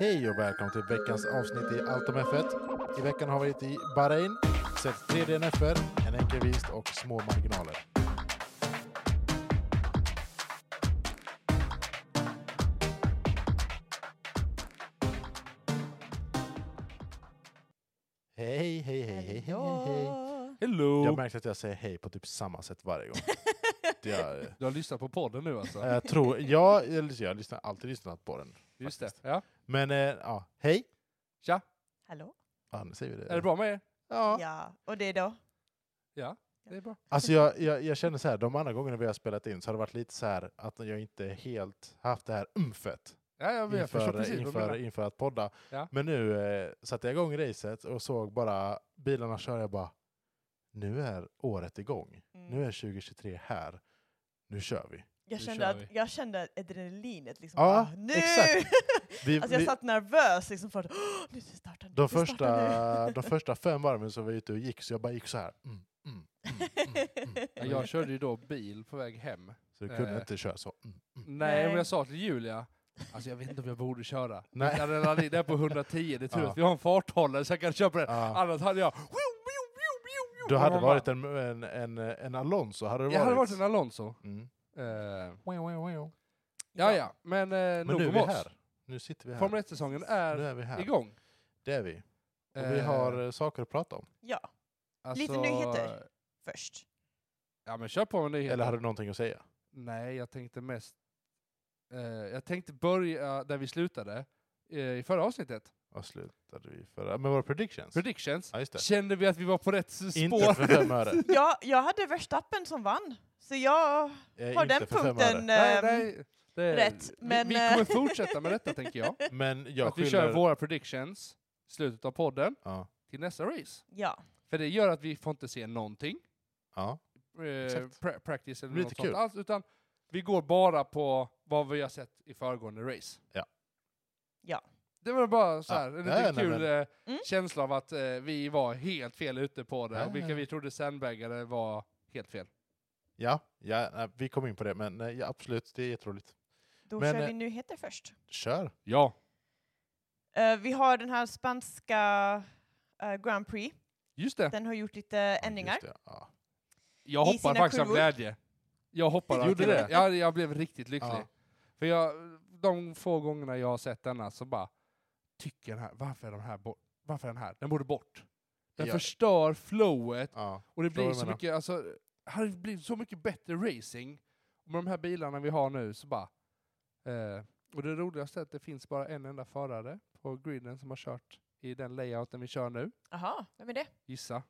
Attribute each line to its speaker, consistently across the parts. Speaker 1: Hej och välkommen till veckans avsnitt i Allt om F1. I veckan har vi varit i Bahrain, sett tre DNFer, en enkel vinst och små marginaler. Hej, hej, hej, hej, hej, hej. Jag
Speaker 2: Hello!
Speaker 1: märkte att jag säger hej på typ samma sätt varje gång. Det jag,
Speaker 2: Du har lyssnat på podden nu alltså?
Speaker 1: jag tror, jag, jag, jag lyssnar alltid lyssnat på den.
Speaker 2: Just det.
Speaker 1: faktiskt.
Speaker 2: Ja.
Speaker 1: Men eh, ja, hej.
Speaker 2: Tja,
Speaker 3: Hallå?
Speaker 1: Ja, nu säger vi det.
Speaker 2: är det bra med er?
Speaker 1: Ja.
Speaker 3: Ja, och det då?
Speaker 2: Ja, det är bra.
Speaker 1: Alltså jag, jag, jag känner så här, de andra gångerna vi har spelat in så har det varit lite så här att jag inte helt haft det här umfet
Speaker 2: Ja, jag, jag förstår
Speaker 1: inför,
Speaker 2: precis vad du
Speaker 1: inför,
Speaker 2: menar.
Speaker 1: inför att podda.
Speaker 2: Ja.
Speaker 1: Men nu eh, satte jag igång racet och såg bara bilarna köra. Jag bara, nu är året igång.
Speaker 3: Mm.
Speaker 1: Nu är 2023 här. Nu kör vi.
Speaker 3: jag,
Speaker 2: nu
Speaker 3: kände
Speaker 2: kör
Speaker 3: att,
Speaker 2: vi.
Speaker 3: jag kände att adrenalinet liksom
Speaker 1: Ja,
Speaker 3: bara, nu!
Speaker 1: exakt. Vi,
Speaker 3: alltså jag
Speaker 1: vi,
Speaker 3: satt nervös liksom för att "Åh, nu startar nu,
Speaker 1: de,
Speaker 3: det startar
Speaker 1: första,
Speaker 3: nu."
Speaker 1: de första fem varven som vi var ute och gick så jag bara gick så här. Mm, mm, mm, mm, mm.
Speaker 2: Ja, Jag körde ju då bil på väg hem.
Speaker 1: Så du kunde
Speaker 2: Eh.
Speaker 1: inte köra så. Mm, mm.
Speaker 2: Nej,
Speaker 3: Nej.
Speaker 2: men jag sa till Julia, alltså jag vet inte om jag borde köra.
Speaker 1: Nej.
Speaker 2: Mitt Adrenalin är på 110, det är tur
Speaker 1: Ja.
Speaker 2: att vi har en farthållare så jag kan köra på den.
Speaker 1: Ja.
Speaker 2: Annars hade jag...
Speaker 1: Du hade
Speaker 2: Och
Speaker 1: varit en, en, en, en Alonso, hade du varit?
Speaker 2: Jag hade varit en Alonso.
Speaker 1: Mm.
Speaker 2: Eh, ja, ja, men, eh,
Speaker 1: Men
Speaker 2: nog
Speaker 1: nu är
Speaker 2: om
Speaker 1: vi
Speaker 2: oss.
Speaker 1: här. Nu sitter vi här.
Speaker 2: Formel 1-säsongen
Speaker 1: nu
Speaker 2: är
Speaker 1: är vi här.
Speaker 2: igång.
Speaker 1: Det är vi. Och vi har eh, saker att prata om.
Speaker 3: Ja,
Speaker 2: alltså,
Speaker 3: lite nyheter. först.
Speaker 2: Ja men kör på med nyheter.
Speaker 1: Eller hade du någonting att säga?
Speaker 2: Nej, jag tänkte mest... Eh, jag tänkte börja där vi slutade eh, i förra avsnittet.
Speaker 1: Vad slutade vi förra? Men våra predictions?
Speaker 2: Predictions.
Speaker 1: ja, just det.
Speaker 2: Kände vi att vi var på rätt s-
Speaker 1: Inte
Speaker 2: spår?
Speaker 1: för fem öre.
Speaker 3: Jag, jag hade Verstappen som vann, så jag
Speaker 1: Eh,
Speaker 3: har
Speaker 1: inte
Speaker 3: den
Speaker 1: för fem
Speaker 3: punkten
Speaker 1: öre.
Speaker 2: nej,
Speaker 3: ehm,
Speaker 2: nej, det,
Speaker 3: rätt, men,
Speaker 2: vi, vi
Speaker 3: eh,
Speaker 2: kommer fortsätta med detta tänker jag.
Speaker 1: Men jag
Speaker 2: att vi
Speaker 1: skyller...
Speaker 2: kör våra predictions, slutet av podden,
Speaker 1: Ja.
Speaker 2: till nästa race.
Speaker 3: Ja,
Speaker 2: För det gör att vi får inte se någonting.
Speaker 1: ja.
Speaker 2: Eh,
Speaker 1: Exakt.
Speaker 2: pra- practice eller
Speaker 1: Lite
Speaker 2: något
Speaker 1: kul.
Speaker 2: sånt alls. Utan vi går bara på vad vi har sett i föregående race.
Speaker 1: Ja.
Speaker 3: Ja.
Speaker 2: Det var bara så
Speaker 1: Ja.
Speaker 2: här, en
Speaker 1: Ja, ja,
Speaker 2: liten
Speaker 1: nej,
Speaker 2: kul
Speaker 1: men-
Speaker 2: eh,
Speaker 3: Mm.
Speaker 2: känsla av att eh, vi var helt fel ute på det.
Speaker 1: Ja,
Speaker 2: och vilka
Speaker 1: ja, ja.
Speaker 2: vi trodde sandbaggare var helt fel.
Speaker 1: Ja, ja, nej, vi kommer in på det, men eh, ja, absolut, det är jätteroligt.
Speaker 3: då
Speaker 1: Men,
Speaker 3: kör vi
Speaker 1: eh,
Speaker 3: nyheter först.
Speaker 1: Kör!
Speaker 2: Ja.
Speaker 3: Eh, vi har den här spanska eh, Grand Prix,
Speaker 2: Just det.
Speaker 3: den har gjort lite
Speaker 1: Ja,
Speaker 3: ändringar.
Speaker 1: just det, Ja.
Speaker 2: Jag
Speaker 3: I
Speaker 2: hoppade
Speaker 3: sina
Speaker 2: faktiskt av
Speaker 3: kurvor.
Speaker 2: glädje. Jag hoppade av
Speaker 1: Gjorde
Speaker 2: glädje.
Speaker 1: det?
Speaker 2: Ja, jag blev riktigt lycklig.
Speaker 1: Ja.
Speaker 2: För jag, de få gångerna jag har sett denna så bara, tycker den här, varför är den här bort? Varför är den här? Den borde bort. Den
Speaker 1: Ja.
Speaker 2: förstör flowet
Speaker 1: Ja.
Speaker 2: och det
Speaker 1: Förstår
Speaker 2: blir
Speaker 1: vad du
Speaker 2: så
Speaker 1: menar.
Speaker 2: mycket, alltså, det hade blivit så mycket bättre racing. Och med de här bilarna vi har nu så bara, eh, och det roligaste är att det finns bara en enda förare på griden som har kört i den layouten vi kör nu.
Speaker 3: Jaha, vem är det?
Speaker 2: Gissa.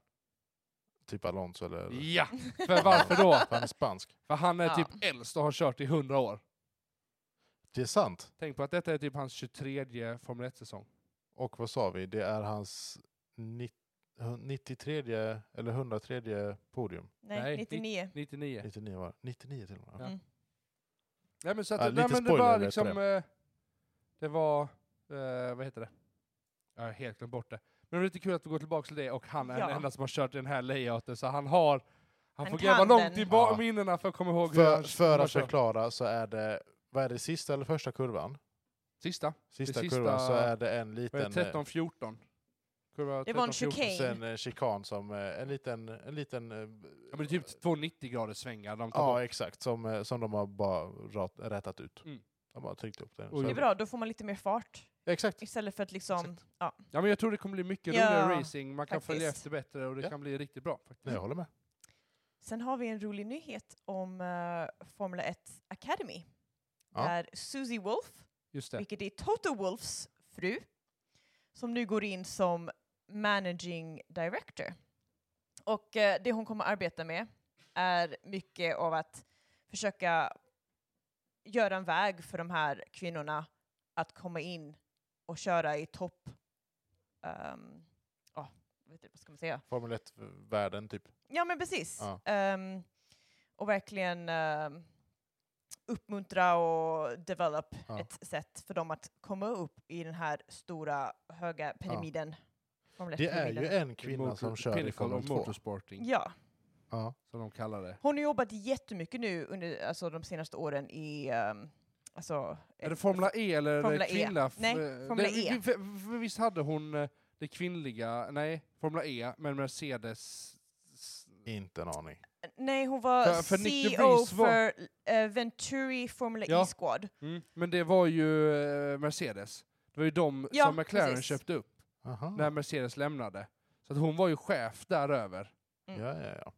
Speaker 1: Typ Alonso eller...
Speaker 2: Ja! För varför då?
Speaker 1: Han är spansk.
Speaker 2: För han är
Speaker 3: Ja.
Speaker 2: typ äldst och har kört i 100 år.
Speaker 1: Det är sant.
Speaker 2: Tänk på att detta är typ hans 23 Formel 1-säsong.
Speaker 1: Och vad sa vi? Det är hans 93 eller 103 podium.
Speaker 3: Nej, Mm.
Speaker 2: Nej,
Speaker 3: 99.
Speaker 2: 99.
Speaker 1: 99 var det. 99 till och med.
Speaker 2: Ja.
Speaker 1: Ja.
Speaker 2: Nej, men så att,
Speaker 1: Ja,
Speaker 2: nej,
Speaker 1: lite
Speaker 2: men det
Speaker 1: spoiler
Speaker 2: var
Speaker 1: vet
Speaker 2: liksom...
Speaker 1: jag
Speaker 2: eh, Det var... eh, Vad heter det? Jag har helt glömt bort det. Men det är lite kul att vi går tillbaka till det och han är
Speaker 3: Ja.
Speaker 2: den enda som har kört den här layouten så han har...
Speaker 3: Han
Speaker 2: Han, får gräva
Speaker 3: kan
Speaker 2: långt
Speaker 3: den.
Speaker 2: i ba-
Speaker 1: Ja.
Speaker 2: minnena för att komma ihåg hur
Speaker 1: För,
Speaker 2: han,
Speaker 1: för
Speaker 2: han
Speaker 1: att
Speaker 2: kör.
Speaker 1: förklara så är det, vad är det sista eller första kurvan?
Speaker 2: Sista.
Speaker 1: Sista,
Speaker 2: sista-
Speaker 1: kurvan så är det en
Speaker 2: Vad är
Speaker 1: liten
Speaker 2: det,
Speaker 1: eh,
Speaker 2: 13-14. Kurva
Speaker 3: Det var en
Speaker 2: 13-14.
Speaker 3: chicane.
Speaker 1: sen, eh, chikan som eh, en liten, en liten eh,
Speaker 2: Ja, men det är typ 290 graders svängar de tar
Speaker 1: ja
Speaker 2: bort.
Speaker 1: exakt, som, eh, som de har bara rat, rätat ut.
Speaker 2: Mm.
Speaker 1: De har tryckt upp den.
Speaker 2: Oj.
Speaker 3: Det
Speaker 1: Så-
Speaker 3: är bra, då får man lite mer fart
Speaker 1: Exakt.
Speaker 3: istället för att liksom... Ja.
Speaker 2: Ja, men jag tror det kommer bli mycket
Speaker 3: Ja,
Speaker 2: roligare racing, man kan följa
Speaker 3: faktiskt.
Speaker 2: efter bättre och det
Speaker 1: Ja.
Speaker 2: kan bli riktigt bra. Faktiskt.
Speaker 1: Nej, jag håller med.
Speaker 3: Sen har vi en rolig nyhet om uh, Formula 1 Academy.
Speaker 1: Ja.
Speaker 3: Där Susie Wolf,
Speaker 2: Just det.
Speaker 3: vilket är Toto Wolfs fru, som nu går in som managing director. Och eh, det hon kommer arbeta med är mycket av att försöka göra en väg för de här kvinnorna att komma in och köra i topp... ehm, ja, vet du, vad ska man säga?
Speaker 1: Formel 1-världen typ.
Speaker 3: Ja, men precis.
Speaker 1: Ja.
Speaker 3: Ehm, och verkligen um, uppmuntra och develop
Speaker 1: Ja.
Speaker 3: ett sätt för dem att komma upp i den här stora, höga pyramiden. Formel
Speaker 1: Det är
Speaker 3: 1-pyramiden.
Speaker 1: ju en kvinna som kör i
Speaker 2: Pinnacle
Speaker 1: Formel
Speaker 2: och
Speaker 1: 2.
Speaker 2: motorsporting,
Speaker 3: Ja.
Speaker 1: Ja.
Speaker 2: som de kallar det.
Speaker 3: Hon har jobbat jättemycket nu under alltså, de senaste åren i ehm, Alltså,
Speaker 2: Är det Formula E eller är
Speaker 3: Formula
Speaker 2: det
Speaker 3: E.
Speaker 2: kvinnliga? f-
Speaker 3: Nej,
Speaker 2: eh,
Speaker 3: Formula
Speaker 2: det,
Speaker 3: E.
Speaker 2: vi- vi- vi- Visst hade hon eh, det kvinnliga, nej, Formula E, men Mercedes... s-
Speaker 1: Inte en aning.
Speaker 3: Nej, hon var
Speaker 2: För- för Nick de
Speaker 3: CEO
Speaker 2: Vries var-
Speaker 3: för eh, Venturi Formula
Speaker 2: Ja.
Speaker 3: E-squad.
Speaker 2: Mm. Men det var ju eh, Mercedes. Det var ju de
Speaker 3: Ja,
Speaker 2: som McLaren
Speaker 3: precis. Mm.
Speaker 2: köpte upp
Speaker 1: Aha.
Speaker 2: när Mercedes lämnade. Så att hon var ju chef däröver.
Speaker 3: Mm.
Speaker 1: Ja, ja, ja.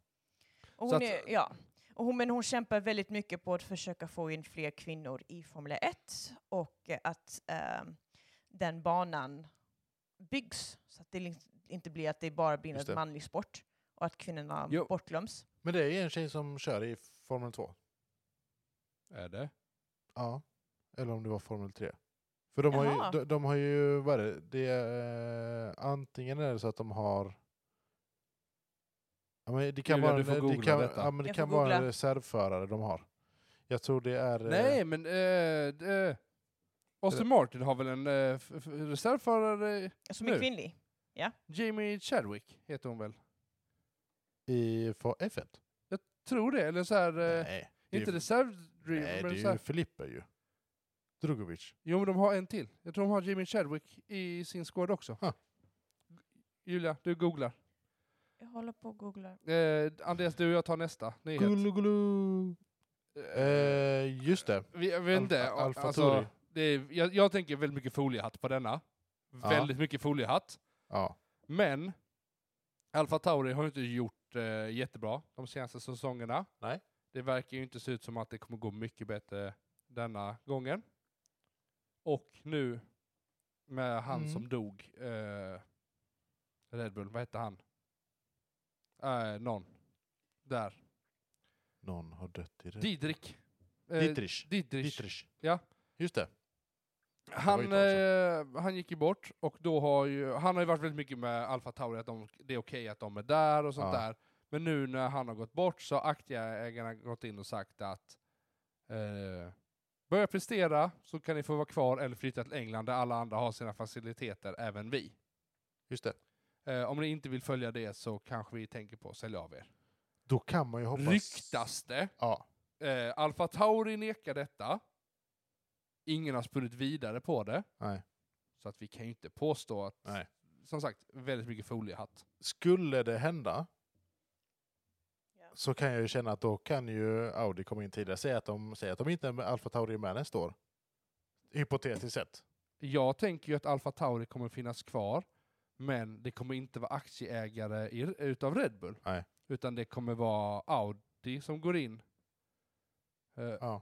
Speaker 3: Och hon,
Speaker 2: Så att-
Speaker 3: är, ja. och hon, men hon kämpar väldigt mycket på att försöka få in fler kvinnor i Formel 1 och eh, att ehm, den banan byggs så att det lin- inte blir att det bara blir
Speaker 1: Just det.
Speaker 3: en manlig sport och att kvinnorna
Speaker 2: Jo.
Speaker 3: bortglöms.
Speaker 1: Men det är en tjej som kör i Formel 2.
Speaker 2: Är det?
Speaker 1: Ja. Eller om det var Formel 3. För de har
Speaker 3: Jaha.
Speaker 1: ju, de, de har ju vad är det, det är, eh, antingen är det så att de har ja, men det kan
Speaker 2: Julia,
Speaker 1: vara
Speaker 2: du
Speaker 1: en, eh,
Speaker 2: får
Speaker 1: det
Speaker 2: googla
Speaker 1: kan,
Speaker 2: detta.
Speaker 1: ja, men det
Speaker 3: Jag
Speaker 1: kan
Speaker 3: får
Speaker 1: vara en
Speaker 3: googla.
Speaker 1: reservförare de har. Jag tror det är... eh,
Speaker 2: Nej, men... Äh, äh, Austin Martin har väl en eh, f- f- reservförare,
Speaker 3: Som
Speaker 2: Nu.
Speaker 3: är kvinnlig.
Speaker 2: Jamie Chadwick heter hon väl?
Speaker 1: I för F1?
Speaker 2: Tror det, eller så här... eh,
Speaker 1: nej. Det är
Speaker 2: inte
Speaker 1: ju-
Speaker 2: reservdriven,
Speaker 1: Nej, det
Speaker 2: men
Speaker 1: är
Speaker 2: så här,
Speaker 1: ju Filippe ju. Drogovic.
Speaker 2: Jo, men de har en till. Jag tror de har Jimmy Chadwick i sin squad också.
Speaker 1: Huh.
Speaker 2: Julia, du googlar.
Speaker 3: Jag håller på och googlar.
Speaker 2: Eh, Andreas, du och jag tar nästa nyhet.
Speaker 1: Gullu, gullu.
Speaker 2: Eh,
Speaker 1: Eh, just det.
Speaker 2: vi, jag vet inte.
Speaker 1: Alfa- Alfa
Speaker 2: alltså,
Speaker 1: Tauri.
Speaker 2: det är, jag, jag tänker väldigt mycket foliehatt på denna.
Speaker 1: Ja.
Speaker 2: Väldigt mycket foliehatt.
Speaker 1: Ja.
Speaker 2: Men Alfa Tauri har ju inte gjort eh, jättebra de senaste säsongerna.
Speaker 1: Nej.
Speaker 2: Det verkar ju inte se ut som att det kommer gå mycket bättre denna gången. Och nu med han
Speaker 1: Mm.
Speaker 2: som dog, eh, Red Bull, vad hette han? Eh, någon. Där.
Speaker 1: Någon har dött i det.
Speaker 2: Didrik. Eh,
Speaker 1: Dietrich.
Speaker 2: Didrik.
Speaker 1: Dietrich.
Speaker 2: Ja.
Speaker 1: Just det. var ju
Speaker 2: Han,
Speaker 1: ett tag
Speaker 2: eh, han gick ju bort och då har ju, han har ju varit väldigt mycket med Alfa Tauri, att de, det är okej att de är där och sånt
Speaker 1: Ja.
Speaker 2: där. Men nu när han har gått bort så har aktieägarna gått in och sagt att eh, börja prestera så kan ni få vara kvar eller flytta till England där alla andra har sina faciliteter, även vi.
Speaker 1: Just det.
Speaker 2: Eh, om ni inte vill följa det så kanske vi tänker på att sälja av er.
Speaker 1: Då kan man ju hoppas...
Speaker 2: Ryktas det.
Speaker 1: Ja.
Speaker 2: Eh, Alfa Tauri nekar detta. Ingen har spunnit vidare på det.
Speaker 1: Nej.
Speaker 2: Så att vi kan ju inte påstå att,
Speaker 1: Nej.
Speaker 2: som sagt, väldigt mycket foliehatt.
Speaker 1: Skulle det hända
Speaker 3: Ja.
Speaker 1: så kan jag ju känna att då kan ju Audi komma in tidigare. Säg att de, säg att de inte är med Alfa Tauri med nästa år. Hypotetiskt sett.
Speaker 2: Jag tänker ju att Alfa Tauri kommer finnas kvar, men det kommer inte vara aktieägare i, utav Red Bull.
Speaker 1: Nej.
Speaker 2: Utan det kommer vara Audi som går in. Eh,
Speaker 1: Ja.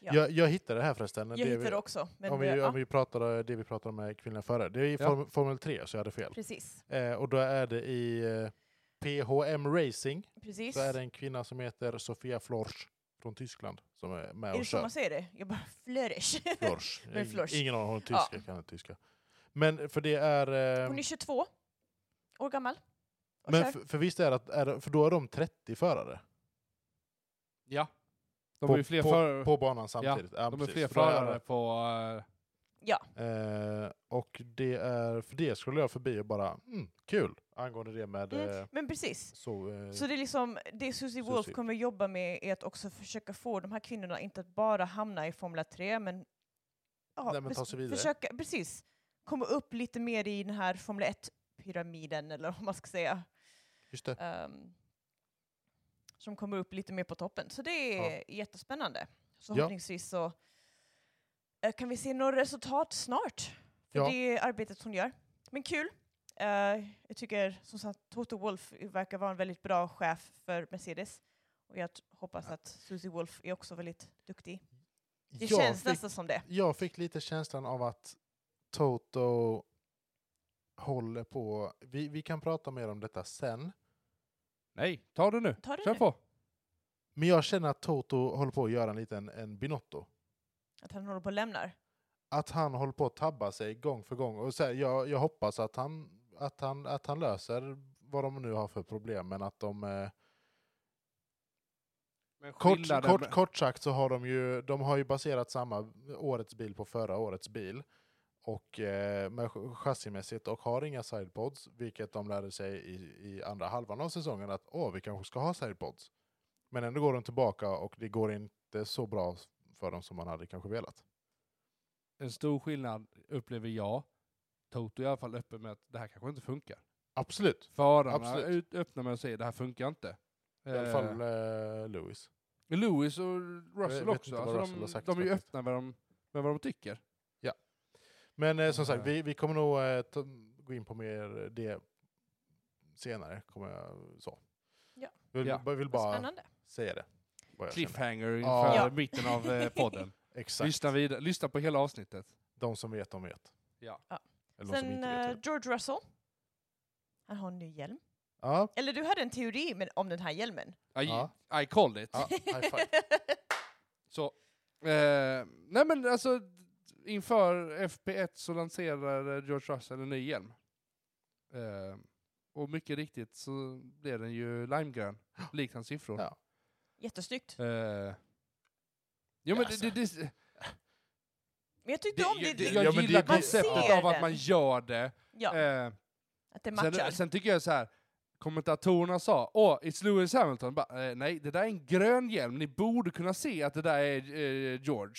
Speaker 3: Ja.
Speaker 1: Jag, jag hittade det här förresten.
Speaker 3: Jag
Speaker 1: det
Speaker 3: hittade
Speaker 1: vi,
Speaker 3: också. Men
Speaker 1: om vi,
Speaker 3: eh, ja,
Speaker 1: om vi pratar, det vi pratar om med kvinnliga förare. Det är i
Speaker 2: Ja.
Speaker 1: form, Formel 3, så jag hade fel.
Speaker 3: Precis.
Speaker 1: Eh, och då är det i eh, PHM Racing.
Speaker 3: Precis.
Speaker 1: Så är
Speaker 3: är,
Speaker 1: det en kvinna som heter Sofia Florsch från Tyskland som är med
Speaker 3: det
Speaker 1: och
Speaker 3: så
Speaker 1: kör.
Speaker 3: man säger det? Jag bara flörish.
Speaker 1: Florsch.
Speaker 3: Men Florsch.
Speaker 1: Ingen av dem hon är tyska,
Speaker 3: Ja.
Speaker 1: kan inte tyska. Men för det är... eh,
Speaker 3: Hon är 22 år gammal. Och
Speaker 1: Men
Speaker 3: kör.
Speaker 1: för, för visst är det att, är det, för då är de 30 förare
Speaker 2: ja. De
Speaker 1: På-
Speaker 2: är ju fler,
Speaker 1: på-
Speaker 2: för,
Speaker 1: på banan samtidigt. Ja,
Speaker 2: de är
Speaker 1: precis.
Speaker 2: fler
Speaker 1: För då är
Speaker 2: förare på... eh,
Speaker 3: ja.
Speaker 1: det- eh, och det är, för det skulle jag förbi och bara, mm, kul, angående det med eh,
Speaker 3: Mm, men precis.
Speaker 1: så, eh,
Speaker 3: Så det är liksom, det Susie Wolf
Speaker 1: Susie.
Speaker 3: kommer jobba med är att också försöka få de här kvinnorna inte att bara hamna i Formel 3, men, ja,
Speaker 1: Nej, men ta
Speaker 3: förs-
Speaker 1: sig vidare.
Speaker 3: försöka, precis, komma upp lite mer i den här Formel 1-pyramiden, eller vad man ska säga.
Speaker 1: just det.
Speaker 3: ehm, som kommer upp lite mer på toppen. Så det är jättespännande. Så
Speaker 1: Ja.
Speaker 3: förhoppningsvis så eh, kan vi se några resultat snart. För
Speaker 1: Ja.
Speaker 3: det är arbetet hon gör. Men kul. Eh, jag tycker som sagt Toto Wolf verkar vara en väldigt bra chef för Mercedes. Och jag t- hoppas att Susie Wolf är också väldigt duktig. Det
Speaker 1: jag,
Speaker 3: känns
Speaker 1: fick,
Speaker 3: nästan som det.
Speaker 1: jag fick lite känslan av att Toto håller på, vi, vi kan prata mer om detta sen,
Speaker 2: Nej, ta det nu.
Speaker 3: Ta det
Speaker 2: Kör
Speaker 3: nu.
Speaker 2: på.
Speaker 1: men jag känner att Toto håller på att göra en liten en Binotto.
Speaker 3: Att han håller på och lämnar.
Speaker 1: att han håller på att tabba sig gång för gång. Och så här, jag, jag hoppas att han, att, han, att han löser vad de nu har för problem, men att de... Eh,
Speaker 2: Men
Speaker 1: kort,
Speaker 2: skillnaden
Speaker 1: kort,
Speaker 2: med-
Speaker 1: kort sagt så har de ju, de har ju baserat samma årets bil på förra årets bil, och eh, med ch- chassimässigt, och har inga sidepods, vilket de lärde sig i, i andra halvan av säsongen att åh, vi kanske ska ha sidepods. Men ändå går de tillbaka och det går inte så bra för dem som man hade kanske velat.
Speaker 2: En stor skillnad upplever jag, Toto är i alla fall öppen med att det här kanske inte funkar.
Speaker 1: Absolut.
Speaker 2: Förarna
Speaker 1: Absolut.
Speaker 2: är ut- öppna med att säga det här funkar inte.
Speaker 1: I alla
Speaker 2: Eh,
Speaker 1: fall eh, Lewis.
Speaker 2: Lewis och
Speaker 1: Jag
Speaker 2: Russell
Speaker 1: vet inte
Speaker 2: också.
Speaker 1: vad
Speaker 2: Alltså
Speaker 1: Russell har
Speaker 2: de,
Speaker 1: sagt
Speaker 2: de är ju
Speaker 1: faktiskt.
Speaker 2: öppna med, dem, med vad de tycker.
Speaker 1: Men eh, som
Speaker 2: Eh.
Speaker 1: sagt, vi, vi kommer nog eh, ta, gå in på mer eh, det senare. Kommer jag, så.
Speaker 3: Ja.
Speaker 1: Jag vill,
Speaker 2: Ja.
Speaker 1: jag vill bara
Speaker 3: Spännande.
Speaker 1: säga det. vad jag känner.
Speaker 2: Cliffhanger
Speaker 1: Ja.
Speaker 2: inför
Speaker 1: Ja.
Speaker 2: mitten av eh, podden.
Speaker 1: Exakt.
Speaker 2: lyssna, vid, lyssna på hela avsnittet.
Speaker 1: De som vet, de vet.
Speaker 2: Ja.
Speaker 3: Ja.
Speaker 1: Eller de som
Speaker 3: Sen
Speaker 1: inte vet,
Speaker 3: eh,
Speaker 1: vet.
Speaker 3: George Russell. Han har en ny hjälm.
Speaker 1: Ja,
Speaker 3: Eller du hade en teori men, om den här hjälmen.
Speaker 2: I,
Speaker 1: Ja.
Speaker 2: I called it.
Speaker 1: ja, high five.
Speaker 2: Så, eh, nej men alltså, inför FP1 så lanserade George Russell en ny hjälm. Eh, och mycket riktigt så blev den ju limegrön, likt hans siffror.
Speaker 1: Ja.
Speaker 3: Jättesnyggt.
Speaker 2: Eh, jo men
Speaker 1: Alltså.
Speaker 2: det, det, det,
Speaker 3: Men jag tyckte
Speaker 2: det,
Speaker 3: om det.
Speaker 2: jag,
Speaker 3: det,
Speaker 1: Ja,
Speaker 2: jag
Speaker 1: men
Speaker 2: gillar
Speaker 1: det- man ser
Speaker 2: konceptet av att
Speaker 3: den.
Speaker 2: man gör det.
Speaker 3: ja,
Speaker 2: Eh,
Speaker 3: att det matchar.
Speaker 2: sen, sen tycker jag så här. kommentatorerna sa åh, it's Lewis Hamilton. Bara, eh, nej, det där är en grön hjälm, ni borde kunna se att det där är eh, George.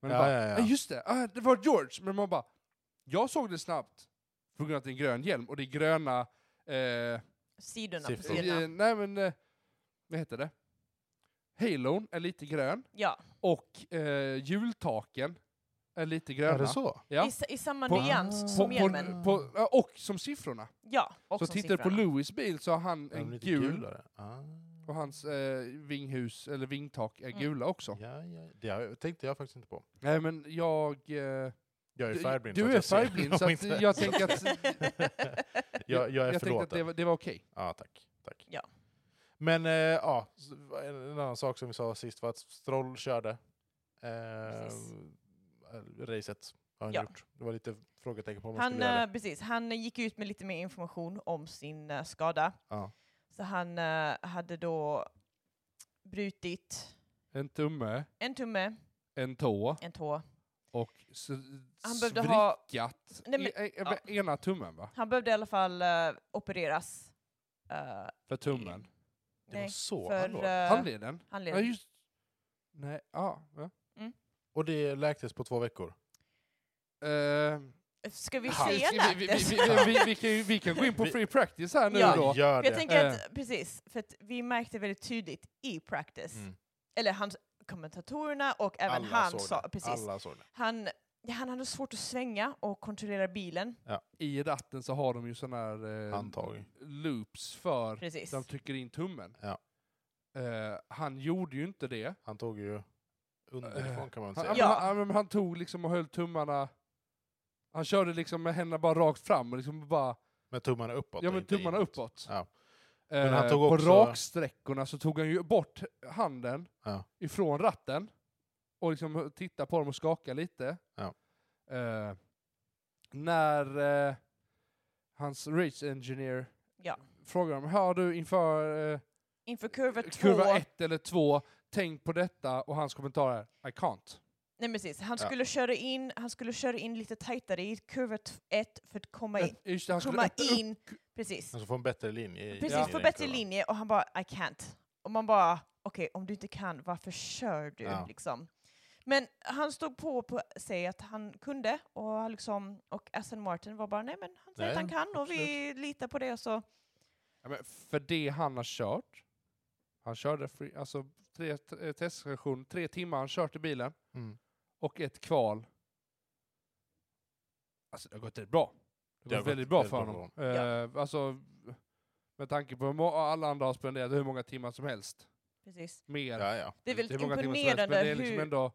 Speaker 2: Men
Speaker 1: Ja,
Speaker 2: bara,
Speaker 1: ja, ja.
Speaker 2: "Nej, just det, ah, det var George. Men man bara, jag såg det snabbt på grund av att det är en grön hjälm och det är gröna, eh, eh,
Speaker 3: Sidorna på
Speaker 1: Siffror.
Speaker 3: sidorna.
Speaker 2: nej men, eh, vad heter det? Halon är lite grön
Speaker 3: Ja,
Speaker 2: och eh, jultaken är lite gröna.
Speaker 1: Är det så?
Speaker 2: Ja.
Speaker 3: I, sa- i samma
Speaker 2: På-
Speaker 1: på-
Speaker 3: nyans som
Speaker 2: På,
Speaker 3: hjälmen.
Speaker 2: på, ja, och som siffrorna.
Speaker 3: Ja, och
Speaker 2: så
Speaker 3: som
Speaker 2: tittar du på
Speaker 3: siffrorna.
Speaker 2: Louis bil så har han
Speaker 1: Är de
Speaker 2: en
Speaker 1: lite
Speaker 2: gul
Speaker 1: gulare? Ah.
Speaker 2: och hans eh, vinghus, eller vingtak, är
Speaker 3: Mm.
Speaker 2: gula också.
Speaker 1: Ja, ja. Det har- tänkte jag faktiskt inte på.
Speaker 2: Nej men jag... Eh,
Speaker 1: Jag är
Speaker 2: du-
Speaker 1: färgblind. så
Speaker 2: Du
Speaker 1: att
Speaker 2: är
Speaker 1: jag ser
Speaker 2: färgblind,
Speaker 1: dem
Speaker 2: så att
Speaker 1: inte.
Speaker 2: jag tänker att,
Speaker 1: jag, jag är
Speaker 2: jag tänkte
Speaker 1: förlåten.
Speaker 2: att det, var- det var okej.
Speaker 1: Ja, tack. tack.
Speaker 3: Ja.
Speaker 1: Men eh, ja, s- en en annan sak som vi sa sist var att Stroll körde eh,
Speaker 3: Precis.
Speaker 1: racet. Har han
Speaker 3: Ja.
Speaker 1: gjort. Det var lite frågetecken på om han,
Speaker 3: Han,
Speaker 1: skulle göra
Speaker 3: eh,
Speaker 1: det.
Speaker 3: precis, han gick ut med lite mer information om sin eh, skada.
Speaker 1: Ja.
Speaker 3: Så han eh, hade då brutit
Speaker 2: En tumme,
Speaker 3: en tumme,
Speaker 2: en tå
Speaker 3: en tå.
Speaker 2: och s-
Speaker 3: Han behövde ha-
Speaker 2: vrickat
Speaker 3: Nej, men-
Speaker 2: i, i,
Speaker 3: ja.
Speaker 2: ena tummen va?
Speaker 3: Han behövde i alla fall eh, opereras. eh,
Speaker 2: För tummen.
Speaker 1: Det var
Speaker 3: nej,
Speaker 1: så han
Speaker 3: för
Speaker 1: låg.
Speaker 3: eh,
Speaker 2: Handleden? Ja
Speaker 3: handleden.
Speaker 2: just... Nej, ja. ja.
Speaker 1: Och det läktes på två veckor.
Speaker 2: Eh,
Speaker 3: Ska vi
Speaker 1: Ja.
Speaker 3: se
Speaker 2: vi, vi, vi,
Speaker 3: Naktes?
Speaker 2: vi, vi, vi, kan ju, vi kan gå in på
Speaker 1: Vi-
Speaker 2: free practice här nu
Speaker 3: Ja.
Speaker 2: då.
Speaker 1: Gör
Speaker 3: Jag
Speaker 1: det.
Speaker 3: tänker
Speaker 2: Eh.
Speaker 3: att, precis, för att vi märkte väldigt tydligt i practice,
Speaker 1: Mm.
Speaker 3: eller hans kommentatorerna och även
Speaker 1: Alla
Speaker 3: han
Speaker 1: såg det.
Speaker 3: sa, precis,
Speaker 1: Alla såg det.
Speaker 3: han, ja, han hade svårt att svänga och kontrollera bilen,
Speaker 2: I ratten så har de ju sådana här eh,
Speaker 1: Handtag.
Speaker 2: loops för
Speaker 3: precis.
Speaker 2: de trycker in tummen.
Speaker 1: Ja.
Speaker 2: Eh, han gjorde ju inte det.
Speaker 1: Han tog ju underifrån kan man
Speaker 2: Han,
Speaker 1: säga.
Speaker 2: han,
Speaker 3: Ja.
Speaker 2: han, men han tog liksom och höll tummarna... Han körde liksom med händerna bara rakt fram och liksom bara...
Speaker 1: Med tummarna uppåt.
Speaker 2: ja
Speaker 1: och
Speaker 2: men
Speaker 1: inte
Speaker 2: tummarna
Speaker 1: inåt.
Speaker 2: uppåt.
Speaker 1: Ja.
Speaker 2: Eh,
Speaker 1: han tog också-
Speaker 2: På raksträckorna så tog han ju bort handen
Speaker 1: Ja.
Speaker 2: ifrån ratten och liksom tittade på dem och skakade lite.
Speaker 1: Ja.
Speaker 2: Eh, när eh, hans race engineer
Speaker 3: Ja.
Speaker 2: frågar honom, har du inför eh,
Speaker 3: Inför kurva två,
Speaker 2: kurva ett eller två, tänk på detta och hans kommentar är I can't.
Speaker 3: nej precis, han
Speaker 1: Ja.
Speaker 3: skulle, köra in, han skulle köra in lite tajtare i kurva t- ett för att komma in,
Speaker 2: Eh, Just det, han skulle
Speaker 3: komma
Speaker 2: öppna upp.
Speaker 3: in, precis.
Speaker 1: Han ska få en bättre linje. i-
Speaker 3: Precis,
Speaker 1: i
Speaker 2: Ja.
Speaker 1: den
Speaker 3: få bättre
Speaker 1: kurvan.
Speaker 3: linje och han bara I can't. Och man bara okej, om du inte kan, varför kör du?
Speaker 1: Ja.
Speaker 3: Liksom. Men han stod på på sig att han kunde och han liksom och Aston Martin var bara nej men han säger
Speaker 1: Nej,
Speaker 3: att han kan och vi litar på det och så.
Speaker 2: Ja, men för det han har kört, han körde free, alltså tre t- eh, teststation, tre timmar han kört i bilen
Speaker 1: Mm.
Speaker 2: och ett kval. Alltså det har gått rätt bra. Det har gått väldigt bra för honom. Eh, alltså, med tanke på hur må- alla andra har spenderat hur många timmar som helst.
Speaker 3: Precis.
Speaker 2: Mer.
Speaker 1: Ja, ja.
Speaker 3: Det är väldigt
Speaker 2: hur många timmar som helst,
Speaker 3: imponerande
Speaker 2: Men det Alltså, är liksom
Speaker 3: hur-
Speaker 2: ändå...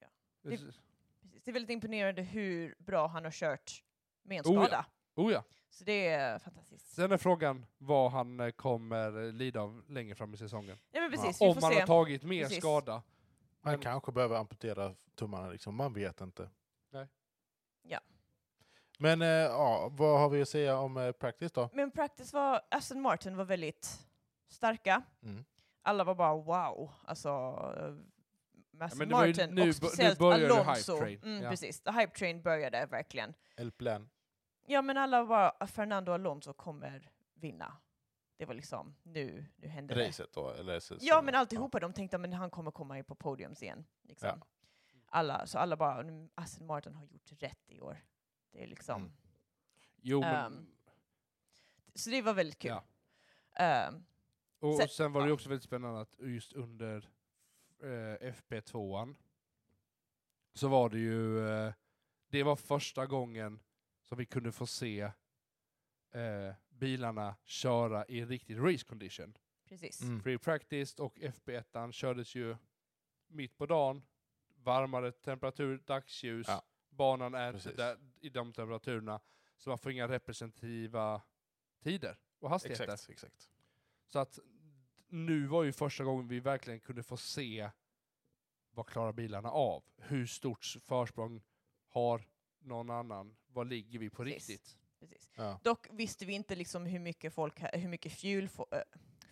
Speaker 3: Ja. Det- Precis. Det är väldigt imponerande hur bra han har kört med en
Speaker 2: Oh ja.
Speaker 3: skada.
Speaker 2: Oh ja.
Speaker 3: Så det är fantastiskt.
Speaker 2: Sen är frågan vad han eh, kommer eh, lida av längre fram i säsongen.
Speaker 3: Nej men precis, vi
Speaker 2: Om
Speaker 3: får
Speaker 2: han har
Speaker 3: se.
Speaker 2: tagit mer
Speaker 3: Precis.
Speaker 2: skada.
Speaker 1: Man
Speaker 2: Men-
Speaker 1: kanske behöver amputera tummarna, liksom. man vet inte.
Speaker 2: Nej.
Speaker 3: Ja.
Speaker 1: Men eh, ja, vad har vi att säga om eh, practice då?
Speaker 3: Men practice var, Aston Martin var väldigt starka.
Speaker 1: Mm.
Speaker 3: alla var bara wow, alltså
Speaker 2: Ja,
Speaker 3: Mass
Speaker 2: men det var ju
Speaker 3: Martin
Speaker 2: nu bo- nu
Speaker 3: och speciellt
Speaker 2: började hype
Speaker 3: Alonso.
Speaker 2: train.
Speaker 3: Mm,
Speaker 2: Ja.
Speaker 3: Precis, the hype train började verkligen.
Speaker 1: El plan.
Speaker 3: Ja men alla var bara, Fernando Alonso kommer vinna. det var liksom nu, nu hände det.
Speaker 1: Racet då? Eller så,
Speaker 3: Ja,
Speaker 1: så-
Speaker 3: men alltihopa. De tänkte att han kommer komma in på podiums igen. Liksom.
Speaker 1: Ja.
Speaker 3: Alla, så alla bara, "Mm, Aston Martin har gjort rätt i år. Det är liksom...
Speaker 1: Mm.
Speaker 2: Jo, men,
Speaker 3: Ehm, Så det var väldigt kul.
Speaker 2: Ja.
Speaker 3: Ehm,
Speaker 2: och,
Speaker 3: sen-
Speaker 2: och sen var det ju
Speaker 3: ja.
Speaker 2: också väldigt spännande att just under eh, FP2an så var det ju, eh, det var första gången som vi kunde få se eh, bilarna köra i riktigt race condition.
Speaker 3: precis.
Speaker 1: Mm.
Speaker 2: Free practice och FP1 kördes ju mitt på dagen, varmare temperatur, dagsljus,
Speaker 1: Ja.
Speaker 2: banan är
Speaker 1: Precis.
Speaker 2: där, i de temperaturerna, så man får inga representativa tider och hastigheter.
Speaker 1: Exakt, exakt.
Speaker 2: Så att nu var ju första gången vi verkligen kunde få se vad klarar bilarna av? Hur stort försprång har någon annan? Vad ligger vi på
Speaker 3: Precis.
Speaker 2: riktigt?
Speaker 3: precis.
Speaker 1: Ja.
Speaker 3: Dock visste vi inte liksom hur mycket folk, ha- hur mycket fuel, få, eh,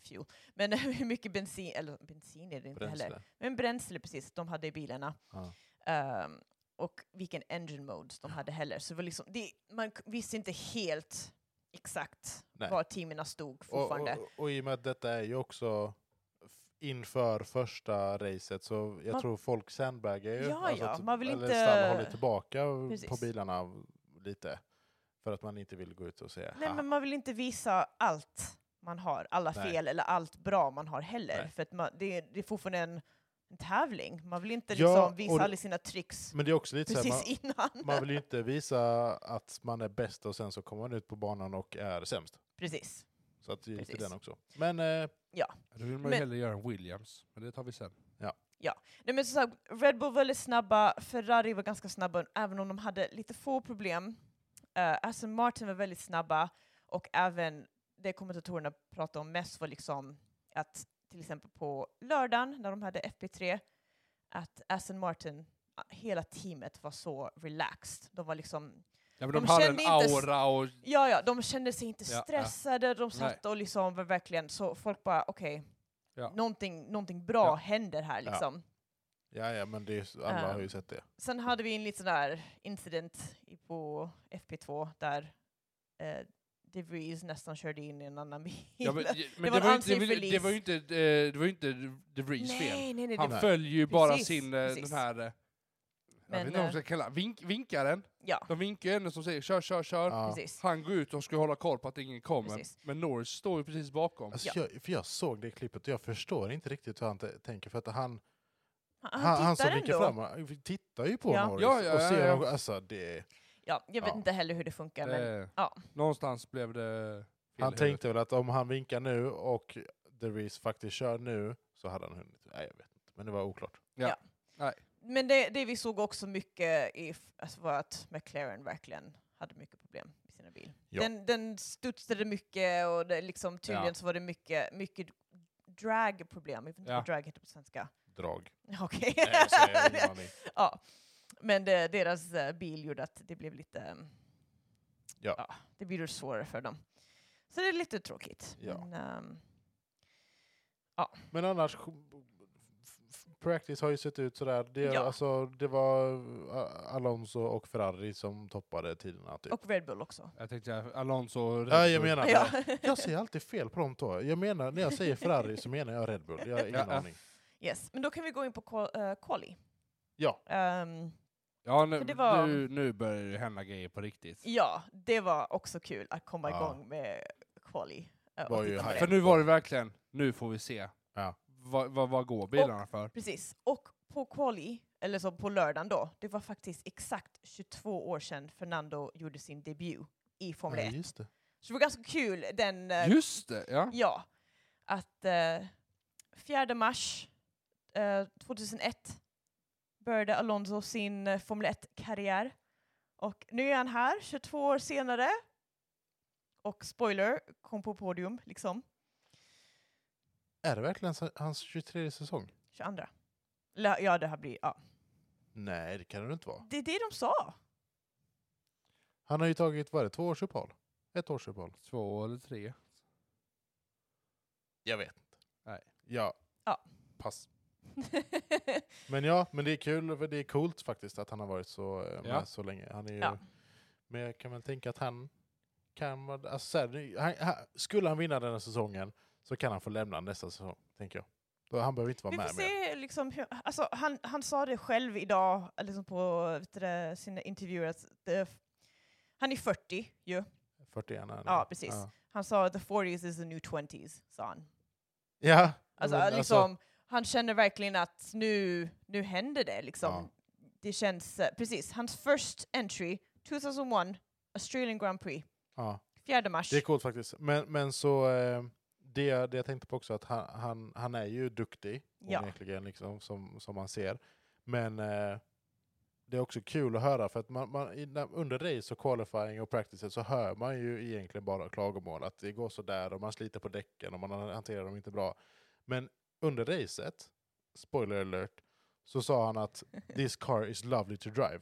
Speaker 3: fuel. men hur mycket bensin, eller bensin är det inte heller,
Speaker 1: Bränsle.
Speaker 3: men bränsle precis, de hade i bilarna.
Speaker 1: Ja.
Speaker 3: Ehm, och vilken engine modes de hade heller. Så det var liksom, det, man k- visste inte helt exakt
Speaker 1: Nej.
Speaker 3: var teamen stod
Speaker 1: Och,
Speaker 3: fortfarande.
Speaker 1: och, och i och med att detta är ju också f- inför första racet så jag
Speaker 3: Man-
Speaker 1: tror folk sandbaggar ju. Alltså
Speaker 3: Ja, ja,
Speaker 1: att-
Speaker 3: man vill
Speaker 1: eller
Speaker 3: inte-
Speaker 1: stall håller tillbaka på
Speaker 3: Precis.
Speaker 1: bilarna lite. För att man inte vill gå ut och säga
Speaker 3: Nej,
Speaker 1: "Ha,
Speaker 3: men man vill inte visa allt man har, alla
Speaker 1: Nej.
Speaker 3: fel eller allt bra man har heller.
Speaker 1: Nej.
Speaker 3: För att man, det, är, det är fortfarande en, en tävling. Man vill inte
Speaker 1: Ja,
Speaker 3: liksom
Speaker 1: och
Speaker 3: visa
Speaker 1: det-
Speaker 3: alla sina tricks
Speaker 1: Men det är också lite så här,
Speaker 3: precis
Speaker 1: man,
Speaker 3: innan.
Speaker 1: man vill ju inte visa att man är bäst och sen så kommer man ut på banan och är sämst.
Speaker 3: Precis.
Speaker 1: Så att det är lite
Speaker 3: Precis.
Speaker 1: den också. Men eh,
Speaker 2: Det vill man ju
Speaker 3: Men-
Speaker 2: hellre göra än Williams, men det tar vi sen.
Speaker 3: Nej, men som sagt, Red Bull var väldigt snabba, Ferrari var ganska snabba, även om de hade lite få problem. Eh, Aston Martin var väldigt snabba och även det kommentatorerna pratade om mest var liksom att till exempel på lördagen när de hade FP3, att Aston Martin, ah, hela teamet var så relaxed. De var liksom,
Speaker 2: Ja, men de,
Speaker 3: De
Speaker 2: hade en
Speaker 3: kände inte s-
Speaker 2: aura och...
Speaker 3: ja ja, de kände sig inte
Speaker 2: Ja, ja.
Speaker 3: stressade, de satt och liksom var verkligen så folk bara okej,
Speaker 2: Ja.
Speaker 3: någonting, någonting bra
Speaker 2: Ja.
Speaker 3: händer här
Speaker 1: Ja.
Speaker 3: liksom.
Speaker 1: ja, ja, men det är, alla har ju
Speaker 3: Ehm,
Speaker 1: sett det.
Speaker 3: Sen hade vi en liten där incident i- på FP2 där eh, De Vries nästan körde in i en annan bil.
Speaker 2: Ja, men, men
Speaker 3: var
Speaker 2: det, var
Speaker 3: en
Speaker 2: ju inte, det, var, ju-
Speaker 3: ansiktsförlis.
Speaker 2: det var ju inte, eh, det var ju inte De Vries fel.
Speaker 3: nej, nej, nej.
Speaker 2: Han
Speaker 3: det,
Speaker 1: Nej.
Speaker 2: följer ju bara
Speaker 3: Precis,
Speaker 2: sin, eh,
Speaker 3: precis.
Speaker 2: den här... eh, jag
Speaker 3: Men,
Speaker 2: vet inte vad man
Speaker 3: eh,
Speaker 2: ska kalla vink, vinkaren.
Speaker 3: ja,
Speaker 2: De vinkar ju henne som säger kör, kör, kör.
Speaker 1: Ja.
Speaker 3: precis.
Speaker 2: Han går ut och ska hålla koll på att ingen kommer.
Speaker 3: Precis.
Speaker 2: Men Norris står ju precis bakom.
Speaker 1: Alltså,
Speaker 3: Ja.
Speaker 1: jag, för jag såg det klippet och jag förstår inte riktigt hur han t- tänker. För att han,
Speaker 3: Han,
Speaker 1: han, han, som
Speaker 3: tittar
Speaker 1: viker
Speaker 3: ändå.
Speaker 1: fram han tittar ju på
Speaker 3: Ja.
Speaker 1: Norris
Speaker 2: Ja, ja,
Speaker 1: och
Speaker 2: ja,
Speaker 1: ser
Speaker 2: ja.
Speaker 1: honom. Alltså, det,
Speaker 3: Ja, jag vet
Speaker 1: Ja.
Speaker 3: inte heller hur det funkar, men
Speaker 2: Eh,
Speaker 3: ja.
Speaker 2: Någonstans blev det fel
Speaker 1: han
Speaker 2: i
Speaker 1: tänkte väl att om han vinkar nu och The Reese faktiskt kör nu så hade han hunnit. Nej, jag vet inte. Men det var oklart.
Speaker 3: Men det, det vi såg också mycket i, f- alltså var att McLaren verkligen hade mycket problem med sina bil.
Speaker 1: Ja.
Speaker 3: Den, den studsade mycket och det, liksom, tydligen
Speaker 2: Ja.
Speaker 3: så var det mycket, mycket dragproblem. Jag vet inte
Speaker 2: Ja.
Speaker 3: vad drag heter på svenska.
Speaker 1: Drag.
Speaker 3: Okej.
Speaker 1: Nej, alltså, jag har ingen aning.
Speaker 3: Ja. Men det, deras eh, bil gjorde att det blev lite... mm,
Speaker 1: Ja.
Speaker 3: det blev lite svårare för dem. Så det är lite tråkigt.
Speaker 1: Ja.
Speaker 3: Men, ehm,
Speaker 1: Men annars, practice har ju sett ut sådär. Det,
Speaker 3: Ja.
Speaker 1: alltså, det var ä, Alonso och Ferrari som toppade tiderna. Typ.
Speaker 3: och Red Bull också.
Speaker 2: huvudet. Jag tänkte Alonso...
Speaker 1: ja, jag menar
Speaker 3: Ja.
Speaker 1: det. Jag säger alltid fel på de två. Jag menar, när jag säger Ferrari så menar jag Red Bull. Jag har ingen
Speaker 2: Ja.
Speaker 1: aning.
Speaker 3: yes. Men då kan vi gå in på qual- eh, quali.
Speaker 1: Ja.
Speaker 3: Ehm,
Speaker 2: Ja, nu,
Speaker 3: För det var-
Speaker 2: nu, nu börjar det hända grejer på riktigt.
Speaker 3: ja, det var också kul att komma
Speaker 1: Ja.
Speaker 3: igång med quali. eh, och
Speaker 1: Var ju
Speaker 3: titta på
Speaker 1: hype.
Speaker 3: det.
Speaker 2: För nu var det verkligen, nu får vi se.
Speaker 1: Ja.
Speaker 2: Vad, vad, vad går bilarna för?
Speaker 3: Precis. Och på quali, eller så på lördagen då, det var faktiskt exakt 22 år sedan Fernando gjorde sin debut i Formel 1.
Speaker 1: Ja, just det.
Speaker 3: Så det var ganska kul den eh,
Speaker 2: Just det, ja.
Speaker 3: Ja, att eh, 4 mars eh, 2001 började Alonso sin eh, Formel 1-karriär. Och nu är han här 22 år senare. Och spoiler, kom på podium liksom,
Speaker 1: Är det verkligen sa- hans 23 säsong?
Speaker 3: 22. Eller, ja, det här blir, ja.
Speaker 1: Nej, det kan det inte vara.
Speaker 3: Det är det de sa.
Speaker 1: Han har ju tagit, vad är det, två års uppehåll? Ett års uppehåll?
Speaker 2: Två eller tre.
Speaker 1: Jag vet inte.
Speaker 2: Nej.
Speaker 1: Ja.
Speaker 3: Ja.
Speaker 1: Pass. Men ja, men det är kul, för det är coolt faktiskt att han har varit så, eh, med
Speaker 2: Ja.
Speaker 1: så länge. Han är ju,
Speaker 3: Ja.
Speaker 1: Men jag kan väl tänka att han Kan man, alltså, så här, det- han, han, skulle han vinna den här säsongen så kan han få lämna nästa säsong, tänker jag. Då, han behöver inte vara
Speaker 3: Vi får
Speaker 1: med mer.
Speaker 3: se liksom hur, alltså, han, han sa det själv idag, eh, liksom på vet du, det, sina intervjuer, att det, han är 40 ju.
Speaker 1: 41 är han.
Speaker 3: Ja, precis. Han sa the 40s is the new 20s, sa han.
Speaker 1: Ja.
Speaker 3: Alltså,
Speaker 1: men
Speaker 3: liksom, han känner verkligen att nu, nu händer det liksom.
Speaker 1: Ja.
Speaker 3: Det känns, eh, precis, hans first entry, 2001, Australian Grand Prix,
Speaker 1: ja,
Speaker 3: 4 mars.
Speaker 1: det är coolt faktiskt. Men, men så, eh, det, det jag tänkte på också, att han, han, han är ju duktig,
Speaker 3: Ja.
Speaker 1: onekligen, liksom, som, som man ser. Men eh, det är också kul att höra, för att man, man, i- när- under race och qualifying och practices så hör man ju egentligen bara klagomål, att det går sådär och man sliter på däcken och man hanterar dem inte bra. Men under racet, spoiler alert, så sa han att this car is lovely to drive.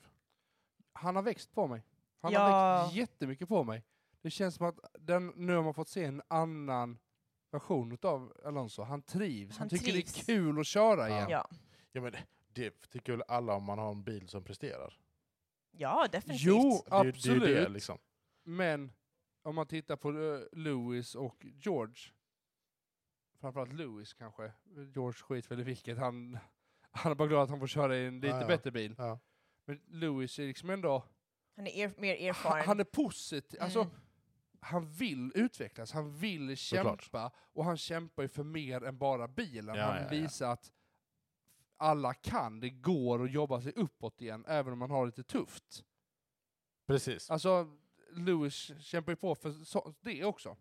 Speaker 2: Han har växt på mig. Han har
Speaker 3: Ja.
Speaker 2: växt jättemycket på mig. Det känns som att den, nu har man fått se en annan version av Alonso. Han trivs. Han,
Speaker 3: Han
Speaker 2: tycker det är
Speaker 3: trivs.
Speaker 2: kul att köra
Speaker 1: Ja.
Speaker 2: igen.
Speaker 3: ja.
Speaker 1: Ja, men det, det tycker väl alla om man har en bil som presterar.
Speaker 3: ja, definitivt.
Speaker 2: Jo,
Speaker 1: Det är ju-
Speaker 2: absolut.
Speaker 1: Det är ju det, liksom.
Speaker 2: Men om man tittar på eh, Lewis och George. Framförallt Lewis kanske. George skit väl i vilket. Han, han är bara glad att han får köra i en lite
Speaker 1: Ja, ja.
Speaker 2: bättre bil.
Speaker 1: Ja.
Speaker 2: Men Lewis är liksom ändå...
Speaker 3: Han är er, mer
Speaker 2: Han,
Speaker 3: erfaren.
Speaker 2: han är positiv. Alltså,
Speaker 3: Mm.
Speaker 2: han vill utvecklas, han vill kämpa
Speaker 1: Såklart.
Speaker 2: och han kämpar ju för mer än bara bilen.
Speaker 1: Ja,
Speaker 2: han
Speaker 1: ja,
Speaker 2: vill
Speaker 1: ja.
Speaker 2: visa att alla kan, det går att jobba sig uppåt igen även om man har lite tufft.
Speaker 1: Precis.
Speaker 2: Alltså, Lewis kämpar ju på för så, det också.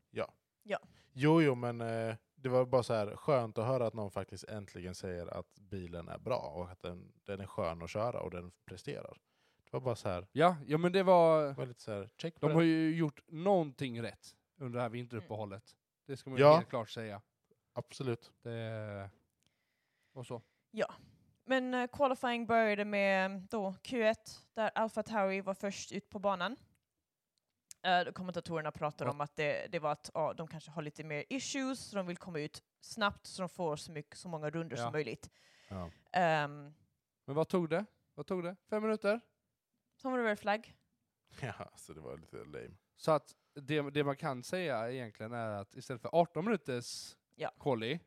Speaker 1: Jo, jo, men eh, det var bara så här skönt att höra att någon faktiskt äntligen säger att bilen är bra och att den, den är skön att köra och den presterar. Det var bara så här,
Speaker 2: Ja, ja men det var...
Speaker 1: det var lite så här check på
Speaker 2: De
Speaker 1: det.
Speaker 2: har ju gjort någonting rätt under det här vinteruppehållet. Det ska man ju
Speaker 1: Ja.
Speaker 2: helt klart säga.
Speaker 1: Absolut.
Speaker 2: Det... Och så.
Speaker 3: Men eh, qualifying började med då Q1 där Alpha Tauri var först ut på banan. Eh, då kommentatorerna pratade
Speaker 2: Ja.
Speaker 3: om att det, det var att ja, de kanske har lite mer issues så de vill komma ut snabbt så de får så, mycket, så många runder
Speaker 2: Ja.
Speaker 3: som möjligt.
Speaker 1: Ja.
Speaker 3: Um,
Speaker 2: Men vad tog det? Vad tog det? Fem minuter?
Speaker 3: som var det red flag.
Speaker 1: ja, alltså det var lite lame.
Speaker 2: Så att det, det man kan säga egentligen är att istället för 18 minuters
Speaker 3: Ja.
Speaker 2: quali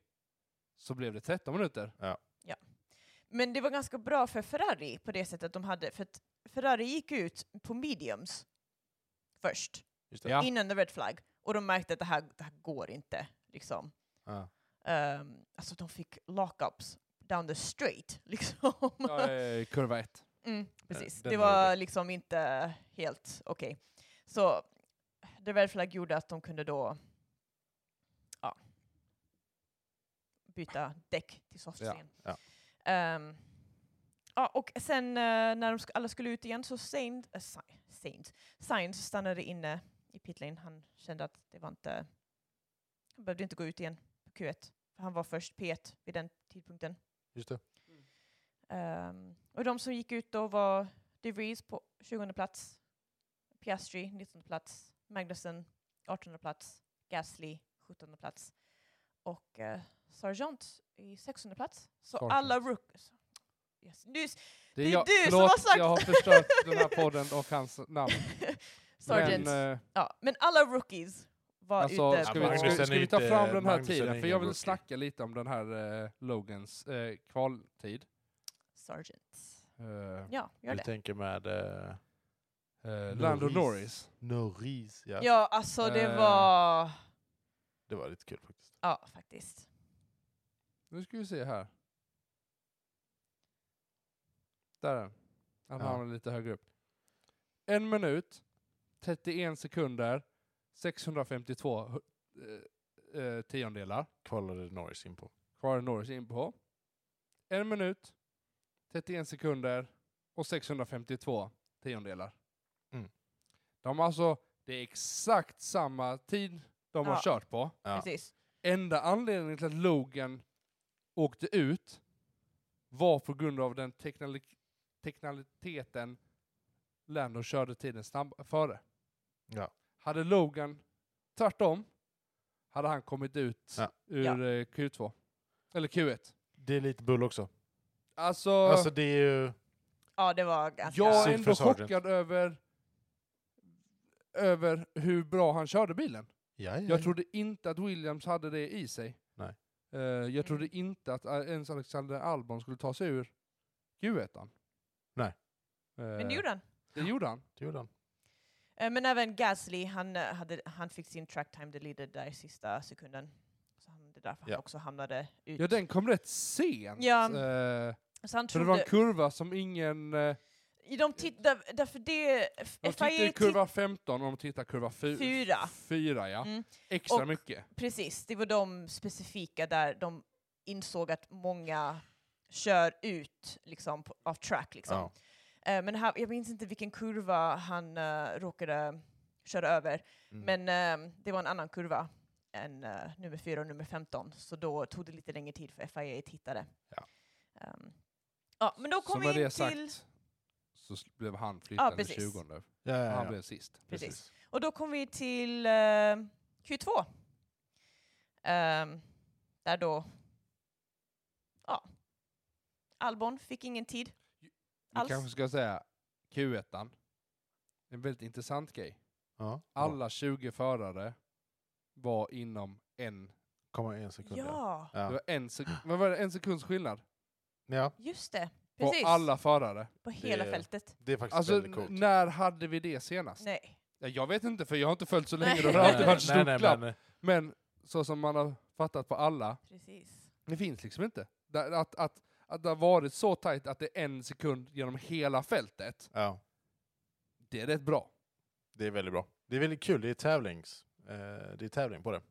Speaker 2: så blev det 13 minuter.
Speaker 3: Men det var ganska bra för Ferrari på det sättet de hade, för att Ferrari gick ut på mediums först,
Speaker 1: Just det.
Speaker 2: Ja.
Speaker 3: innan the red flag, och de märkte att det här, det här går inte. Liksom.
Speaker 1: Ja.
Speaker 3: Um, alltså de fick lockups down the straight, liksom.
Speaker 2: Eh, Kurva 1.
Speaker 3: Mm, precis.
Speaker 1: den
Speaker 3: Det
Speaker 1: var
Speaker 3: var
Speaker 1: det.
Speaker 3: liksom inte helt okej. Så det red flag gjorde att de kunde då ja, byta däck till softsten.
Speaker 1: Ja,
Speaker 3: Ehm, ja, och sen eh, när de sk- alla skulle ut igen så Sainz, äh, Sainz, Sainz stannade inne i pitlane. Han kände att det var inte, han behövde inte gå ut igen på Q1. För han var först P1 vid den tidpunkten.
Speaker 1: Just det.
Speaker 3: Ehm, och de som gick ut då var De Vries på 20 plats, Piastri 19 plats, Magnussen 18 plats, Gasly 17 plats och eh, Sargent i 16 plats. Så
Speaker 2: Sargent.
Speaker 3: alla rookies. Yes. Du, s-
Speaker 2: Det
Speaker 3: är du som
Speaker 2: förlåt,
Speaker 3: har sagt-
Speaker 2: jag har förstört den här podden och hans namn.
Speaker 3: Sargent. Men,
Speaker 2: Men, eh,
Speaker 3: ja, men alla rookies var
Speaker 2: alltså,
Speaker 3: ute.
Speaker 2: ska,
Speaker 1: Ja,
Speaker 2: vi,
Speaker 3: på-
Speaker 2: ska,
Speaker 1: Magnussen
Speaker 2: ska
Speaker 1: är
Speaker 2: vi ta
Speaker 1: inte-
Speaker 2: fram den här
Speaker 1: Magnussen är
Speaker 2: tiden? För
Speaker 1: ingen
Speaker 2: jag vill
Speaker 1: rookie.
Speaker 2: snacka lite om den här eh, Logans eh, kvaltid.
Speaker 3: Sargent.
Speaker 2: Eh,
Speaker 3: Ja, gör
Speaker 1: Du
Speaker 3: det.
Speaker 1: tänker med eh,
Speaker 2: eh, Lando
Speaker 1: Norris.
Speaker 2: Norris.
Speaker 1: Norris, ja.
Speaker 3: Ja, alltså det
Speaker 2: Eh.
Speaker 3: var...
Speaker 1: Det var lite kul faktiskt.
Speaker 3: Ja, faktiskt.
Speaker 2: Nu ska vi se här. Där är den. Han
Speaker 1: Ja.
Speaker 2: hamnade lite högre upp. En minut, 31 sekunder, 652 hu- eh, eh, tiondelar.
Speaker 1: Kvalade Norris in på.
Speaker 2: Kvar är Norris in på. En minut, 31 sekunder och 652 tiondelar.
Speaker 1: Mm.
Speaker 2: De har alltså, det är exakt samma tid de har
Speaker 3: Ja.
Speaker 2: kört på
Speaker 1: Ja.
Speaker 3: Precis.
Speaker 2: enda anledningen till att Logan åkte ut var på grund av den teknali- teknaliteten Lando körde tiden snabb före.
Speaker 1: Ja.
Speaker 2: Hade Logan tvärtom hade han kommit ut
Speaker 1: Ja.
Speaker 2: ur
Speaker 3: Ja.
Speaker 2: eh, Q2. Eller Q1.
Speaker 1: Det är lite bull också.
Speaker 2: Alltså,
Speaker 1: Alltså det är ju...
Speaker 3: Ja, det var ganska...
Speaker 2: jag är
Speaker 1: Synd för
Speaker 2: ändå
Speaker 1: Sargent.
Speaker 2: chockad över över hur bra han körde bilen.
Speaker 1: Ja, ja,
Speaker 3: Mm.
Speaker 2: Jag trodde inte att Williams hade det i sig.
Speaker 1: Nej.
Speaker 2: Eh, jag trodde
Speaker 3: Mm.
Speaker 2: inte att eh, ens Alexander Albon skulle ta sig ur Q1.
Speaker 1: Nej.
Speaker 3: Men det gjorde han.
Speaker 2: Eh, Det gjorde han.
Speaker 1: det gjorde han.
Speaker 3: Eh, Men även Gasly, han, eh, hade, han fick sin track time deleted där i sista sekunden. Så han, det är därför
Speaker 1: Ja.
Speaker 3: han också hamnade ut.
Speaker 2: Ja, den kom rätt sent.
Speaker 3: Ja.
Speaker 2: Eh,
Speaker 3: så han
Speaker 2: för det var
Speaker 3: trodde...
Speaker 2: en kurva som ingen... eh,
Speaker 3: I de tit- där, därför det...
Speaker 2: De tittar i
Speaker 3: FIA
Speaker 2: kurva 15 och de tittar i kurva fy-
Speaker 3: E Fyra.
Speaker 2: fyra, ja.
Speaker 3: Mm.
Speaker 2: Extra
Speaker 3: Och-
Speaker 2: mycket.
Speaker 3: Precis, det var de specifika där de insåg att många kör ut liksom, på- av track. Liksom.
Speaker 1: Ja.
Speaker 3: Eh, men här, jag minns inte vilken kurva han eh, råkade köra över,
Speaker 1: Mm.
Speaker 3: men eh, det var en annan kurva än eh, nummer 4 och nummer 15, så då tog det lite längre tid för FIA att hitta det.
Speaker 1: Ja.
Speaker 3: Ehm, ja, men då kom
Speaker 2: Som
Speaker 3: vi in
Speaker 2: med det
Speaker 3: till...
Speaker 2: sagt så sl- blev han flyttad den
Speaker 3: precis.
Speaker 2: 20.
Speaker 1: Ja, ja,
Speaker 2: Han
Speaker 1: ja.
Speaker 2: blev sist.
Speaker 3: Precis. Och då kom vi till eh, Q2. Ehm, där då... Ja. Albon fick ingen tid.
Speaker 2: Vi
Speaker 3: Alls.
Speaker 2: kanske ska säga Q1. En väldigt intressant grej.
Speaker 1: Ja.
Speaker 2: Alla 20 förare var inom en,
Speaker 1: Komma en sekund.
Speaker 3: Ja,
Speaker 1: Ja.
Speaker 2: det
Speaker 1: Ja.
Speaker 2: var en, sek- vad var det, en sekunds skillnad
Speaker 1: ja,
Speaker 3: just det.
Speaker 2: på
Speaker 3: Precis.
Speaker 2: alla förare.
Speaker 3: På hela
Speaker 1: Det-
Speaker 3: fältet.
Speaker 1: det är faktiskt
Speaker 2: Alltså,
Speaker 1: väldigt coolt.
Speaker 2: n- när hade vi det senast?
Speaker 3: Nej.
Speaker 2: Ja, Jag vet inte, för jag har inte följt så
Speaker 3: Nej.
Speaker 2: länge, då har det
Speaker 3: Nej,
Speaker 2: alltid varit
Speaker 1: nej, nej,
Speaker 2: stort
Speaker 1: men, eh,
Speaker 2: Men så som man har fattat på alla,
Speaker 3: Precis.
Speaker 2: det finns liksom inte. Där- Att, att, att det har varit så tajt att det är en sekund genom hela fältet,
Speaker 1: ja,
Speaker 2: det är rätt bra.
Speaker 1: det är väldigt bra. Det är väldigt kul. Det är tävlings. Eh, det är tävling på det.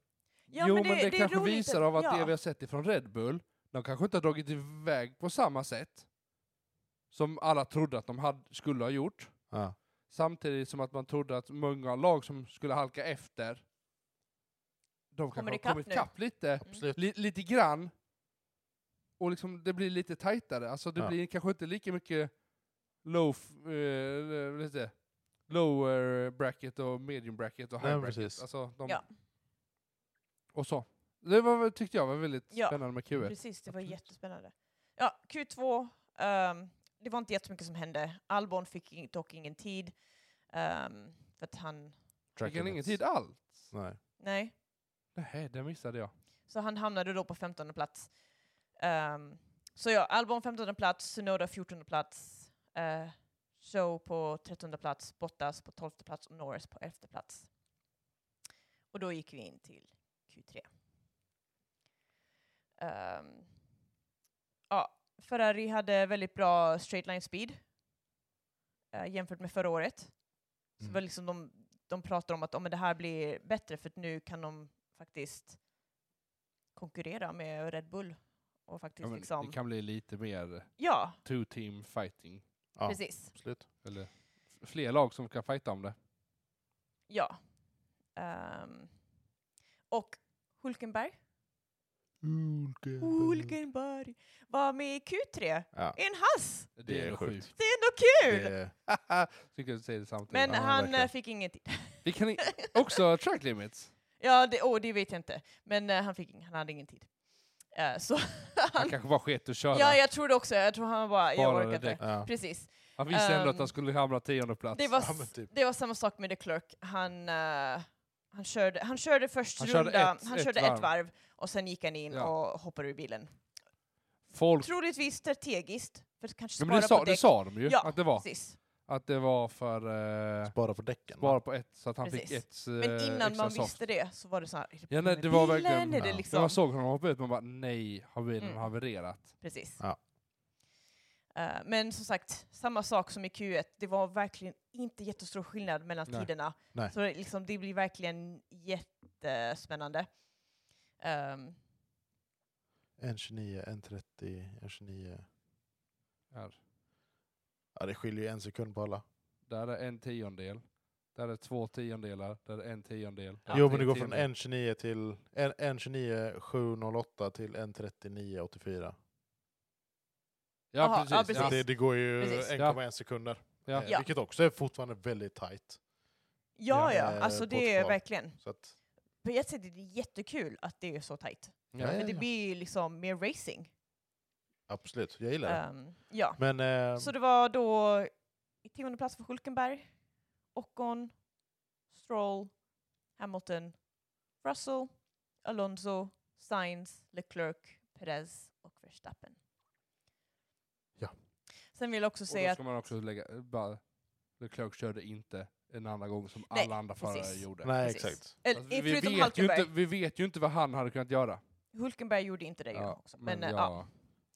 Speaker 3: Ja,
Speaker 2: jo,
Speaker 3: men det- det är
Speaker 2: kanske
Speaker 3: roligt
Speaker 2: visar
Speaker 3: att-
Speaker 2: av att
Speaker 3: ja.
Speaker 2: det vi har sett ifrån Red Bull, de kanske inte har dragit iväg på samma sätt som alla trodde att de hade, skulle ha gjort.
Speaker 1: Ja.
Speaker 2: Samtidigt som att man trodde att många lag som skulle halka efter, de
Speaker 3: Kommer
Speaker 2: kanske har
Speaker 3: ikapp
Speaker 2: kommit
Speaker 3: nu.
Speaker 2: ikapp lite,
Speaker 1: Absolut.
Speaker 2: li, lite grann. Och liksom det blir lite tajtare. Alltså det
Speaker 1: Ja.
Speaker 2: blir kanske inte lika mycket low, f- eh, vad heter det? lower bracket och medium bracket och high
Speaker 1: Nej,
Speaker 2: bracket.
Speaker 1: precis.
Speaker 2: Alltså de
Speaker 3: Ja.
Speaker 2: Och så. Det var, väl- tyckte jag var väldigt
Speaker 3: Ja.
Speaker 2: spännande med Q1.
Speaker 3: Precis, det var
Speaker 2: Absolut.
Speaker 3: jättespännande. Ja, Q2. ehm, det var inte jättemycket som hände. Albon fick in- dock ingen tid. ehm, för att han...
Speaker 2: Fick han ingen
Speaker 1: limits.
Speaker 2: tid alls?
Speaker 1: Nej.
Speaker 3: Nej.
Speaker 2: Nej, det missade jag.
Speaker 3: Så han hamnade då på 15 plats. Ehm, så ja, Albon 15 plats, Sunoda 14 plats, uh, Show på 13 plats, Bottas på 12 plats och Norris på 11 plats. Och då gick vi in till Q3. Ehm, ja, Ferrari hade väldigt bra straight line speed eh, jämfört med förra året. Så
Speaker 1: Mm.
Speaker 3: var liksom de, de pratar om att oh, men det här blir bättre för att nu kan de faktiskt konkurrera med Red Bull. Och faktiskt
Speaker 2: Ja, men
Speaker 3: liksom,
Speaker 2: Det kan bli lite mer
Speaker 3: ja
Speaker 2: two team fighting.
Speaker 1: Ja,
Speaker 3: precis.
Speaker 1: Absolut.
Speaker 2: Eller f- fler lag som kan fighta om det.
Speaker 3: Ja. Ehm, och Hulkenberg. Hulkenberg var med i Q3
Speaker 1: Ja.
Speaker 3: i en hass.
Speaker 2: Det,
Speaker 1: Det
Speaker 2: är
Speaker 1: är
Speaker 2: nog
Speaker 1: sjukt.
Speaker 2: sjukt.
Speaker 3: Det är ändå kul!
Speaker 1: Det,
Speaker 2: Tycker jag säger det samtidigt.
Speaker 3: Men
Speaker 1: Ja,
Speaker 3: han
Speaker 1: verkligen.
Speaker 3: eh, fick ingen tid.
Speaker 2: Vi kan i- också track limits.
Speaker 3: Ja, det, åh, det vet jag inte. Men eh, han, fick, ing- han hade ingen tid. Eh, så
Speaker 2: Han
Speaker 3: han,
Speaker 2: kanske bara sket och körde.
Speaker 3: ja, jag tror det också. Jag tror han bara, jag
Speaker 2: Sparade
Speaker 3: orkar inte.
Speaker 2: däck.
Speaker 1: ja.
Speaker 3: Precis.
Speaker 2: Han visste ändå att
Speaker 3: Ehm,
Speaker 2: han skulle hamna tionde plats.
Speaker 3: Det var,
Speaker 1: Ja, men
Speaker 3: s-
Speaker 1: typ.
Speaker 3: det var samma sak med The Clerk. Han, eh, han, körde, han körde först
Speaker 2: Han körde
Speaker 3: runda,
Speaker 2: ett-
Speaker 3: han
Speaker 2: ett
Speaker 3: körde
Speaker 2: varv.
Speaker 3: ett varv och sen gick han in
Speaker 2: Ja.
Speaker 3: och hoppade ur bilen.
Speaker 2: Folk...
Speaker 3: Troligtvis strategiskt, för att kanske
Speaker 2: Ja,
Speaker 3: spara
Speaker 2: men det, sa,
Speaker 3: på
Speaker 2: det
Speaker 3: däck.
Speaker 2: sa Eh, de ju
Speaker 3: Ja,
Speaker 2: att det var.
Speaker 3: Precis.
Speaker 2: Att det var för... eh,
Speaker 1: Bara på däcken. va?
Speaker 2: bara på ett, så att han fick
Speaker 3: Precis.
Speaker 2: ett
Speaker 3: Men
Speaker 2: eh,
Speaker 3: innan
Speaker 2: extra
Speaker 3: man
Speaker 2: soft.
Speaker 3: visste det så var det så här, är det
Speaker 2: Ja, nej,
Speaker 3: problem
Speaker 2: det
Speaker 3: med
Speaker 2: var
Speaker 3: bilen?
Speaker 2: verkligen-
Speaker 3: Är det
Speaker 1: Ja.
Speaker 2: När
Speaker 3: liksom?
Speaker 2: man såg honom hoppa ut, man bara nej, har bilen
Speaker 3: Mm.
Speaker 2: havererat?
Speaker 3: Precis.
Speaker 1: Ja.
Speaker 3: Eh, men som sagt, samma sak som i Q1, det var verkligen inte jättestor skillnad mellan
Speaker 2: Nej.
Speaker 3: tiderna.
Speaker 1: Nej.
Speaker 3: Så det, liksom, det blir verkligen jättespännande. Ehm,
Speaker 1: 1.29, 1.30, 1.29.
Speaker 2: Här.
Speaker 1: Ja, det skiljer ju en sekund på alla.
Speaker 2: Där är en tiondel, där är två tiondelar, där är en tiondel. där är
Speaker 1: jo,
Speaker 2: tre
Speaker 1: men det går från
Speaker 2: tiondelar.
Speaker 1: 1.29 till 1.29.708 till 1.39.84.
Speaker 2: Ja,
Speaker 3: Aha,
Speaker 2: precis.
Speaker 3: ja,
Speaker 2: Ja,
Speaker 3: precis.
Speaker 1: Det, det går ju
Speaker 3: Precis.
Speaker 1: 1,1 sekunder.
Speaker 2: Ja.
Speaker 1: Eh,
Speaker 3: Ja.
Speaker 1: Vilket också är fortfarande väldigt tajt.
Speaker 3: ja,
Speaker 2: Ja,
Speaker 3: ja,
Speaker 1: eh,
Speaker 3: alltså
Speaker 1: på
Speaker 3: det
Speaker 1: ett
Speaker 3: är
Speaker 1: kval.
Speaker 3: verkligen.
Speaker 1: Så att,
Speaker 3: På ett sätt är det jättekul att det är så tajt.
Speaker 1: Ja,
Speaker 3: För
Speaker 1: ja,
Speaker 3: det
Speaker 1: ja.
Speaker 3: blir ju liksom mer racing.
Speaker 1: absolut, jag gillar det.
Speaker 3: Ehm, ja.
Speaker 1: Men eh,
Speaker 3: Så det var då i tionde plats för Hulkenberg, Ocon, Stroll, Hamilton, Russell, Alonso, Sainz, Leclerc, Perez och Verstappen.
Speaker 1: Ja.
Speaker 3: Sen vill jag också
Speaker 2: Och då
Speaker 3: säga att
Speaker 2: ska man också lägga, bara, Leclerc körde inte en annan gång som
Speaker 3: Nej,
Speaker 2: alla andra förare
Speaker 3: precis.
Speaker 2: gjorde.
Speaker 1: Nej,
Speaker 3: Precis.
Speaker 1: exakt.
Speaker 3: Eller,
Speaker 2: Alltså, vi, vi,
Speaker 3: förutom
Speaker 2: vet ju
Speaker 3: Hulkenberg.
Speaker 2: inte, vi vet ju inte vad han hade kunnat göra.
Speaker 3: Hulkenberg gjorde inte det ju också. Men, eh, ja.
Speaker 2: jag,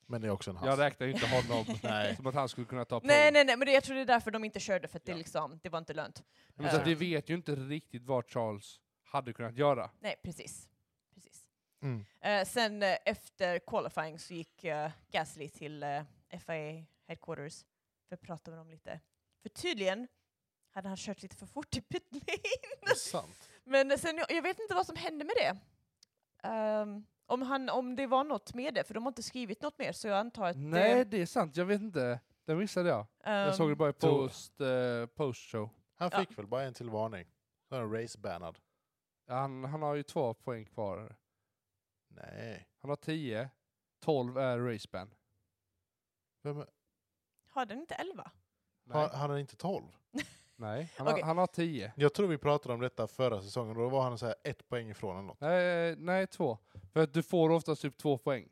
Speaker 1: Men det är också en
Speaker 2: jag
Speaker 1: hass.
Speaker 2: räknar ju inte honom
Speaker 1: Nej.
Speaker 2: som att han skulle kunna ta poäng.
Speaker 3: Nej, nej, nej, men det, jag tror det är därför de inte körde, för att
Speaker 2: Ja.
Speaker 3: det, liksom, det var inte lönt.
Speaker 2: Men så att
Speaker 3: Eh.
Speaker 2: vi vet ju inte riktigt vad Charles hade kunnat göra.
Speaker 3: Nej, precis. precis.
Speaker 1: Mm.
Speaker 3: Eh, sen eh, efter qualifying så gick eh, Gasly till eh, FIA headquarters för att prata med dem lite. För tydligen hade han kört lite för fort i
Speaker 1: Det är
Speaker 3: pitlane.
Speaker 1: sant.
Speaker 3: men sen, jag, jag vet inte vad som hände med det. Ehm, om, han, om det var något med det, för de har inte skrivit något mer, så jag antar att
Speaker 2: Nej, det är sant. Jag vet inte. Den missade jag.
Speaker 3: ehm,
Speaker 2: jag såg det bara i
Speaker 1: Tror-
Speaker 2: post, eh, postshow.
Speaker 1: Han
Speaker 3: Ja.
Speaker 1: fick väl bara en till varning. Sen är race bannad.
Speaker 2: Han, han har ju två poäng kvar.
Speaker 1: Nej.
Speaker 2: Han har 10, 12 är raceban.
Speaker 1: Vem, är-
Speaker 3: ehm, Har den inte 11?
Speaker 1: har,
Speaker 2: Nej,
Speaker 1: han är inte 12.
Speaker 2: nej. Han,
Speaker 3: Okej.
Speaker 2: har, han har 10.
Speaker 1: Jag tror vi pratade om detta förra säsongen. Då var han så här ett poäng ifrån eller något.
Speaker 2: Nej, eh, nej, två. För att du får oftast typ två poäng.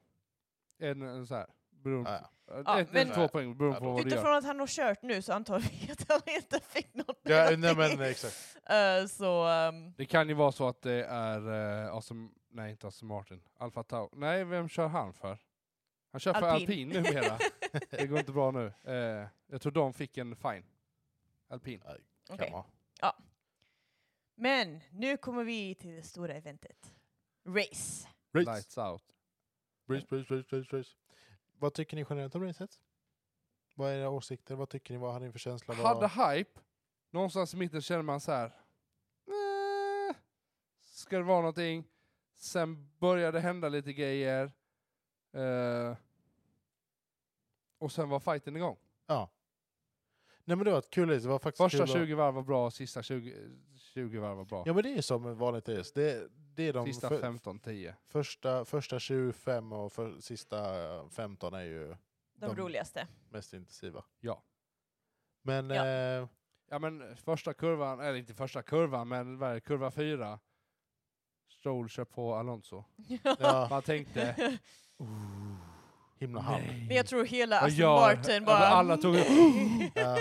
Speaker 2: En, en så här. Beroende,
Speaker 1: Ja, ja.
Speaker 3: Ja,
Speaker 2: ett
Speaker 3: men-
Speaker 2: eller två poäng beroende
Speaker 1: Ja,
Speaker 2: på
Speaker 1: då-
Speaker 2: vad du gör.
Speaker 3: Utifrån att han har kört nu så antar vi att han inte fick något
Speaker 1: Ja,
Speaker 3: penalty.
Speaker 1: nej, men exakt.
Speaker 3: Eh, så, ehm,
Speaker 2: Det kan ju vara så att det är eh, Aston, nej inte Aston Martin, Alfa Tau. Nej, vem kör han för? Han kör för alpin
Speaker 3: Alpin.
Speaker 2: numera. det går inte bra nu. Eh, jag tror de fick en fine. Alpin.
Speaker 1: Kan
Speaker 3: okej.
Speaker 1: vara.
Speaker 3: Men nu kommer vi till det stora eventet. Race.
Speaker 1: Race.
Speaker 2: Lights out.
Speaker 1: Race, race, race, race, race. Vad tycker ni generellt om racet? Vad är era åsikter? Vad tycker ni? Vad hade ni för känsla? Vad-
Speaker 2: Hade hype. Någonstans i mitten känner man så här. "Eh, Ska det vara någonting? Sen började det hända lite grejer. Eh, och sen var fighten igång.
Speaker 1: Ja. Nej men det var ett kul race. Det var faktiskt
Speaker 2: Första
Speaker 1: kul att-
Speaker 2: 20 varv var bra, sista 20, 20 varv var bra.
Speaker 1: Ja men det är som ett vanligt race. Det, det är de
Speaker 2: Sista
Speaker 1: för-
Speaker 2: 15-10.
Speaker 1: första, första 25 och för, sista 15 är ju
Speaker 3: De,
Speaker 1: De-
Speaker 3: roligaste.
Speaker 1: mest intensiva.
Speaker 2: Ja.
Speaker 1: Men
Speaker 3: Ja.
Speaker 1: eh,
Speaker 2: Ja men första kurvan, eller inte första kurvan, men vad är det, kurva fyra. Stroll kör på Alonso.
Speaker 1: ja,
Speaker 2: Man tänkte,
Speaker 1: himla hand.
Speaker 2: nej.
Speaker 3: Men jag tror hela
Speaker 2: Vad
Speaker 3: Aston
Speaker 2: gör-
Speaker 3: Martin bara...
Speaker 2: Ja, men alla tog-
Speaker 3: "Nej."
Speaker 1: Ja.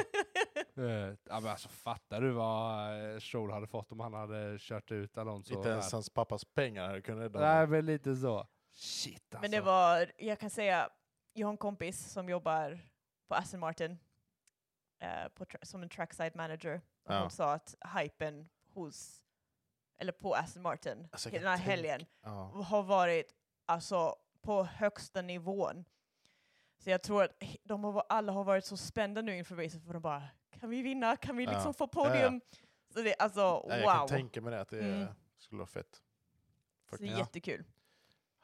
Speaker 2: Eh, ja, men alltså fattar du vad eh, Stroll hade fått om han hade kört ut Alonso?
Speaker 1: Inte ens
Speaker 2: där?
Speaker 1: hans pappas pengar hade kunnat rädda
Speaker 2: Nej
Speaker 1: honom.
Speaker 2: men lite så. Shit alltså.
Speaker 3: Men det var, jag kan säga, jag har en kompis som jobbar på Aston Martin eh, på tra- som en trackside manager. Och
Speaker 1: Ja.
Speaker 3: Hon sa att hypen hos, eller på Aston Martin
Speaker 1: Alltså, jag
Speaker 3: den
Speaker 1: kan
Speaker 3: här
Speaker 1: tänka-
Speaker 3: helgen
Speaker 1: Ja.
Speaker 3: har varit alltså, på högsta nivån. Så jag tror att he- de har, va- alla har varit så spända nu inför racet för de bara kan vi vinna? Kan vi
Speaker 1: Ja.
Speaker 3: liksom få
Speaker 1: ja.
Speaker 3: podium? Så det, alltså
Speaker 1: Nej, jag kan
Speaker 3: wow.
Speaker 1: tänka mig det, att det
Speaker 3: Mm.
Speaker 1: skulle vara fett.
Speaker 3: Så det är
Speaker 1: Ja.
Speaker 3: jättekul.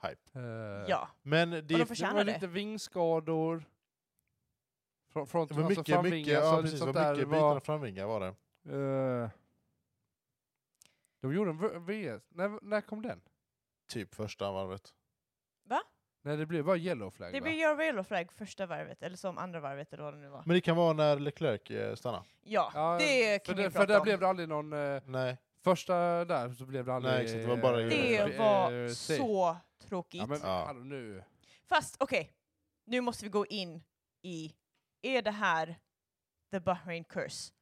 Speaker 1: Hype.
Speaker 2: Eh,
Speaker 3: Ja.
Speaker 1: Men det,
Speaker 3: de
Speaker 2: det
Speaker 3: förtjänar
Speaker 2: var
Speaker 3: det.
Speaker 2: lite vingskador. Från, från,
Speaker 1: det var
Speaker 2: alltså
Speaker 1: mycket, mycket,
Speaker 2: framvingar, så
Speaker 1: ja,
Speaker 2: lite
Speaker 1: precis, det
Speaker 2: sånt
Speaker 1: var
Speaker 2: där
Speaker 1: mycket
Speaker 2: var-
Speaker 1: bitarna framvingar var det.
Speaker 2: Eh, de gjorde en V- VS. När, när kom den?
Speaker 1: Typ första varvet.
Speaker 2: Nej, det blev bara yellow flag
Speaker 3: Det
Speaker 2: va?
Speaker 3: blir ju yellow flag första varvet, eller som andra varvet eller vad det nu
Speaker 2: Ah.
Speaker 3: var.
Speaker 1: Men det kan vara när Leclerc eh, stannar.
Speaker 3: Ja,
Speaker 2: Ja,
Speaker 3: det
Speaker 2: för
Speaker 3: kan vi
Speaker 2: för
Speaker 3: prata
Speaker 2: där
Speaker 3: om.
Speaker 2: blev det aldrig någon... eh,
Speaker 1: Nej.
Speaker 2: första där så blev det aldrig...
Speaker 1: Nej, exakt, det var bara
Speaker 2: eh,
Speaker 1: yellow
Speaker 3: Det
Speaker 1: flag.
Speaker 2: eh,
Speaker 3: var
Speaker 2: safe.
Speaker 3: så tråkigt.
Speaker 2: Ja, men
Speaker 1: Ja.
Speaker 2: hallå nu.
Speaker 3: Fast okej, nu måste vi gå in i, är det här the Bahrain curse?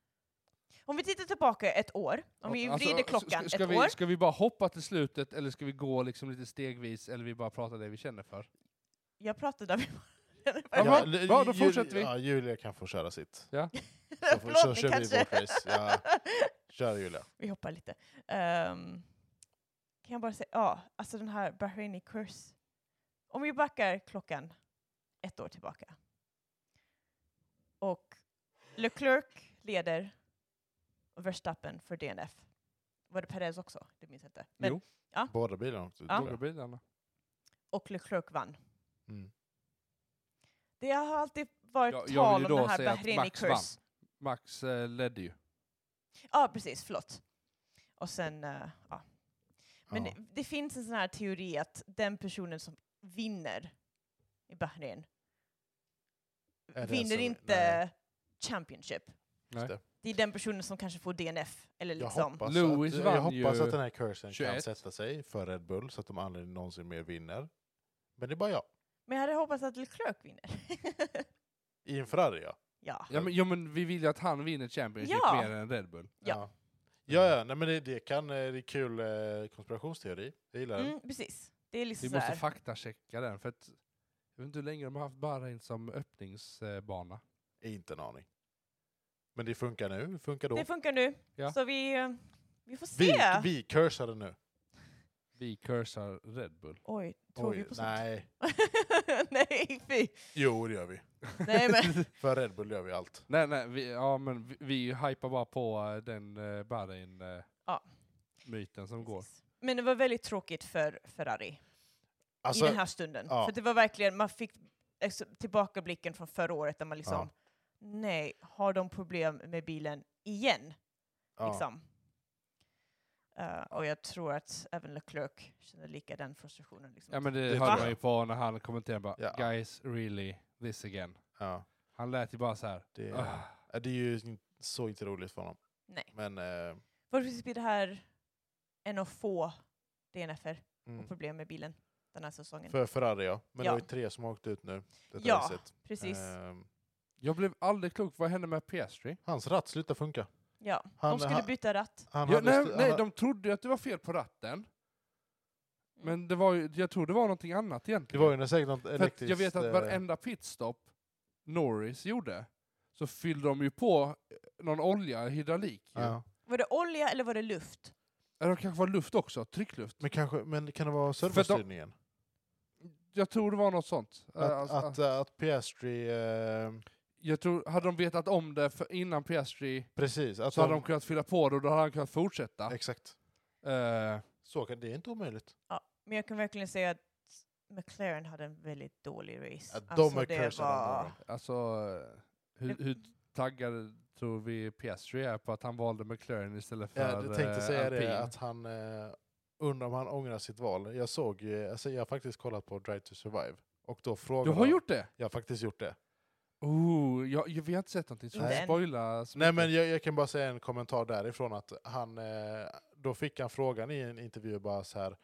Speaker 3: Om vi tittar tillbaka ett år, om vi
Speaker 2: Alltså,
Speaker 3: vrider klockan
Speaker 2: ska, ska
Speaker 3: ett
Speaker 2: vi,
Speaker 3: år.
Speaker 2: Ska vi bara hoppa till slutet eller ska vi gå liksom lite stegvis eller vi bara pratar det vi känner för?
Speaker 3: Jag pratade där vi var.
Speaker 2: Ja,
Speaker 1: Ja,
Speaker 2: bra.
Speaker 1: Ju-
Speaker 2: Bra, då fortsätter vi.
Speaker 1: Ja, Julia kan få köra sitt. Så, får-
Speaker 3: Förlåt,
Speaker 1: så
Speaker 3: ni
Speaker 1: kör vi
Speaker 3: kanske.
Speaker 1: vårt race. Ja, kör Julia.
Speaker 3: vi hoppar lite. Ehm, kan jag bara säga, ja, alltså den här Bahraini curse. Om vi backar klockan ett år tillbaka. Och Leclerc leder och Verstappen för DNF. Var det Perez också? Det minns jag inte. Men,
Speaker 2: jo,
Speaker 1: Båda bilarna också.
Speaker 3: Ja.
Speaker 1: tror
Speaker 2: båda
Speaker 1: jag.
Speaker 2: bilarna.
Speaker 3: Och Leclerc vann.
Speaker 1: Mm.
Speaker 3: Det har alltid varit
Speaker 2: Ja, jag vill
Speaker 3: tal
Speaker 2: ju
Speaker 3: om
Speaker 2: då
Speaker 3: den här
Speaker 2: säga att
Speaker 3: Bahraini
Speaker 2: Max vann.
Speaker 3: curse.
Speaker 2: Max eh, ledde ju.
Speaker 3: Ja, precis. Förlåt. Och sen, eh, ja. Men
Speaker 1: Ja.
Speaker 3: det, det finns en sån här teori att den personen som vinner i Bahrain
Speaker 1: Är det
Speaker 3: vinner
Speaker 1: som-
Speaker 3: inte
Speaker 1: nej.
Speaker 3: Championship.
Speaker 1: Just det.
Speaker 3: det är den personen som kanske får DNF. Eller
Speaker 1: Jag
Speaker 3: liksom.
Speaker 1: hoppas,
Speaker 2: Lewis
Speaker 1: att, jag
Speaker 2: vann ju
Speaker 1: hoppas att den här cursen
Speaker 2: 21.
Speaker 1: kan sätta sig för Red Bull så att de aldrig någonsin mer vinner. Men det är bara jag.
Speaker 3: Men jag hade hoppats att Leclerc vinner.
Speaker 1: I en Ferrari, ja.
Speaker 3: ja.
Speaker 2: Ja men, ja, men vi vill ju att han vinner Championship
Speaker 3: Ja.
Speaker 2: mer än Red Bull.
Speaker 3: Ja.
Speaker 1: Ja, ja, ja, nej, men det, det, kan, eh, det är kul eh, konspirationsteori. Jag gillar den.
Speaker 3: Mm, precis. Det är liksom
Speaker 2: Vi
Speaker 3: så
Speaker 2: måste
Speaker 3: här.
Speaker 2: faktachecka den, för att jag vet inte hur länge de har haft Bahrain som öppningsbana.
Speaker 1: Inte en aning. Men det funkar nu, det funkar då.
Speaker 3: Det funkar nu.
Speaker 2: Ja.
Speaker 3: Så vi, eh, vi får se.
Speaker 1: vi, vi cursade nu.
Speaker 2: Vi cursar Red Bull.
Speaker 3: Oj, tror vi på sånt?
Speaker 1: nej.
Speaker 3: nej, fy.
Speaker 1: Jo, det gör vi.
Speaker 3: Nej, men.
Speaker 1: För Red Bull gör vi allt.
Speaker 2: Nej, nej, vi, ja, men vi, vi hypar bara på eh, den uh,
Speaker 3: Ja.
Speaker 2: Bahrain-myten som går.
Speaker 3: Precis. men det var väldigt tråkigt för Ferrari
Speaker 1: Alltså,
Speaker 3: i den här stunden.
Speaker 1: ja.
Speaker 3: För det var verkligen, man fick ex- tillbakablicken från förra året där man liksom,
Speaker 1: Ja.
Speaker 3: nej, har de problem med bilen igen?
Speaker 1: ja.
Speaker 3: Liksom. Eh, och jag tror att även Leclerc känner lika den frustrationen. Liksom.
Speaker 2: Ja men det,
Speaker 1: Det
Speaker 2: hörde
Speaker 1: tror
Speaker 2: man
Speaker 1: jag.
Speaker 2: ju på när han kommenterade bara
Speaker 1: Ja.
Speaker 2: “Guys, really, this again”.
Speaker 1: Ja,
Speaker 2: Han lät ju bara så här.
Speaker 1: det,
Speaker 2: "Ugh."
Speaker 1: ja, det är ju in- så inte roligt för honom.
Speaker 3: Nej.
Speaker 1: Men, eh,
Speaker 3: Förhoppningsvis blir det här en av få DNFer och
Speaker 1: mm.
Speaker 3: problem med bilen den här säsongen.
Speaker 1: för Ferrari ja. Men det
Speaker 3: Ja.
Speaker 1: var ju tre som har åkt ut nu. Det
Speaker 3: Ja,
Speaker 1: har jag sett.
Speaker 3: Precis.
Speaker 1: Ehm,
Speaker 2: Jag blev aldrig klok, vad hände med Piastri?
Speaker 1: hans ratt slutade funka.
Speaker 3: ja.
Speaker 1: Han,
Speaker 3: de skulle
Speaker 1: han,
Speaker 3: byta ratt.
Speaker 1: han
Speaker 2: Ja,
Speaker 1: hade
Speaker 2: nej,
Speaker 1: stu- han
Speaker 2: nej,
Speaker 1: ha-
Speaker 2: de trodde ju att det var fel på
Speaker 3: Mm.
Speaker 2: ratten. Men det var ju, jag tror det var någonting annat
Speaker 1: Det
Speaker 2: egentligen.
Speaker 1: var ju när säkert något
Speaker 2: För att
Speaker 1: elektriskt...
Speaker 2: jag vet att
Speaker 1: eh,
Speaker 2: varenda pitstop Norris gjorde, så fyllde de ju på eh, någon olja, hydraulik. ju.
Speaker 1: ja.
Speaker 3: Var det olja eller var det luft?
Speaker 2: Eller det kanske var luft också, tryckluft.
Speaker 1: Men, kanske, men kan det vara
Speaker 2: För de-
Speaker 1: servostyrningen?
Speaker 2: Jag tror det var något sånt. Eh,
Speaker 1: Att,
Speaker 2: alltså,
Speaker 1: att, eh, att Piastri... Eh,
Speaker 2: jag tror, hade de vetat om det för innan Piastri
Speaker 1: precis. Att
Speaker 2: så hade de kunnat fylla på det och då hade han kunnat fortsätta.
Speaker 1: Exakt.
Speaker 2: Eh,
Speaker 1: Så kan, det är inte omöjligt.
Speaker 3: Men jag kan verkligen säga att McLaren hade en väldigt dålig race.
Speaker 1: Ja, de
Speaker 3: Alltså,
Speaker 1: är
Speaker 3: det
Speaker 1: cursade
Speaker 3: var-
Speaker 1: ändå.
Speaker 2: alltså, eh, hur, hur taggad tror vi Piastri är på att han valde McLaren istället för
Speaker 1: Jag tänkte
Speaker 2: eh,
Speaker 1: säga
Speaker 2: alpin?
Speaker 1: det, att han... Eh, undrar om han ångrar sitt val. Jag såg ju... Alltså jag har faktiskt kollat på Drive to Survive. Och då
Speaker 2: Du
Speaker 1: frågade
Speaker 2: har
Speaker 1: de-
Speaker 2: gjort det?
Speaker 1: Jag har faktiskt gjort det.
Speaker 2: Oh, jag, jag, vi har inte sett någonting, så
Speaker 3: Inte
Speaker 2: vi
Speaker 3: än.
Speaker 2: spoilar. så
Speaker 1: Nej
Speaker 2: mycket.
Speaker 1: men jag, jag kan bara säga en kommentar därifrån att han... Eh, då fick han frågan i en intervju bara så här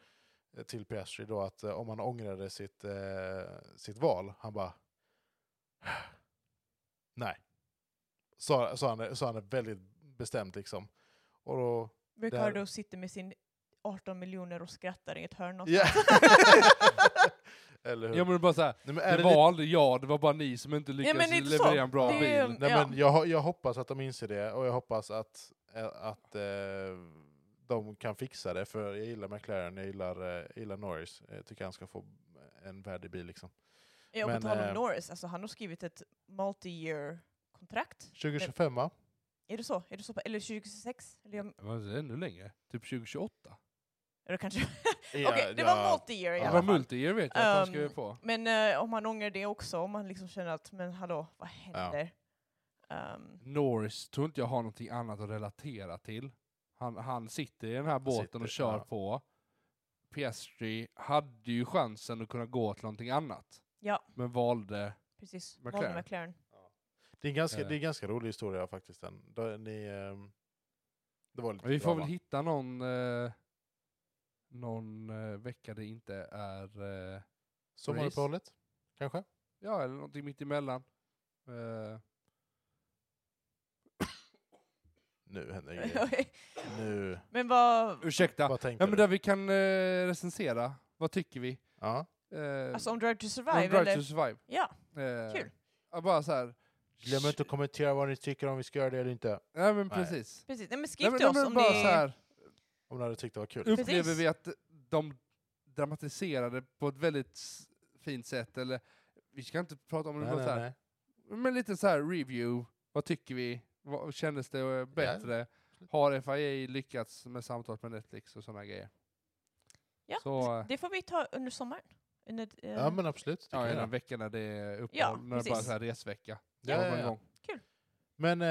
Speaker 1: eh, till Piastri då att eh, om han ångrade sitt, eh, sitt val. Han bara... Nej. Sa, sa, han, det- sa han det väldigt bestämt liksom. Och då...
Speaker 3: Ricardo sitter med sin 18 miljoner och skrattar i ett hörn någonstans.
Speaker 1: Ja. Eller hur?
Speaker 2: Alltså. Ja men bara såhär,
Speaker 1: Nej, men är
Speaker 2: det
Speaker 1: det
Speaker 2: var
Speaker 1: lite-
Speaker 2: aldrig jag, det var bara ni som inte lyckades
Speaker 3: men det är inte så.
Speaker 2: leverera en bra
Speaker 3: Det är-
Speaker 2: bil.
Speaker 1: Nej,
Speaker 3: Ja.
Speaker 1: men jag, ho- jag hoppas att de inser det och jag hoppas att, eh, att eh, de kan fixa det för jag gillar McLaren, jag gillar, eh, gillar Norris. Jag tycker han ska få en värdig bil liksom.
Speaker 3: Ja, och
Speaker 1: Men,
Speaker 3: på tal om
Speaker 1: eh,
Speaker 3: Norris, alltså, han har skrivit ett multi-year kontrakt.
Speaker 1: 2025 va?
Speaker 3: Är det så? Är det så? på- Eller 2026? Eller jag,
Speaker 2: Det var ännu längre, typ 2028.
Speaker 3: eller kanske...
Speaker 1: Ja,
Speaker 3: Okej, det
Speaker 1: ja,
Speaker 3: var multi-year i
Speaker 1: Ja.
Speaker 2: det
Speaker 3: alla
Speaker 2: var
Speaker 3: fall.
Speaker 2: multi-year vet jag att han
Speaker 3: Ehm,
Speaker 2: skrev på.
Speaker 3: Men eh, om han ångrar det också, om han liksom känner att men hallå, vad händer? Ehm,
Speaker 2: Norris tror inte jag har någonting annat att relatera till. Han, han sitter i den här båten
Speaker 1: sitter,
Speaker 2: och kör
Speaker 1: ja.
Speaker 2: på. Piastri hade ju chansen att kunna gå till någonting annat.
Speaker 3: Ja.
Speaker 2: Men valde...
Speaker 3: precis,
Speaker 2: McLaren.
Speaker 3: McLaren. McLaren.
Speaker 1: Det är en ganska,
Speaker 2: Eh.
Speaker 1: det är en ganska rolig historia faktiskt. Den. Då, ni, ehm, det var lite
Speaker 2: Vi får
Speaker 1: drama.
Speaker 2: väl hitta någon, eh, någon eh, vecka det inte är... Eh,
Speaker 1: Sommaruppehållet kanske?
Speaker 2: ja, eller någonting mitt emellan. Eh,
Speaker 1: Nu händer grejer. Nu,
Speaker 3: men vad...
Speaker 2: ursäkta.
Speaker 1: vad tänkte
Speaker 2: Ja, men
Speaker 1: du?
Speaker 2: där vi kan eh, recensera. Vad tycker vi?
Speaker 1: Ja.
Speaker 2: Eh,
Speaker 3: Alltså om Drive to
Speaker 2: om
Speaker 3: Survive?
Speaker 2: Drive
Speaker 3: eller?
Speaker 2: to Survive.
Speaker 3: Ja,
Speaker 2: Eh,
Speaker 3: Kul.
Speaker 2: ja, Bara så här.
Speaker 1: Glöm inte att kommentera vad ni tycker om vi ska göra det eller inte.
Speaker 2: Nej men
Speaker 1: Nej.
Speaker 2: precis.
Speaker 3: precis. Nej, men skriv
Speaker 2: Nej, men,
Speaker 3: till
Speaker 2: nej,
Speaker 3: oss
Speaker 2: men
Speaker 3: om
Speaker 2: bara
Speaker 3: ni...
Speaker 2: så här,
Speaker 1: Om ni hade tyckt det var kul.
Speaker 2: upplever
Speaker 3: Precis.
Speaker 2: vi att de dramatiserade på ett väldigt s- fint sätt eller vi ska inte prata om det,
Speaker 1: Nej,
Speaker 2: bara så
Speaker 1: nej,
Speaker 2: här,
Speaker 1: nej.
Speaker 2: men lite så här review, vad tycker vi, vad, kändes det eh, bättre, har FIA lyckats med samtalet med Netflix och sådana grejer?
Speaker 3: Ja,
Speaker 2: Så, eh,
Speaker 3: Det får vi ta under sommaren. Under, eh,
Speaker 1: Ja men absolut. det kan
Speaker 2: ja,
Speaker 1: vi
Speaker 2: i
Speaker 1: göra.
Speaker 2: den veckan när det är uppehåll,
Speaker 3: Ja,
Speaker 2: när det bara är
Speaker 3: precis.
Speaker 2: så här resvecka.
Speaker 1: Ja,
Speaker 2: Kommer
Speaker 1: ja,
Speaker 2: man
Speaker 1: ja.
Speaker 2: igång.
Speaker 1: Men eh,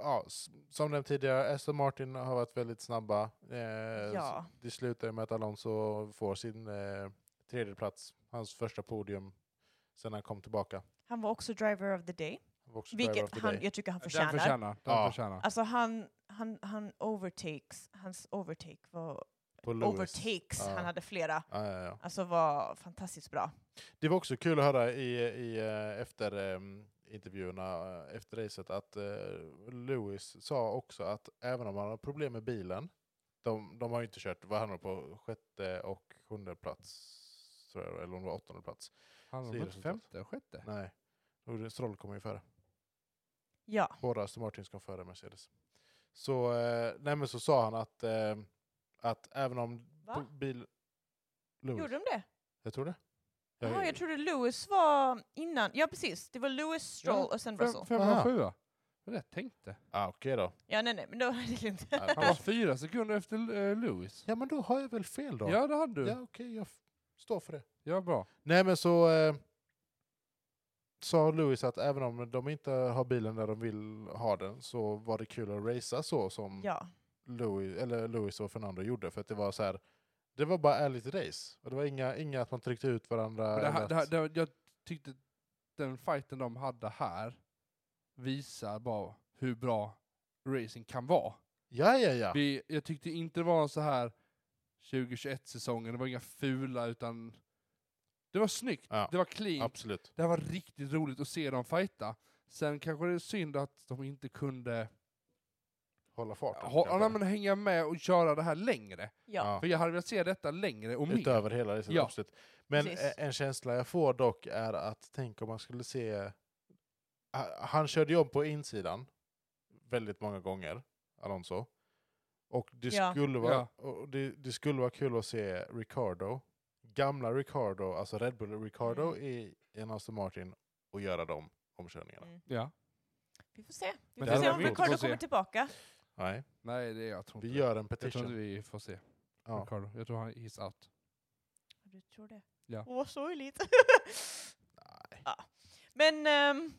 Speaker 1: ja, s- som nämnt tidigare, Aston Martin har varit väldigt snabba. Eh,
Speaker 3: ja.
Speaker 1: s- Det slutar med att Alonso får sin eh, tredje plats, hans första podium, sen han kom tillbaka.
Speaker 3: Han var också driver of the day.
Speaker 1: Han Vox Driver of
Speaker 3: Vilket
Speaker 1: the
Speaker 3: han,
Speaker 1: Day.
Speaker 3: jag tycker han
Speaker 2: Den
Speaker 3: förtjänar.
Speaker 2: förtjänar. Den
Speaker 1: Ja.
Speaker 2: förtjänar.
Speaker 3: Alltså han, han, han overtakes, hans overtake var,
Speaker 1: På Lewis.
Speaker 3: overtakes,
Speaker 1: Ja.
Speaker 3: han hade flera,
Speaker 1: Ja, ja, ja.
Speaker 3: alltså var fantastiskt bra.
Speaker 1: Det var också kul att höra i, i eh, efter ehm, intervjuerna eh, efter racet att eh, Lewis sa också att även om han har problem med bilen, de, de har ju inte kört, vad hamnar på sjätte och sjunde plats, tror jag, eller om det var åttonde plats.
Speaker 2: Han
Speaker 1: Så är
Speaker 2: var
Speaker 1: det
Speaker 2: på
Speaker 1: som
Speaker 2: femte och sjätte.
Speaker 1: Nej, Och Stroll kommer ju före.
Speaker 3: Ja,
Speaker 1: Båda Aston Martins kom före Mercedes. Så, eh, nej men så sa han att, eh, att även om
Speaker 3: Va?
Speaker 1: bil... Lewis,
Speaker 3: gjorde de det?
Speaker 1: jag tror det.
Speaker 3: Jag, jag trodde Lewis var innan, ja precis, det var Lewis, Stroll
Speaker 2: Ja,
Speaker 3: och sen Russell.
Speaker 2: Fem, fem
Speaker 1: Aha.
Speaker 2: och sjua. Det rätt tänkte.
Speaker 1: Ah, Okej då.
Speaker 3: Ja nej nej, men då hade jag inte.
Speaker 1: Ja,
Speaker 2: Han var fyra sekunder efter eh, Lewis.
Speaker 1: Ja, men då har jag väl fel då.
Speaker 2: Ja, det hade du.
Speaker 1: Ja,
Speaker 2: Ja,
Speaker 1: okej, jag f- står för det.
Speaker 2: bra.
Speaker 1: Nej, men så eh, sa Lewis att även om de inte har bilen där de vill ha den så var det kul att racea så som
Speaker 3: Ja,
Speaker 1: Lewis, eller Lewis och Fernando gjorde. För att det var så här, det var bara ärligt race. Och det var inga, inga att man tryckte ut varandra.
Speaker 2: Men det
Speaker 1: eller
Speaker 2: här,
Speaker 1: att-
Speaker 2: det här, det här, jag tyckte den fighten de hade här visar bara hur bra racing kan vara.
Speaker 1: Ja, ja, ja.
Speaker 2: Vi, jag tyckte inte det var så här 2021-säsongen, det var inga fula utan det var snyggt,
Speaker 1: Ja,
Speaker 2: det var clean,
Speaker 1: Absolut.
Speaker 2: det här var riktigt roligt att se dem fighta. Sen kanske det är synd att de inte kunde
Speaker 1: Hålla farten.
Speaker 2: ha,
Speaker 1: kanske.
Speaker 2: ja, men hänga med och köra det här längre.
Speaker 3: ja.
Speaker 2: För jag hade velat se detta längre och mer.
Speaker 1: Utöver hela racet,
Speaker 2: Ja.
Speaker 1: absolut. Men
Speaker 3: Precis.
Speaker 1: e- en känsla jag får dock är att tänk om man skulle se... Ha- Han körde ju om på insidan väldigt många gånger, Alonso. Och det,
Speaker 3: Ja.
Speaker 1: skulle vara,
Speaker 2: Ja.
Speaker 1: och det, det skulle vara kul att se Ricardo, gamla Ricardo, alltså Red Bull Ricardo
Speaker 3: Mm.
Speaker 1: i en Aston Martin och göra de omkörningarna.
Speaker 3: Mm.
Speaker 2: Ja.
Speaker 3: Vi får se. Vi
Speaker 2: Men
Speaker 1: det
Speaker 3: får se
Speaker 1: hade
Speaker 3: om
Speaker 1: vi inte
Speaker 3: Ricardo
Speaker 2: fått se.
Speaker 3: kommer tillbaka.
Speaker 1: Nej,
Speaker 2: Nej, det jag tror
Speaker 1: vi
Speaker 2: inte.
Speaker 1: gör en
Speaker 2: jag tror
Speaker 1: petition.
Speaker 2: inte vi får se
Speaker 1: Ja.
Speaker 2: Ricardo. Jag tror han he's out.
Speaker 3: Du tror det?
Speaker 2: Ja.
Speaker 3: Åh, sorgligt. Ja. Men ehm,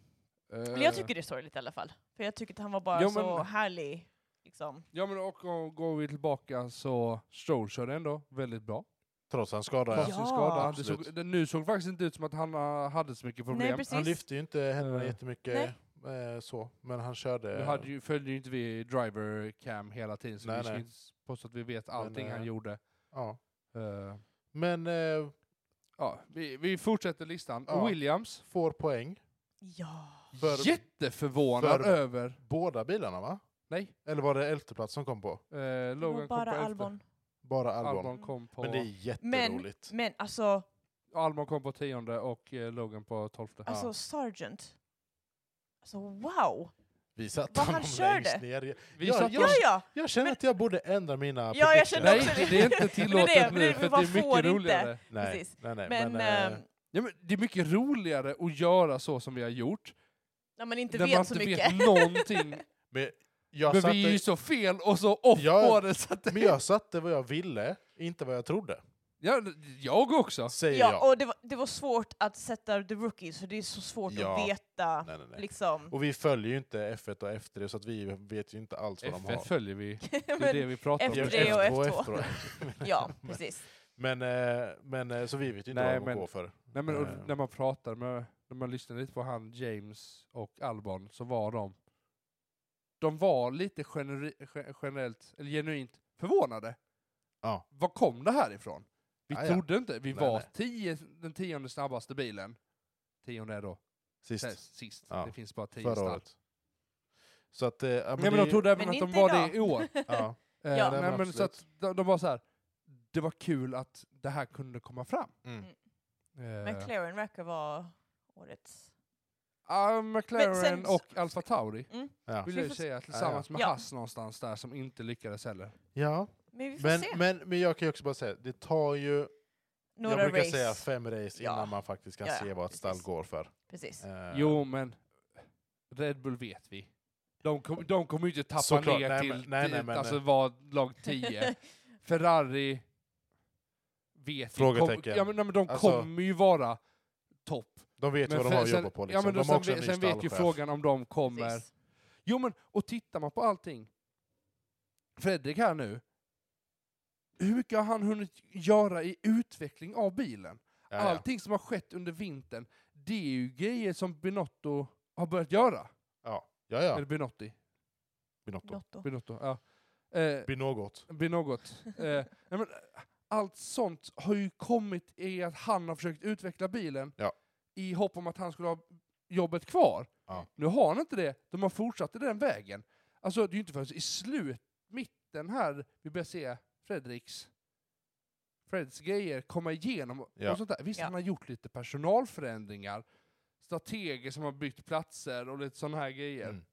Speaker 3: men jag tycker det är sorgligt i alla fall. För jag tycker att han var bara
Speaker 2: Eh. Jo,
Speaker 3: så
Speaker 2: men-
Speaker 3: härlig. Liksom.
Speaker 2: Eh, Ja men och, och går vi tillbaka så Stroll körde ändå väldigt bra.
Speaker 1: Trots hans skada.
Speaker 2: Trots
Speaker 1: Ja.
Speaker 3: Ja.
Speaker 2: sin skada. Det
Speaker 1: Absolut.
Speaker 2: såg, det, nu såg faktiskt inte ut som att han ah, hade så mycket problem.
Speaker 3: Nej, precis.
Speaker 1: Han lyfte ju inte händerna
Speaker 2: Eh.
Speaker 1: jättemycket eh, så, men han körde...
Speaker 2: nu hade ju, följde ju inte vi driver cam hela tiden så
Speaker 1: Nej,
Speaker 2: vi ska
Speaker 1: nej.
Speaker 2: inte påstå att vi vet allting
Speaker 1: eh,
Speaker 2: han gjorde.
Speaker 1: ja.
Speaker 2: Eh,
Speaker 1: Men eh,
Speaker 2: ja, vi, vi fortsätter listan.
Speaker 1: Ja.
Speaker 2: Williams,
Speaker 1: får poäng.
Speaker 3: Ja.
Speaker 1: För-
Speaker 2: jätteförvånad
Speaker 1: för-
Speaker 2: över...
Speaker 1: Båda bilarna va?
Speaker 2: Nej,
Speaker 1: Eller var det elfte plats som kom på?
Speaker 2: eh,
Speaker 3: Det var
Speaker 2: Logan
Speaker 3: bara
Speaker 2: kom på
Speaker 3: Albon.
Speaker 1: Bara
Speaker 2: elfte.
Speaker 1: Albon.
Speaker 2: Albon kom på,
Speaker 1: Men det är
Speaker 3: Men-
Speaker 1: jätteroligt.
Speaker 3: Men alltså,
Speaker 2: Albon kom på tionde och eh, Logan på tolfte.
Speaker 3: alltså Sargent. Alltså wow!
Speaker 1: Vi satte
Speaker 3: Vad han
Speaker 1: honom
Speaker 3: körde.
Speaker 1: längst ner.
Speaker 2: Vi
Speaker 1: Ja,
Speaker 2: satt
Speaker 1: jag-
Speaker 3: Ja,
Speaker 2: oss-
Speaker 3: ja!
Speaker 1: Jag känner
Speaker 3: Men-
Speaker 1: att jag borde ändra mina
Speaker 3: jag
Speaker 1: predictions.
Speaker 3: känner
Speaker 2: Nej,
Speaker 3: också det.
Speaker 2: det är inte
Speaker 3: Men det-
Speaker 2: tillåtet
Speaker 3: men
Speaker 2: nu
Speaker 3: det-
Speaker 2: för att det
Speaker 3: vad
Speaker 2: är
Speaker 3: får
Speaker 2: mycket
Speaker 3: inte?
Speaker 2: roligare.
Speaker 1: nej,
Speaker 3: Precis.
Speaker 1: nej, nej,
Speaker 3: Men,
Speaker 1: men, eh,
Speaker 3: ehm,
Speaker 2: Ja, men det är mycket roligare att göra så som vi har gjort.
Speaker 3: när man inte
Speaker 2: där
Speaker 3: vet
Speaker 2: man
Speaker 3: så
Speaker 2: inte
Speaker 3: mycket.
Speaker 2: vet någonting.
Speaker 1: men jag
Speaker 2: men
Speaker 1: satte,
Speaker 2: vi är ju så fel och så off
Speaker 1: Ja.
Speaker 2: på det. Så att det
Speaker 1: men jag satte vad jag ville, inte vad jag trodde.
Speaker 2: ja, jag också.
Speaker 1: Säger
Speaker 3: Ja,
Speaker 1: jag.
Speaker 3: och det var, det var svårt att sätta the rookies, för det är så svårt
Speaker 1: Ja.
Speaker 3: att veta.
Speaker 1: Nej, nej, nej.
Speaker 3: Liksom.
Speaker 1: Och vi följer ju inte F1 och F3 så att vi vet ju inte alls vad de
Speaker 2: F1
Speaker 1: har.
Speaker 2: följer vi. Det är
Speaker 3: Men-
Speaker 2: det vi pratar om.
Speaker 1: Vi har
Speaker 3: F3 och
Speaker 1: F2
Speaker 3: F2.
Speaker 1: F2.
Speaker 3: Ja, precis.
Speaker 1: Men, eh, men eh, så vi vet ju inte
Speaker 2: Nej,
Speaker 1: vad de
Speaker 2: men-
Speaker 1: går för.
Speaker 2: Nej, men, och,
Speaker 1: Eh.
Speaker 2: när man pratar med, när man lyssnar lite på han James och Albon så var de, de var lite generi, ge- generellt, eller genuint förvånade.
Speaker 1: Ja.
Speaker 2: Var kom det här ifrån? Vi
Speaker 1: Ah, ja.
Speaker 2: trodde inte, vi
Speaker 1: Nej,
Speaker 2: var
Speaker 1: nej.
Speaker 2: Tio, den tionde snabbaste bilen. Tionde är då
Speaker 1: Sist.
Speaker 2: sist. sist.
Speaker 1: Ja.
Speaker 2: Det finns bara tio
Speaker 1: förra
Speaker 2: snabbt.
Speaker 1: året. Så att, eh, ja,
Speaker 2: Nej, men
Speaker 1: det-
Speaker 2: de trodde även
Speaker 3: Men
Speaker 2: att de
Speaker 3: inte
Speaker 2: var
Speaker 3: idag.
Speaker 2: det i år.
Speaker 1: ja.
Speaker 2: Eh,
Speaker 3: Ja.
Speaker 1: Nej,
Speaker 2: Nej,
Speaker 1: men
Speaker 2: men så att de, de var så här. det var kul att det här kunde komma fram.
Speaker 1: Mm.
Speaker 2: Eh,
Speaker 3: McLaren verkar vara årets...
Speaker 2: ja, McLaren
Speaker 3: Men sen-
Speaker 2: och Alfa Tauri
Speaker 3: Mm.
Speaker 1: Ja.
Speaker 2: vill
Speaker 3: Vi
Speaker 2: jag ju
Speaker 3: får-
Speaker 2: säga, tillsammans med
Speaker 3: Ja.
Speaker 2: Haas någonstans där som inte lyckades heller.
Speaker 1: ja.
Speaker 3: Men vi får
Speaker 1: Men,
Speaker 3: se.
Speaker 1: men, men jag kan ju också bara säga, det tar ju,
Speaker 3: Några
Speaker 1: jag brukar
Speaker 3: race.
Speaker 1: säga fem race
Speaker 3: Ja.
Speaker 1: innan man faktiskt kan
Speaker 3: Ja, ja,
Speaker 1: se vad ett stall
Speaker 3: precis.
Speaker 1: går för.
Speaker 3: Precis.
Speaker 1: Eh,
Speaker 2: Jo, men Red Bull vet vi. De kommer de kommer ju inte tappa
Speaker 1: Såklart,
Speaker 2: ner
Speaker 1: nej,
Speaker 2: till,
Speaker 1: men- nej,
Speaker 2: till-
Speaker 1: nej, men-
Speaker 2: alltså var lag 10. Ferrari vet vi. Kom,
Speaker 1: Frågetecken.
Speaker 2: ja, men, nej, men de
Speaker 1: Alltså-
Speaker 2: kommer ju vara topp.
Speaker 1: De vet vad de
Speaker 2: för-
Speaker 1: har att
Speaker 2: sen-
Speaker 1: jobba på.
Speaker 2: Ja,
Speaker 1: Liksom.
Speaker 2: men
Speaker 1: de
Speaker 2: då
Speaker 1: har också
Speaker 2: sen,
Speaker 1: en
Speaker 2: ve-
Speaker 1: ny
Speaker 2: sen vet ju
Speaker 1: stallchef.
Speaker 2: frågan om de kommer...
Speaker 3: precis.
Speaker 2: Jo, men och tittar man på allting. Fredrik här nu. Hur mycket har han hunnit göra i utveckling av bilen?
Speaker 1: Ja, ja.
Speaker 2: Allting som har skett under vintern, det är ju grejer som Binotto har börjat göra.
Speaker 1: Ja, ja.
Speaker 2: Eller Binotti.
Speaker 1: Binotto.
Speaker 3: Lotto.
Speaker 2: Binotto, ja. Eh,
Speaker 1: Binågot.
Speaker 2: blir något. Eh, nej men, allt sånt har ju kommit i att han har försökt utveckla bilen
Speaker 1: Ja.
Speaker 2: i hopp om att han skulle ha jobbet kvar.
Speaker 1: Ja.
Speaker 2: Nu har han inte det, de har fortsatt i den vägen. Alltså det är ju inte förrän i slut, mitten här, vi börjar se Fredriks Freds grejer komma igenom.
Speaker 1: Ja.
Speaker 2: Och sånt där. Visst,
Speaker 3: Ja.
Speaker 2: han har gjort lite personalförändringar, strateger som har bytt platser och lite sådana här grejer.
Speaker 1: Mm.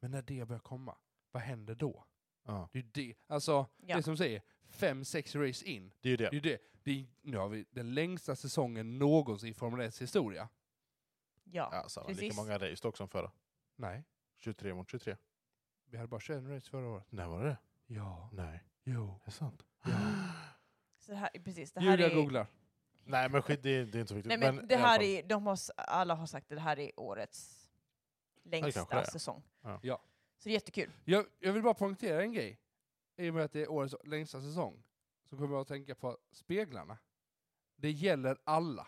Speaker 2: Men när det börjar komma, vad händer då?
Speaker 1: Ja.
Speaker 2: Det är ju det. Alltså,
Speaker 3: Ja.
Speaker 2: det som säger, fem, sex race in.
Speaker 1: Det är ju det.
Speaker 2: Det är ju det. det är, nu har vi den längsta säsongen någonsin i Formel 1 historia.
Speaker 3: Ja.
Speaker 1: Ja, samma. Lika
Speaker 3: precis.
Speaker 1: många race dock som förra.
Speaker 2: Nej,
Speaker 1: 23 mot 23.
Speaker 2: vi hade bara 21 race förra året.
Speaker 1: När var det
Speaker 2: Ja.
Speaker 1: Nej,
Speaker 2: Jo.
Speaker 1: det är sant.
Speaker 3: Så det här, precis, det här
Speaker 2: Julia
Speaker 3: är...
Speaker 2: googlar.
Speaker 1: Nej, men skit, det, är- det är inte så viktigt.
Speaker 3: Nej, men det
Speaker 1: i alla
Speaker 3: här
Speaker 1: fall.
Speaker 3: är, de har, s- alla har sagt att det här är årets längsta
Speaker 1: kanske det är.
Speaker 3: säsong.
Speaker 1: Ja.
Speaker 2: Ja.
Speaker 3: Så det är jättekul.
Speaker 2: Jag, jag vill bara poängtera en grej. I och med att det är årets längsta säsong så kommer jag att tänka på speglarna. Det gäller alla.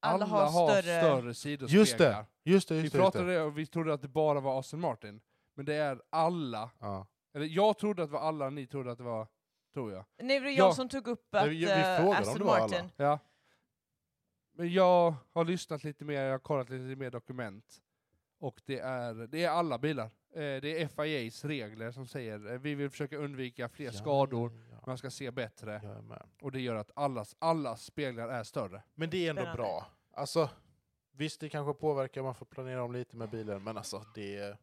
Speaker 3: Alla, har, större...
Speaker 2: sidospeglar.
Speaker 1: Just det, just det,
Speaker 2: Vi
Speaker 1: just det. Just
Speaker 2: pratade
Speaker 1: det.
Speaker 2: det och vi trodde att det bara var Aston Martin. Men det är alla
Speaker 1: Ja.
Speaker 2: Eller jag trodde att det var alla, ni trodde att det var... Tror jag.
Speaker 3: Nej, det var jag
Speaker 2: Ja.
Speaker 3: som tog upp
Speaker 1: Nej,
Speaker 3: att
Speaker 1: vi- vi frågade
Speaker 3: uh,
Speaker 1: om det
Speaker 3: Aston
Speaker 1: var alla.
Speaker 3: Martin...
Speaker 2: Ja. Men jag har lyssnat lite mer, jag har kollat lite mer dokument. Och det är, det är alla bilar. Eh, Det är FIAs regler som säger eh, vi vill försöka undvika fler skador,
Speaker 1: Ja, ja,
Speaker 2: man ska se bättre.
Speaker 1: ja. Jag är med.
Speaker 2: Och det gör att allas, allas speglar är större.
Speaker 1: Men det är ändå
Speaker 3: Spännande.
Speaker 1: bra. Alltså, visst, det kanske påverkar, man får planera om lite med bilen, men alltså det...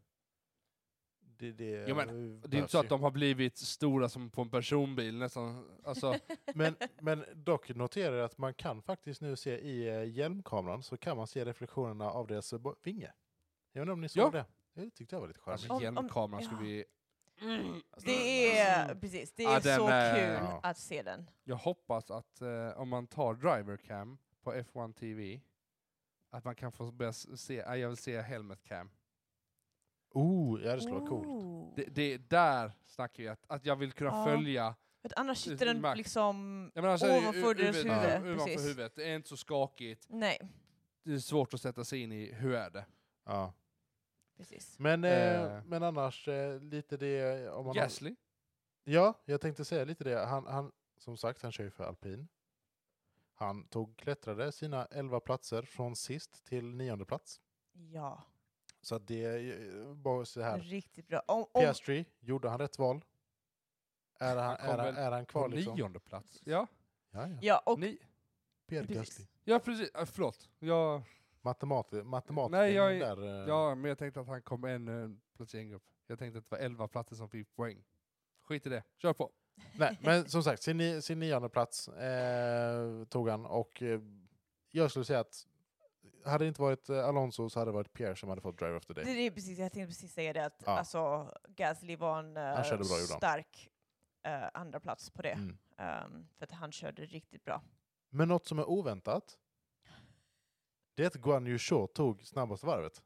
Speaker 1: Det, det,
Speaker 2: Jo, men Det är ju inte så att de har blivit stora som på en personbil nästan. Alltså,
Speaker 1: men, men dock noterar jag att man kan faktiskt nu se i eh, hjälmkameran så kan man se reflektionerna av deras eh, bo- vinge. Jag undrar om ni såg
Speaker 2: Ja.
Speaker 1: det? Det tyckte jag var lite charmigt.
Speaker 2: alltså
Speaker 3: om-
Speaker 2: hjälmkameran skulle
Speaker 3: ja.
Speaker 2: vi...
Speaker 3: Det är, precis, det är
Speaker 2: Ja, den
Speaker 3: så
Speaker 2: är-
Speaker 3: kul
Speaker 1: ja.
Speaker 3: att se den.
Speaker 2: Jag hoppas att eh, om man tar drivercam på F1 TV, att man kan få börja s- se, ah, jag vill se helmet cam.
Speaker 1: Oh, ja det skulle vara coolt.
Speaker 2: Det, det där snackar vi att, att jag vill kunna
Speaker 3: Ja.
Speaker 2: följa.
Speaker 3: För att annars sitter den
Speaker 2: Max.
Speaker 3: liksom...
Speaker 2: Jag menar, så är det ju
Speaker 3: Ovanför
Speaker 2: u-
Speaker 3: deras
Speaker 2: huvudet-
Speaker 1: huvud,
Speaker 2: ja,
Speaker 3: precis.
Speaker 2: Ovanför huvudet, det är inte så skakigt.
Speaker 3: Nej,
Speaker 2: Det är svårt att sätta sig in i hur är det.
Speaker 1: Ja.
Speaker 3: precis.
Speaker 1: Men, eh,
Speaker 2: Eh.
Speaker 1: men annars eh, lite det... Om man har-
Speaker 2: Gasly?
Speaker 1: Ja, jag tänkte säga lite det. Han, han, som sagt, han kör ju för alpin. Han tog, klättrade sina 11 platser från sist till nionde plats.
Speaker 3: Ja,
Speaker 1: Så att det är ju- bara så Mm.
Speaker 2: Mm.
Speaker 1: här.
Speaker 3: riktigt bra. Om, om,
Speaker 1: Piastri, gjorde han rätt val? Är han,
Speaker 2: Han kom
Speaker 1: är han,
Speaker 2: väl
Speaker 1: är han
Speaker 2: På
Speaker 1: kvar liksom?
Speaker 2: nionde plats. Ja,
Speaker 1: Ja, ja.
Speaker 3: ja, och
Speaker 2: ni,
Speaker 1: Pierre
Speaker 3: precis.
Speaker 1: Gasly.
Speaker 2: ja precis. Ah, förlåt. Jag,
Speaker 1: Mm. Matemati- matematiken
Speaker 2: Nej, jag är-
Speaker 1: där. eh,
Speaker 2: ja, men jag tänkte att han kom en eh, plats i en grupp. Jag tänkte att det var elva platser som fick poäng. Skit i det. Kör på.
Speaker 1: Nej, men som sagt, sin, ni- sin nionde plats eh, tog han och eh, jag skulle säga att hade det inte varit eh, Alonso så hade det varit Pierre som hade fått Drive of the
Speaker 3: Det,
Speaker 1: Day.
Speaker 3: det är precis, jag tänkte precis säga det att
Speaker 1: Ja.
Speaker 3: alltså, Gasly var en eh,
Speaker 1: körde bra, gjorde han.
Speaker 3: stark uh, andra plats på det.
Speaker 1: Mm.
Speaker 3: Ehm, för att han körde riktigt bra.
Speaker 1: Men något som är oväntat, det är att Guan Yu Zhou tog snabbaste varvet.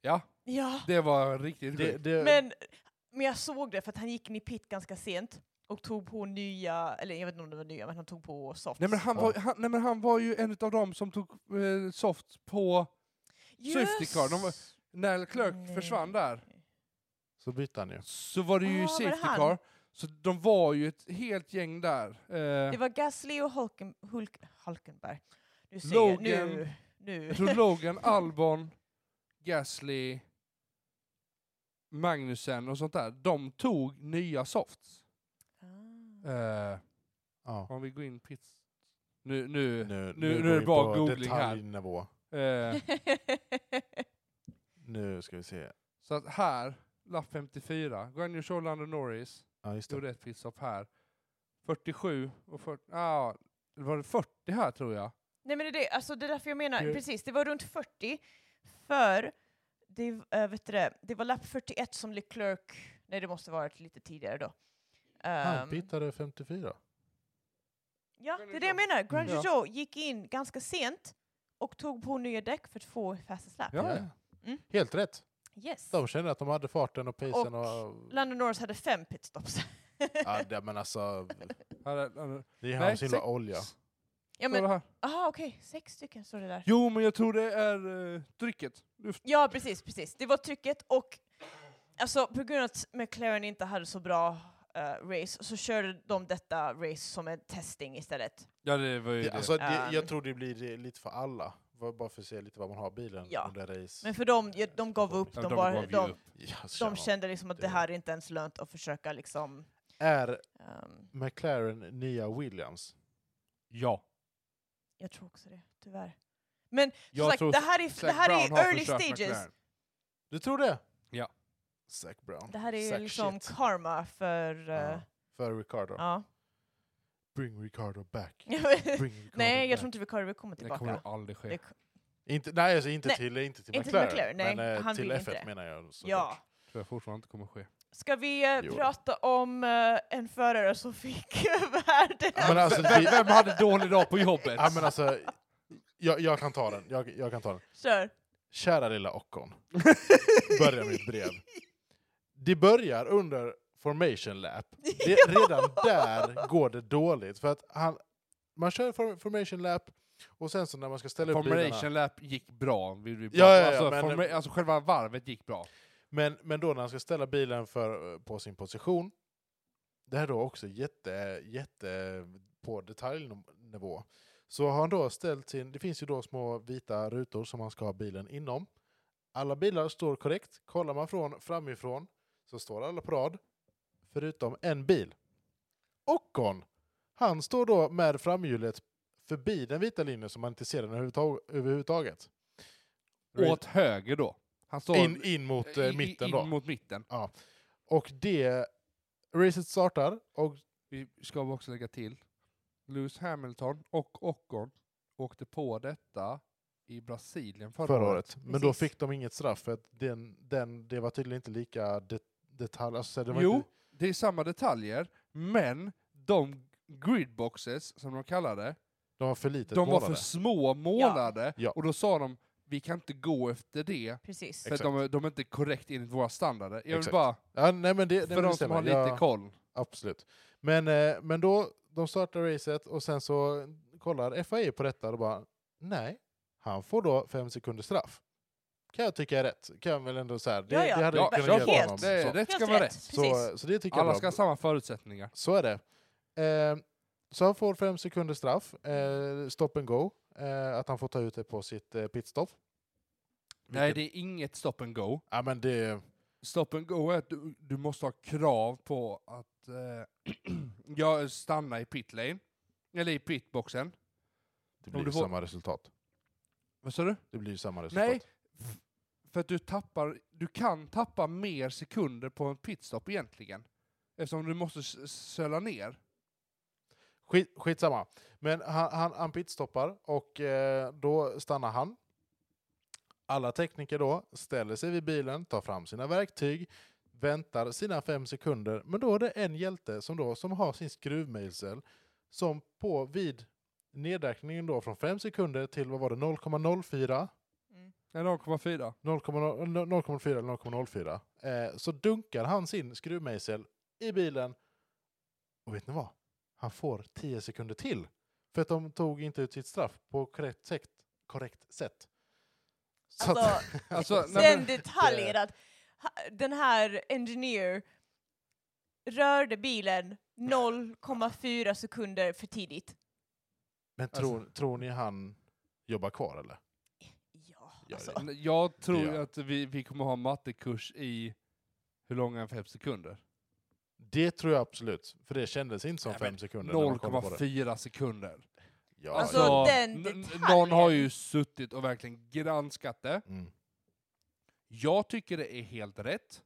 Speaker 2: Ja,
Speaker 3: Ja,
Speaker 2: det var riktigt
Speaker 1: Det,
Speaker 2: sjukt.
Speaker 1: det,
Speaker 3: men, men jag såg det för att han gick in i pit ganska sent och tog på nya, eller jag vet inte om det var nya, men han tog på softs.
Speaker 2: Nej men, han
Speaker 1: Ja.
Speaker 2: var, han, nej men han var ju en av dem som tog eh, soft på... safety car, de var- När Leclerc
Speaker 3: Nej.
Speaker 2: försvann där
Speaker 1: så bytte han ju.
Speaker 2: så var det ju
Speaker 3: Ah, var det
Speaker 2: safety
Speaker 3: han?
Speaker 2: car. Så de var ju ett helt gäng där. Eh,
Speaker 3: Det var Gasly och Hulken, Hulk, Hulkenberg. Nu ser
Speaker 2: Logan.
Speaker 3: jag, nu, nu.
Speaker 2: Jag tror Logan, Albon, Gasly, Magnussen och sånt där. De tog nya softs.
Speaker 3: Ah.
Speaker 2: Eh,
Speaker 1: Ja.
Speaker 2: om vi går in pits... Nu, nu.
Speaker 1: Nu, går
Speaker 2: nu är det
Speaker 1: vi
Speaker 2: bara
Speaker 1: på
Speaker 2: googling här.
Speaker 1: detaljnivå.
Speaker 3: Ah.
Speaker 2: Eh,
Speaker 1: Nu ska vi se.
Speaker 2: så att här, lapp 54, Guanyu Show, Norris.
Speaker 1: Ja, just det.
Speaker 2: gjorde ett pitstop här. 47 och 40, ah, det var det 40 här tror jag.
Speaker 3: Nej men det är det, alltså det är därför jag menar,
Speaker 1: Det-
Speaker 3: precis, det var runt 40, för det, äh, vet du det, det var lapp 41 som Leclerc, nej det måste varit lite tidigare då.
Speaker 1: Han
Speaker 3: Ehm,
Speaker 1: pittade 54.
Speaker 3: ja,
Speaker 2: Grand
Speaker 3: det är det jag menar, Grand
Speaker 2: Ja.
Speaker 3: Joe gick in ganska sent och tog på nya däck för att få fastest lap.
Speaker 2: Ja, ja.
Speaker 3: Mm.
Speaker 1: Helt rätt.
Speaker 3: Yes.
Speaker 1: De kände att de hade farten och pacen. Och,
Speaker 3: Lando Norris hade fem pitstops.
Speaker 1: ja, det, men alltså,
Speaker 2: Här är- här är-
Speaker 1: det är
Speaker 2: Nej,
Speaker 1: han som gillar
Speaker 2: sex.
Speaker 1: olja.
Speaker 3: Ja,
Speaker 2: Står det
Speaker 3: men,
Speaker 2: här.
Speaker 3: aha, okej. Sex stycken står det där.
Speaker 2: Jo, men jag tror det är uh, drycket. Du-
Speaker 3: Ja, precis, precis. Det var trycket och alltså, på grund av att McLaren inte hade så bra eh, race så körde de detta race som en testing istället.
Speaker 2: Ja, det var ju
Speaker 1: Ja,
Speaker 2: det.
Speaker 1: alltså, det,
Speaker 3: Ehm.
Speaker 1: jag tror det blir det lite för alla. Var- Bara för att se lite vad man har bilen
Speaker 3: Ja.
Speaker 1: under race.
Speaker 3: Men för dem, ja, de gav upp.
Speaker 2: Ja,
Speaker 3: De, bara,
Speaker 2: gav ju
Speaker 3: de,
Speaker 2: upp.
Speaker 1: Ja, så
Speaker 3: de kände liksom att
Speaker 1: det-
Speaker 3: det här är inte ens lönt att försöka liksom...
Speaker 1: Är
Speaker 3: ehm,
Speaker 1: McLaren nya Williams?
Speaker 2: Ja.
Speaker 3: jag tror också det, tyvärr. Men som
Speaker 2: Jag
Speaker 3: sagt,
Speaker 2: tror
Speaker 3: det här är, det
Speaker 2: Zac
Speaker 3: här
Speaker 2: Brown har
Speaker 3: är early
Speaker 2: försökt
Speaker 3: stages.
Speaker 2: McLaren.
Speaker 1: Du tror det?
Speaker 2: Ja.
Speaker 1: Zac Brown.
Speaker 3: Det här är ju
Speaker 1: Zac
Speaker 3: liksom
Speaker 1: shit.
Speaker 3: karma för... eh,
Speaker 1: Ja, För Ricardo.
Speaker 3: ja.
Speaker 1: Bring Ricardo back. Bring Ricardo
Speaker 3: Nej, jag
Speaker 1: back.
Speaker 3: tror inte Ricardo kommer
Speaker 2: Det kommer
Speaker 3: tillbaka.
Speaker 2: nog aldrig ske.
Speaker 3: Det-
Speaker 1: Inte, nej, alltså inte
Speaker 3: Nej,
Speaker 1: till, inte till
Speaker 3: inte till
Speaker 1: McLaren.
Speaker 3: McLaren, nej,
Speaker 1: men eh,
Speaker 3: han
Speaker 1: till
Speaker 3: vill inte
Speaker 1: F1
Speaker 3: det.
Speaker 1: menar jag. såklart.
Speaker 3: Ja.
Speaker 2: tror jag fortfarande inte kommer ske.
Speaker 3: Ska vi eh,
Speaker 1: Jo.
Speaker 3: prata om eh, en förare som fick världens...
Speaker 1: Ja, men alltså,
Speaker 2: Vem,
Speaker 1: det,
Speaker 2: vem hade dålig dag på jobbet?
Speaker 1: ja, men alltså, jag, jag kan ta den. Jag, jag kan ta den.
Speaker 3: Kör.
Speaker 1: Kära lilla Ockon. Börjar mitt brev. Det börjar under formation lap. Det, redan där går det dåligt. För att han, man kör form- formation lap och sen så när man ska ställa upp bilarna.
Speaker 2: Formation lap gick bra. Vill vi
Speaker 1: Ja, ja, ja,
Speaker 2: alltså,
Speaker 1: men-
Speaker 2: forma- alltså själva varvet gick bra.
Speaker 1: Men, men då när han ska ställa bilen för, på sin position. Det här då också jätte, jätte på detaljnivå. Så har han då ställt sin, det finns ju då små vita rutor som man ska ha bilen inom. Alla bilar står korrekt. Kollar man från framifrån så står alla på rad. Förutom en bil. Ockon! Han står då med framhjulet förbi den vita linjen som man inte ser den överhuvudtag- överhuvudtaget.
Speaker 2: Åt höger då. Han står
Speaker 1: In, in mot eh,
Speaker 2: i-
Speaker 1: mitten
Speaker 2: in
Speaker 1: då.
Speaker 2: mot mitten.
Speaker 1: Och det... Racet startar och
Speaker 2: Vi ska också lägga till. Lewis Hamilton och Ocon åkte på detta i Brasilien förra,
Speaker 1: förra
Speaker 2: året.
Speaker 1: året. Men då
Speaker 3: Precis.
Speaker 1: fick de inget straff för att den, den, det var tydligen inte lika det, detalj... Alltså, det var
Speaker 2: Jo,
Speaker 1: inte,
Speaker 2: det är samma detaljer, men de gridboxes, som de kallar det,
Speaker 1: de var för litet
Speaker 2: de var
Speaker 1: Typ målade.
Speaker 2: för små målade
Speaker 1: Ja.
Speaker 2: och då sa de vi kan inte gå efter det
Speaker 3: Precis.
Speaker 2: för att de, är- de är inte korrekt enligt våra standarder. Jag vill
Speaker 1: Exakt.
Speaker 2: bara,
Speaker 1: Ja, nej, men det, nej, men
Speaker 2: för
Speaker 1: det
Speaker 2: de som
Speaker 1: stämmer.
Speaker 2: har lite
Speaker 1: Ja,
Speaker 2: koll.
Speaker 1: Absolut. Men, eh, men då, de startar racet och sen så kollar FAI på detta och bara nej, han får då fem sekunders straff. Kan jag tycka är rätt. Kan jag väl ändå så här, det,
Speaker 3: Ja, ja.
Speaker 1: det hade
Speaker 2: Ja,
Speaker 1: jag kunnat
Speaker 2: kör
Speaker 1: ge
Speaker 2: på.
Speaker 1: honom.
Speaker 2: Det är
Speaker 1: Så.
Speaker 2: rätt ska
Speaker 3: Helt
Speaker 2: vara rätt.
Speaker 3: Precis.
Speaker 1: Så, så det tycker jag är
Speaker 2: Alla
Speaker 1: bra.
Speaker 2: ska ha samma förutsättningar.
Speaker 1: Så är det. Eh, så han får fem sekunders straff, eh, stop and go, eh, att han får ta ut det på sitt eh, pitstop.
Speaker 2: Nej, det är inget stop and go.
Speaker 1: Ja, men det...
Speaker 2: Stop and go är att du, du måste ha krav på att eh, jag stannar i pit lane, eller i pitboxen.
Speaker 1: Det
Speaker 2: Om
Speaker 1: blir
Speaker 2: du
Speaker 1: ju
Speaker 2: får-
Speaker 1: samma resultat.
Speaker 2: Vad sa du?
Speaker 1: Det blir ju samma resultat.
Speaker 2: Nej, f- för att du tappar, du kan tappa mer sekunder på en pitstop egentligen. Eftersom du måste s- söla ner.
Speaker 1: Skit, skitsamma. Men han, han, han pitstoppar och eh, då stannar han. Alla tekniker då ställer sig vid bilen, tar fram sina verktyg, väntar sina fem sekunder. Men då är det en hjälte som, då, som har sin skruvmejsel som på vid nedräkningen då från fem sekunder till vad var det 0,04
Speaker 2: Nej, 0,4.
Speaker 1: 0,04 eller 0,04 eh, så dunkar han sin skruvmejsel i bilen. Och vet ni vad? Han får 10 sekunder till. För att de tog inte ut sitt straff på korrekt sätt. Korrekt sätt. Så
Speaker 3: Alltså,
Speaker 1: att,
Speaker 2: Alltså, nej,
Speaker 3: den
Speaker 2: men,
Speaker 3: detaljen att ha- den här engineer rörde bilen 0,4 sekunder för tidigt.
Speaker 1: men tror, tror ni han jobbar kvar eller?
Speaker 3: Ja,
Speaker 1: Ja,
Speaker 3: alltså.
Speaker 1: det-
Speaker 2: jag tror
Speaker 1: Ja.
Speaker 2: ju att vi, vi kommer ha mattekurs i hur långa är fem sekunder?
Speaker 1: Det tror jag absolut. För det kändes inte som
Speaker 2: Nej,
Speaker 1: 5
Speaker 2: men
Speaker 1: sekunder. när man kollade på det.
Speaker 2: 0,4 sekunder.
Speaker 1: Ja,
Speaker 3: Alltså,
Speaker 1: ja.
Speaker 3: den
Speaker 2: n- n-
Speaker 3: detaljen.
Speaker 2: någon har ju suttit och verkligen granskat det.
Speaker 1: Mm.
Speaker 2: Jag tycker det är helt rätt.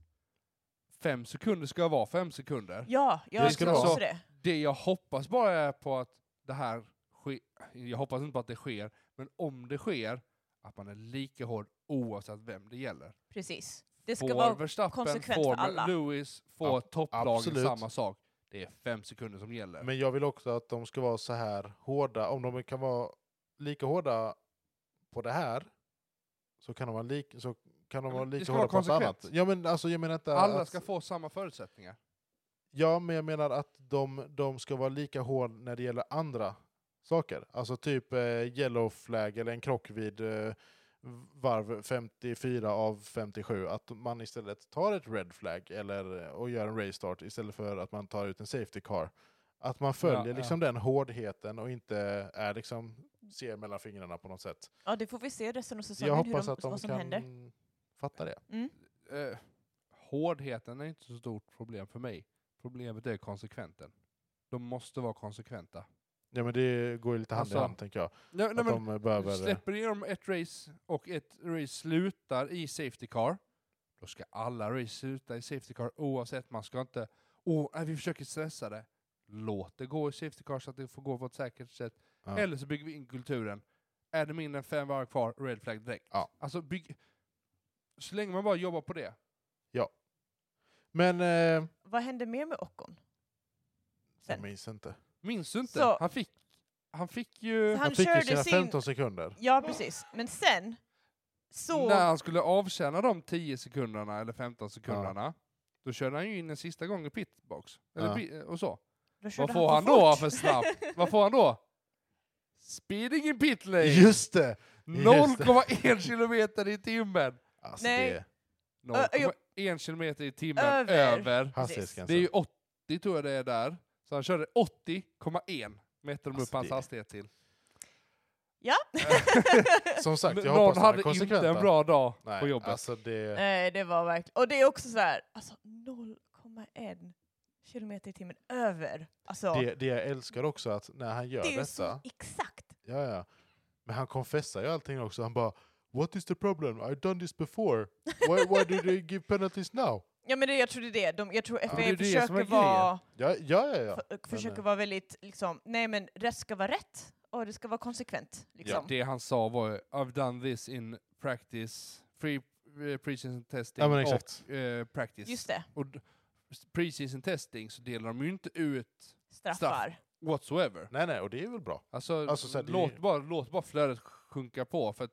Speaker 2: Fem sekunder ska vara fem sekunder.
Speaker 3: Ja,
Speaker 1: Det
Speaker 3: jag
Speaker 1: ska
Speaker 3: tror
Speaker 1: det vara.
Speaker 3: också det.
Speaker 2: Det jag hoppas bara är på att det här sker, jag hoppas inte på att det sker, men om det sker, att man är lika hård oavsett vem det gäller.
Speaker 3: Precis. Det ska
Speaker 2: Får
Speaker 3: vara
Speaker 2: Verstappen,
Speaker 3: konsekvent för alla.
Speaker 2: får Lewis, får
Speaker 1: Ja,
Speaker 2: topplagen
Speaker 1: absolut.
Speaker 2: samma sak. Det är fem sekunder som gäller.
Speaker 1: Men jag vill också att de ska vara så här hårda. Om de kan vara lika hårda på det här så kan de vara, lik, så kan de
Speaker 2: Ja,
Speaker 1: vara
Speaker 2: men det
Speaker 1: lika
Speaker 2: ska
Speaker 1: hårda
Speaker 2: vara
Speaker 1: på något annat.
Speaker 2: konsekvent.
Speaker 1: Ja, men alltså, jag menar inte
Speaker 2: alla
Speaker 1: att,
Speaker 2: ska få samma förutsättningar.
Speaker 1: Ja, men jag menar att de, de ska vara lika hårda när det gäller andra saker. Alltså typ eh, yellow flag eller en krock vid eh, varv 54 av 57. Att man istället tar ett red flag eller, eh, och gör en restart istället för att man tar ut en safety car. Att man följer
Speaker 2: ja.
Speaker 1: liksom den hårdheten och inte är liksom ser mellan fingrarna på något sätt.
Speaker 3: Ja, det får vi se resten av säsongen,
Speaker 1: Jag
Speaker 3: hur
Speaker 1: hoppas
Speaker 3: de,
Speaker 1: att de
Speaker 3: vad som
Speaker 1: kan
Speaker 3: händer.
Speaker 1: fatta det.
Speaker 3: Mm.
Speaker 2: Eh, hårdheten är inte så stort problem för mig. Problemet är konsekventen. De måste vara konsekventa.
Speaker 1: Ja men det går ju lite hand
Speaker 2: Alltså,
Speaker 1: i hand tänker jag.
Speaker 2: Nej, nej,
Speaker 1: Att
Speaker 2: men,
Speaker 1: de eh, behöver...
Speaker 2: släpper igenom ett race och ett race slutar i safety car, då ska alla race sluta i safety car oavsett. Man ska inte, åh, nej, vi försöker stressa det. Låt det gå i safety car så att det får gå på ett säkert sätt.
Speaker 1: ja.
Speaker 2: Eller så bygger vi in kulturen. Är det mindre än fem varv kvar, red flag direkt.
Speaker 1: Ja.
Speaker 2: Alltså bygg... Så länge man bara jobbar på det.
Speaker 1: Men eh,
Speaker 3: Vad händer mer med Ockon?
Speaker 1: jag
Speaker 3: Sen.
Speaker 1: minns inte.
Speaker 2: Minns du inte?
Speaker 3: Så-
Speaker 2: Han fick, han fick ju...
Speaker 3: Så
Speaker 1: Han,
Speaker 3: Han
Speaker 1: fick ju
Speaker 3: körde
Speaker 1: sina
Speaker 3: sin-
Speaker 1: 15 sekunder.
Speaker 3: Ja, precis. Men sen så...
Speaker 2: När han skulle avtjäna de 10 sekunderna eller 15 sekunderna, då körde han ju in en sista gång i pitbox. Eller
Speaker 1: Ja.
Speaker 2: pi- eh, och så.
Speaker 3: då körde
Speaker 2: Vad får
Speaker 3: för
Speaker 2: han då
Speaker 3: fort.
Speaker 2: för snabb? Vad får han då? Speeding in pit lane!
Speaker 1: Just det! just det.
Speaker 2: 0,1 kilometer i timmen!
Speaker 1: Alltså,
Speaker 3: Nej.
Speaker 1: det är
Speaker 3: Ö, jo.
Speaker 2: 0,1 kilometer i timmen
Speaker 3: Över.
Speaker 2: över.
Speaker 1: hastighetsgränsen.
Speaker 2: Det är ju 80 tror jag det är där. Så han körde 80,1 mätte de upp
Speaker 1: Alltså,
Speaker 2: hans
Speaker 1: det-
Speaker 2: hastighet till.
Speaker 1: Som sagt, jag
Speaker 2: Någon
Speaker 1: hoppas att de är
Speaker 2: hade inte
Speaker 1: konsekventa.
Speaker 2: en bra dag
Speaker 1: Nej,
Speaker 2: på jobbet.
Speaker 1: Alltså det,
Speaker 3: Nej, det var verkligen... Och det är också så här, alltså 0,1 kilometer i timmen över. Alltså, det,
Speaker 1: det, det jag älskar också att när han gör
Speaker 3: är så
Speaker 1: detta,
Speaker 3: exakt.
Speaker 1: ja, ja, men han confessar ju allting också. Han bara What is the problem? I've done this before. Why, why do they give penalties now?
Speaker 3: Ja, men det, jag tror det är det. De, jag tror FAA
Speaker 2: det är ju det som är
Speaker 3: försöker
Speaker 2: grejen.
Speaker 3: vara...
Speaker 1: Ja, ja, ja. ja.
Speaker 3: för- försöker
Speaker 1: eh,
Speaker 3: vara väldigt liksom, nej men rätt ska vara rätt och det ska vara konsekvent.
Speaker 2: Ja,
Speaker 3: Liksom.
Speaker 2: det han sa var ju, I've done this in practice, free eh, pre-season testing
Speaker 1: Ja, men exakt.
Speaker 2: och eh, practice.
Speaker 3: Just det,
Speaker 2: Och d- pre-season testing så delar de ju inte ut
Speaker 3: straffar.
Speaker 2: whatsoever.
Speaker 1: Nej, nej, och det är väl bra.
Speaker 2: Alltså,
Speaker 1: Alltså, så här, det är
Speaker 2: låt,
Speaker 1: ju-
Speaker 2: bara, låt bara flödet sjunka på för att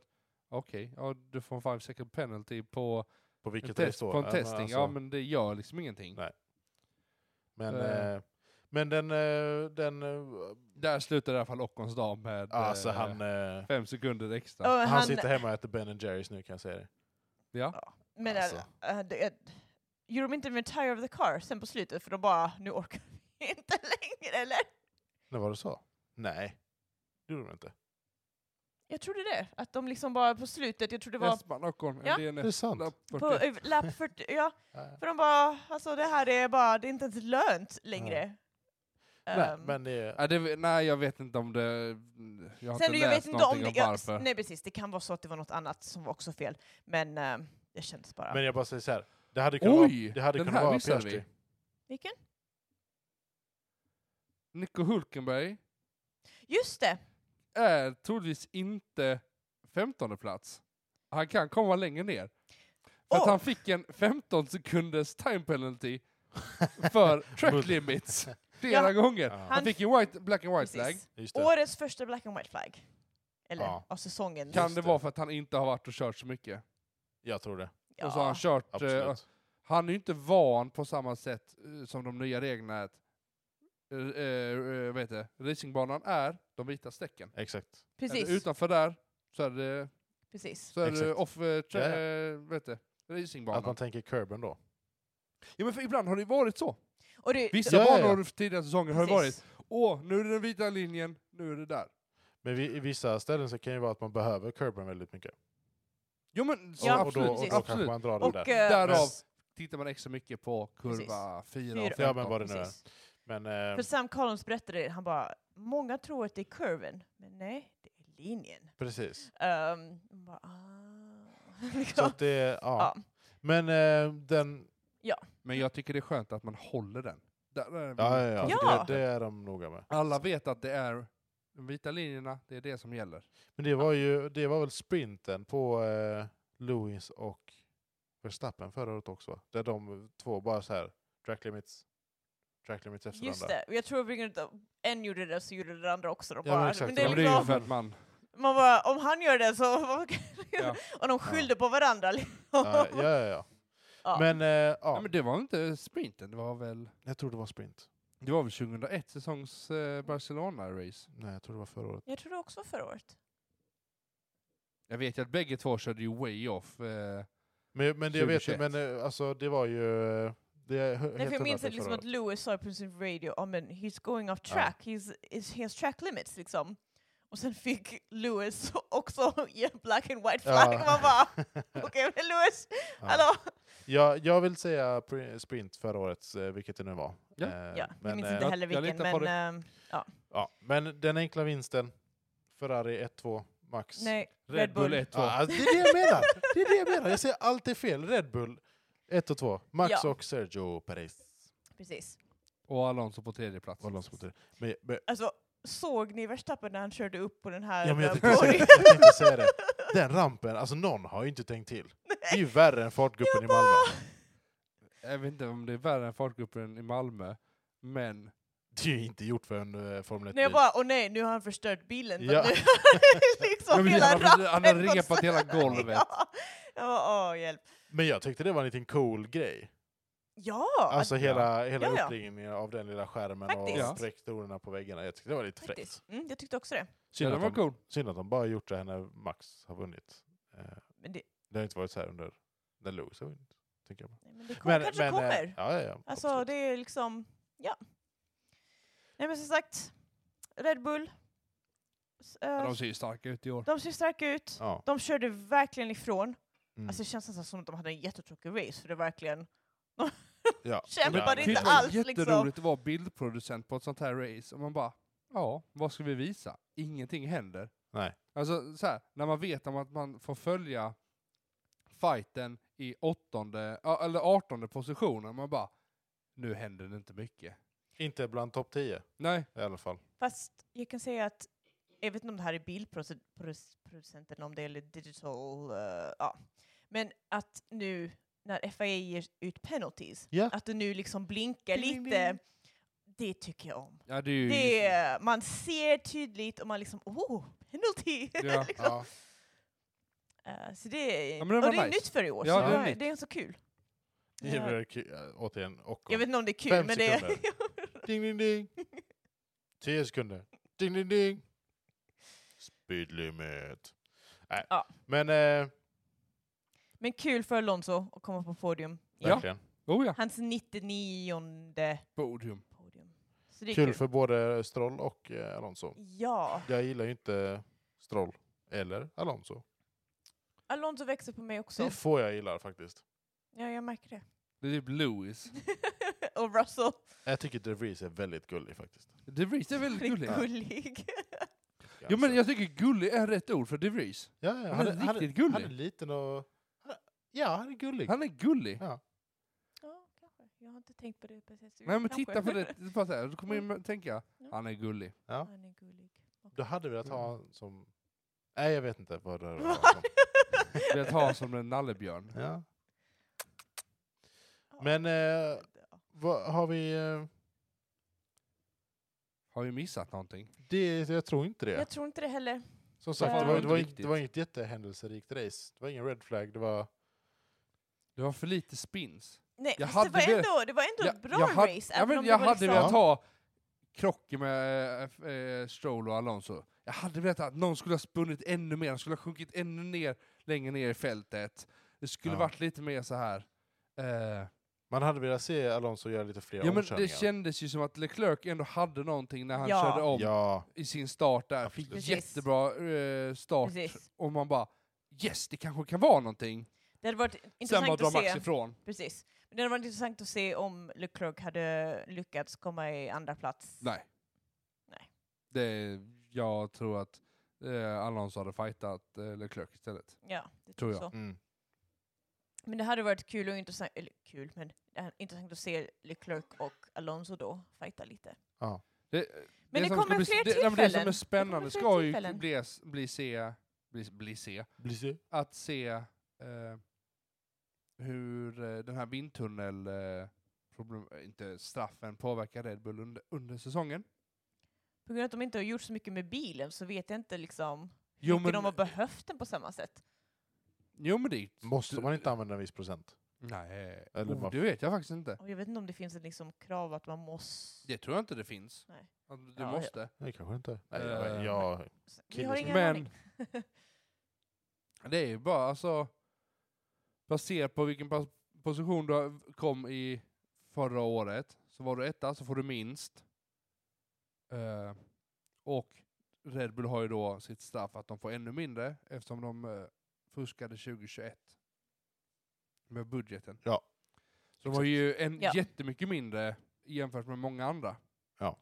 Speaker 2: okej, ja, du får en 5 second penalty på,
Speaker 1: På
Speaker 2: en
Speaker 1: vilket
Speaker 2: test,
Speaker 1: race då?
Speaker 2: på en
Speaker 1: Ja, men
Speaker 2: testing.
Speaker 1: alltså-
Speaker 2: Ja men det gör liksom ingenting.
Speaker 1: Nej. Men,
Speaker 2: Eh.
Speaker 1: eh, men den... eh, den eh,
Speaker 2: Där slutar i alla fall Ockons dag med
Speaker 1: alltså
Speaker 2: eh,
Speaker 1: han, eh,
Speaker 2: fem sekunder extra.
Speaker 3: Och
Speaker 1: han...
Speaker 3: han-
Speaker 1: sitter hemma och äter Ben Jerrys nu kan jag säga det.
Speaker 2: Ja.
Speaker 3: Men
Speaker 1: Alltså.
Speaker 3: äh, äh, det, gjorde de inte med Tire of the Car sen på slutet för de bara, nu orkar vi inte längre eller?
Speaker 1: Nej, var det så? Nej, det gjorde de inte.
Speaker 3: Jag trodde det, att de liksom bara på slutet, jag trodde det var
Speaker 2: Espan Ockon,
Speaker 3: Ja.
Speaker 2: det är en-
Speaker 1: Det är sant.
Speaker 3: på ö, lapp 40, ja,
Speaker 1: Ja, ja.
Speaker 3: för de bara, alltså det här är bara, det är inte ens lönt längre.
Speaker 1: Nej,
Speaker 3: Ehm,
Speaker 1: men eh, det,
Speaker 2: Ja, det, nej, jag vet inte om det... Jag har
Speaker 3: Sen
Speaker 2: inte
Speaker 3: jag
Speaker 2: läst
Speaker 3: vet inte om
Speaker 2: någonting
Speaker 3: det,
Speaker 2: om
Speaker 3: ja, s-
Speaker 2: varför.
Speaker 3: nej precis, det kan vara så att det var något annat som var också fel, men ehm, det kändes bara.
Speaker 1: men jag bara säger så här. Det hade kunnat
Speaker 2: Oj!
Speaker 1: vara, det hade
Speaker 2: den
Speaker 1: kunnat
Speaker 2: här
Speaker 1: vara
Speaker 2: missade vi.
Speaker 1: Piastri.
Speaker 3: Vilken?
Speaker 2: Nico Hulkenberg
Speaker 3: Just det!
Speaker 2: är troligtvis inte 15 plats. Han kan komma längre ner. För att
Speaker 3: Åh!
Speaker 2: han fick en 15 sekunders time penalty för track limits flera gånger.
Speaker 1: Ja.
Speaker 2: Han,
Speaker 3: Han-
Speaker 2: fick ju white, black and white flag. typ.
Speaker 3: Precis.
Speaker 1: Just det.
Speaker 3: Årets första black and white flag. Eller
Speaker 1: Ja.
Speaker 3: av säsongen.
Speaker 2: Kan det
Speaker 1: det.
Speaker 2: vara för att han inte har varit och kört så mycket?
Speaker 1: Jag tror det.
Speaker 3: Ja.
Speaker 2: Och så har han kört... eh,
Speaker 1: Absolut.
Speaker 2: Han är ju inte van på samma sätt eh, som de nya reglerna är att eh, eh, vad heter det? racingbanan är de vita strecken.
Speaker 1: Exakt.
Speaker 2: Är
Speaker 3: precis.
Speaker 2: det utanför där så är det,
Speaker 3: precis.
Speaker 2: så är det
Speaker 1: Exakt.
Speaker 2: off eh, tra-
Speaker 1: Ja, ja.
Speaker 2: eh, vad heter det?
Speaker 1: Att man
Speaker 2: racingbanan.
Speaker 1: tänker curben då.
Speaker 2: Ja, men för ibland har det ju varit så.
Speaker 3: Och det,
Speaker 2: Vissa
Speaker 1: Ja, ja, ja.
Speaker 2: banor tidigare säsonger har det
Speaker 3: precis.
Speaker 2: varit åh, nu är det den vita linjen, nu är det där.
Speaker 1: Men vi, i vissa ställen så kan det ju vara att man behöver curben väldigt mycket.
Speaker 2: Jo men så,
Speaker 3: Ja,
Speaker 1: och, och då,
Speaker 2: absolut.
Speaker 1: och då kanske
Speaker 2: absolut.
Speaker 1: man drar det
Speaker 3: Och,
Speaker 1: där.
Speaker 3: eh,
Speaker 2: Därav
Speaker 1: Precis.
Speaker 2: tittar man extra mycket på kurva 4 och
Speaker 3: Fyra.
Speaker 2: 15.
Speaker 1: Ja, men vad det nu är.
Speaker 3: precis.
Speaker 1: Men, eh,
Speaker 3: För Sam Collins berättade det, han bara Många tror att det är kurven, men nej, det är linjen.
Speaker 1: precis.
Speaker 3: Um, bara, ah.
Speaker 1: Så att det, ja.
Speaker 3: Ja.
Speaker 1: Men eh, den,
Speaker 2: Men jag tycker det är skönt att man håller den. Där är
Speaker 1: ja, ja, ja.
Speaker 3: Ja.
Speaker 1: Det, det är de noga med.
Speaker 2: Alla vet att det är de vita linjerna, det är det som gäller.
Speaker 1: Men det var ju, det var väl sprinten på eh, Lewis och Verstappen förra året också va? Där de två bara så här, track limits, track limits efter
Speaker 3: Just
Speaker 1: varandra.
Speaker 3: det, jag tror att en gjorde det så gjorde den andra också. De
Speaker 1: Ja, men
Speaker 3: bara,
Speaker 1: exakt.
Speaker 3: men det
Speaker 1: Ja,
Speaker 3: är
Speaker 1: men
Speaker 2: ju
Speaker 3: liksom,
Speaker 2: för att man...
Speaker 3: man bara, om han gör det så...
Speaker 2: Ja.
Speaker 3: och de skyllde på varandra. Liksom.
Speaker 1: Ja, ja, ja, ja.
Speaker 3: Ja.
Speaker 1: Men eh, ja,
Speaker 2: Nej, men det var inte sprinten, det var väl...
Speaker 1: jag tror det var sprint.
Speaker 2: Det var väl 2001 säsongs eh, Barcelona-race?
Speaker 1: Nej, jag tror det var förra året.
Speaker 3: Jag tror det också förra året.
Speaker 2: Jag vet ju att bägge två körde ju way off. Eh,
Speaker 1: Men, men det jag vet,
Speaker 2: 2021.
Speaker 1: men eh, alltså det var ju... eh, Det är hö- helt
Speaker 3: Nej, för jag
Speaker 1: hundra
Speaker 3: minns
Speaker 1: till
Speaker 3: det liksom
Speaker 1: förra
Speaker 3: att Lewis sa på sin radio, ja men he's going off track, he's, he's, he has track limits liksom. Och sen fick Lewis också ge en black and white
Speaker 1: Ja.
Speaker 3: flag. Man bara, okej men Lewis,
Speaker 1: Ja. eh,
Speaker 3: hallå!
Speaker 1: Jag, jag vill säga pri- sprint förra året, eh, vilket det nu var.
Speaker 2: Ja.
Speaker 1: Eh,
Speaker 3: Ja, jag
Speaker 1: men,
Speaker 3: minns
Speaker 1: eh,
Speaker 3: inte heller
Speaker 2: jag- jag
Speaker 3: vilken,
Speaker 2: litar på
Speaker 3: men ehm,
Speaker 1: ja, men den enkla vinsten, Ferrari 1-2, max.
Speaker 3: nej,
Speaker 2: Red, Bull 1-2.
Speaker 1: Ja, alltså, det är det jag menar! Det är det jag menar. Jag säger alltid fel. Red Bull 1 och 2, Max
Speaker 3: Ja.
Speaker 1: och Sergio Perez.
Speaker 3: Precis.
Speaker 2: Och Alonso på tredje plats.
Speaker 1: Och Alonso på tre. Men, men,
Speaker 3: Alltså, såg ni Verstappen när han körde upp på den här...
Speaker 1: Ja, men jag
Speaker 3: eh,
Speaker 1: tänkte säga-
Speaker 3: podiet?
Speaker 1: jag tänkte säga det. den rampen, alltså någon har ju inte tänkt till. Det är ju värre än fartgruppen i
Speaker 3: Jag
Speaker 1: Malmö.
Speaker 3: bara,
Speaker 2: Jag vet inte om det är värre än fartgruppen i Malmö, men
Speaker 1: Det är ju inte gjort för en eh, Formel 1
Speaker 3: Nej, jag bara, åh nej, nu har han förstört bilen. för
Speaker 1: Ja.
Speaker 3: Nu liksom
Speaker 2: Ja, men
Speaker 3: hela
Speaker 2: han har-
Speaker 3: rappen
Speaker 2: han har
Speaker 3: var
Speaker 2: repat hela
Speaker 3: sönder.
Speaker 2: golvet.
Speaker 3: Ja, jag bara, åh hjälp.
Speaker 1: Men jag tyckte det var en liten cool grej.
Speaker 3: Ja,
Speaker 1: Alltså hela, hela
Speaker 3: Ja, ja.
Speaker 1: uppringningen av den lilla skärmen
Speaker 3: Faktiskt.
Speaker 1: och
Speaker 2: Ja.
Speaker 1: projektorerna på väggarna. Jag tyckte det var lite fräckt.
Speaker 3: faktiskt. Mm, jag tyckte också det.
Speaker 2: ja,
Speaker 1: Synd,
Speaker 2: det
Speaker 1: att
Speaker 2: var
Speaker 1: de,
Speaker 2: cool.
Speaker 1: synd att de bara gjort det här när Max har vunnit. Eh,
Speaker 3: Men det,
Speaker 1: Det har inte varit så här under när Lewis har vunnit. Tänker jag. på.
Speaker 3: nej, men det kommer, kanske
Speaker 1: eh,
Speaker 3: kommer.
Speaker 1: Ja, ja, ja,
Speaker 3: alltså,
Speaker 1: absolut.
Speaker 3: det är liksom, ja. Nej, men som sagt, Red Bull. S- eh,
Speaker 2: De ser ju starka ut i år.
Speaker 3: de ser starka ut.
Speaker 1: ja.
Speaker 3: De körde verkligen ifrån.
Speaker 1: Mm.
Speaker 3: Alltså det känns nästan som att de hade en jättetråkig race, för det verkligen... De
Speaker 1: Ja.
Speaker 3: kämpade
Speaker 1: Ja.
Speaker 3: inte
Speaker 2: det var
Speaker 3: alls
Speaker 2: ju
Speaker 3: liksom.
Speaker 2: jätteroligt att vara bildproducent på ett sånt här race, och man bara, ja, vad ska vi visa? Ingenting händer.
Speaker 1: Nej.
Speaker 2: Alltså så här, när man vet om att man får följa fighten i åttonde, ja, eller artonde positionen, man bara, nu händer det inte mycket.
Speaker 1: Inte bland topp 10
Speaker 2: Nej,
Speaker 1: i alla fall.
Speaker 3: Fast jag kan säga att, jag vet inte om det här är bilproducenten, om det är lite digital, eh, ja. Men att nu när FIA ger ut penalties,
Speaker 1: Ja.
Speaker 3: att det nu liksom blinkar
Speaker 2: Ding, ding,
Speaker 3: lite,
Speaker 2: ding.
Speaker 3: det tycker jag om.
Speaker 2: ja, det är ju...
Speaker 3: Det är, man ser tydligt och man liksom, oh, penalty!
Speaker 2: Ja.
Speaker 3: liksom.
Speaker 1: Ja.
Speaker 3: Eh, så det är,
Speaker 2: Ja, men det var
Speaker 3: och det är
Speaker 2: nice.
Speaker 3: nytt för i år,
Speaker 2: Ja,
Speaker 3: så
Speaker 1: det är
Speaker 3: det,
Speaker 2: nytt.
Speaker 3: det är så kul.
Speaker 1: Det
Speaker 3: Ja.
Speaker 1: är väl kul, eh, Återigen, och
Speaker 3: Jag vet inte om det är kul,
Speaker 1: Fem
Speaker 3: men det är...
Speaker 1: sekunder. Ding, ding, ding. 10 sekunder. Ding, ding, ding. Speed limit. Nej.
Speaker 3: Ja.
Speaker 1: Men eh,
Speaker 3: Men kul för Alonso att komma på podium.
Speaker 2: Ja.
Speaker 1: verkligen.
Speaker 2: Oh ja,
Speaker 3: Hans 99
Speaker 2: podium.
Speaker 3: podium. Så det är kul.
Speaker 1: Kul för både Stroll och eh, Alonso.
Speaker 3: Ja.
Speaker 1: Jag gillar ju inte Stroll eller Alonso.
Speaker 3: Alonso växer på mig också.
Speaker 1: Det får jag gillar faktiskt.
Speaker 3: Ja, jag märker det.
Speaker 2: Det är typ Lewis.
Speaker 3: Och Russell.
Speaker 1: Jag tycker DeVries är väldigt gullig faktiskt.
Speaker 2: De Vries är väldigt
Speaker 3: Han
Speaker 2: gullig.
Speaker 3: är alltså. gullig.
Speaker 2: Jo men
Speaker 1: Ganska.
Speaker 2: jag tycker gullig är rätt ord för De Vries.
Speaker 1: Alltså. ja, ja,
Speaker 2: han är riktigt gullig.
Speaker 1: Han är liten och... han är- Ja, han är gullig.
Speaker 2: Han är gullig.
Speaker 1: Ja.
Speaker 3: ja, kanske. Jag har inte tänkt på det precis.
Speaker 2: Nej men
Speaker 3: Kanske.
Speaker 2: titta på det, bara så här, då kommer jag tänka,
Speaker 3: Ja.
Speaker 2: han är gullig.
Speaker 1: Ja.
Speaker 3: Han är gullig.
Speaker 1: Du hade velat ha honom
Speaker 3: Mm.
Speaker 1: som... Nej, jag vet inte vad det var.
Speaker 3: Vad?
Speaker 2: Vill ha som en nallebjörn.
Speaker 1: Ja.
Speaker 3: Ja.
Speaker 1: Men eh, vad har vi... Eh,
Speaker 2: Har vi missat någonting?
Speaker 1: det, jag tror inte det.
Speaker 3: Jag tror inte det heller.
Speaker 1: Som sagt, det
Speaker 3: Nej.
Speaker 1: var, det,
Speaker 2: Inte
Speaker 1: var, inte-
Speaker 2: riktigt.
Speaker 1: det var inget jättehändelserikt race. Det var ingen red flag. Det var...
Speaker 2: Det var för lite spins.
Speaker 3: Nej,
Speaker 2: Jag
Speaker 3: fast
Speaker 2: hade
Speaker 3: det, var
Speaker 2: velat-
Speaker 3: ändå, det var ändå ett bra
Speaker 2: hade-
Speaker 3: race.
Speaker 2: ja,
Speaker 3: även
Speaker 2: men
Speaker 3: om
Speaker 2: jag
Speaker 3: det var
Speaker 2: hade
Speaker 3: liksom-
Speaker 2: velat ha krocken med eh, f- eh, Stroll och Alonso. Jag hade velat att någon skulle ha spunnit ännu mer, skulle ha sjunkit ännu ner, längre ner i fältet. Det skulle
Speaker 1: Ja.
Speaker 2: varit lite mer så här. Eh,
Speaker 1: Man hade velat se Alonso göra lite fler
Speaker 2: ja, men det
Speaker 1: omkörningar.
Speaker 2: kändes ju som att Leclerc ändå hade någonting när han
Speaker 3: Ja.
Speaker 2: körde om
Speaker 1: Ja,
Speaker 2: i sin start där. Fick
Speaker 1: Absolut.
Speaker 3: Precis.
Speaker 2: jättebra eh, start.
Speaker 3: Precis.
Speaker 2: Och man bara, yes det kanske kan vara någonting.
Speaker 3: Det hade varit
Speaker 2: Sen bara
Speaker 3: intressant
Speaker 2: drar
Speaker 3: att
Speaker 2: Max
Speaker 3: se.
Speaker 2: ifrån.
Speaker 3: Precis. Men det hade varit intressant att se om Leclerc hade lyckats komma i andra plats.
Speaker 2: Nej.
Speaker 3: Nej.
Speaker 2: Det, jag tror att eh, Alonso hade fightat eh, Leclerc istället.
Speaker 3: Ja, det tror
Speaker 2: Tror jag.
Speaker 3: jag.
Speaker 1: mm.
Speaker 3: Men det hade varit kul och intressant, eller kul, men det hade intressant att se Leclerc och Alonso då fighta lite.
Speaker 1: ja.
Speaker 2: Det,
Speaker 3: Men det
Speaker 2: som
Speaker 3: kommer
Speaker 2: ska bli,
Speaker 3: fler
Speaker 2: det, nej, men det som är
Speaker 3: tillfällen.
Speaker 2: spännande
Speaker 3: Det kommer fler
Speaker 2: ska ju
Speaker 3: tillfällen.
Speaker 2: bli, bli, se, bli, bli se,
Speaker 1: Blir se.
Speaker 2: att se eh, hur eh, den här vindtunnel, eh, problem, inte straffen, påverkar Red Bull under, under säsongen.
Speaker 3: På grund av att de inte har gjort så mycket med bilen så vet jag inte liksom
Speaker 2: Jo
Speaker 3: hur mycket de har
Speaker 2: men,
Speaker 3: behövt den på samma sätt.
Speaker 2: jo men det
Speaker 1: Måste man inte använda en viss procent?
Speaker 2: Nej,
Speaker 1: Eller
Speaker 2: oh,
Speaker 1: vad-
Speaker 2: det vet jag faktiskt inte.
Speaker 3: Och jag vet inte om det finns ett liksom krav att man måste...
Speaker 2: Det tror jag inte det finns.
Speaker 3: Nej.
Speaker 2: Att Du
Speaker 3: Ja,
Speaker 2: måste.
Speaker 1: Nej, kanske inte. Nej,
Speaker 2: Eh,
Speaker 1: jag, jag,
Speaker 3: Vi har
Speaker 1: Killers-
Speaker 3: ingen
Speaker 2: Men-
Speaker 3: aning.
Speaker 2: Det är ju bara alltså baserat på vilken pas- position du kom i förra året. Så var du etta så får du minst. Eh, och Red Bull har ju då sitt straff att de får ännu mindre eftersom de eh, fuskade 2021 med budgeten.
Speaker 1: Ja.
Speaker 2: Så de har ju en
Speaker 3: Ja.
Speaker 2: jättemycket mindre jämfört med många andra.
Speaker 1: Ja.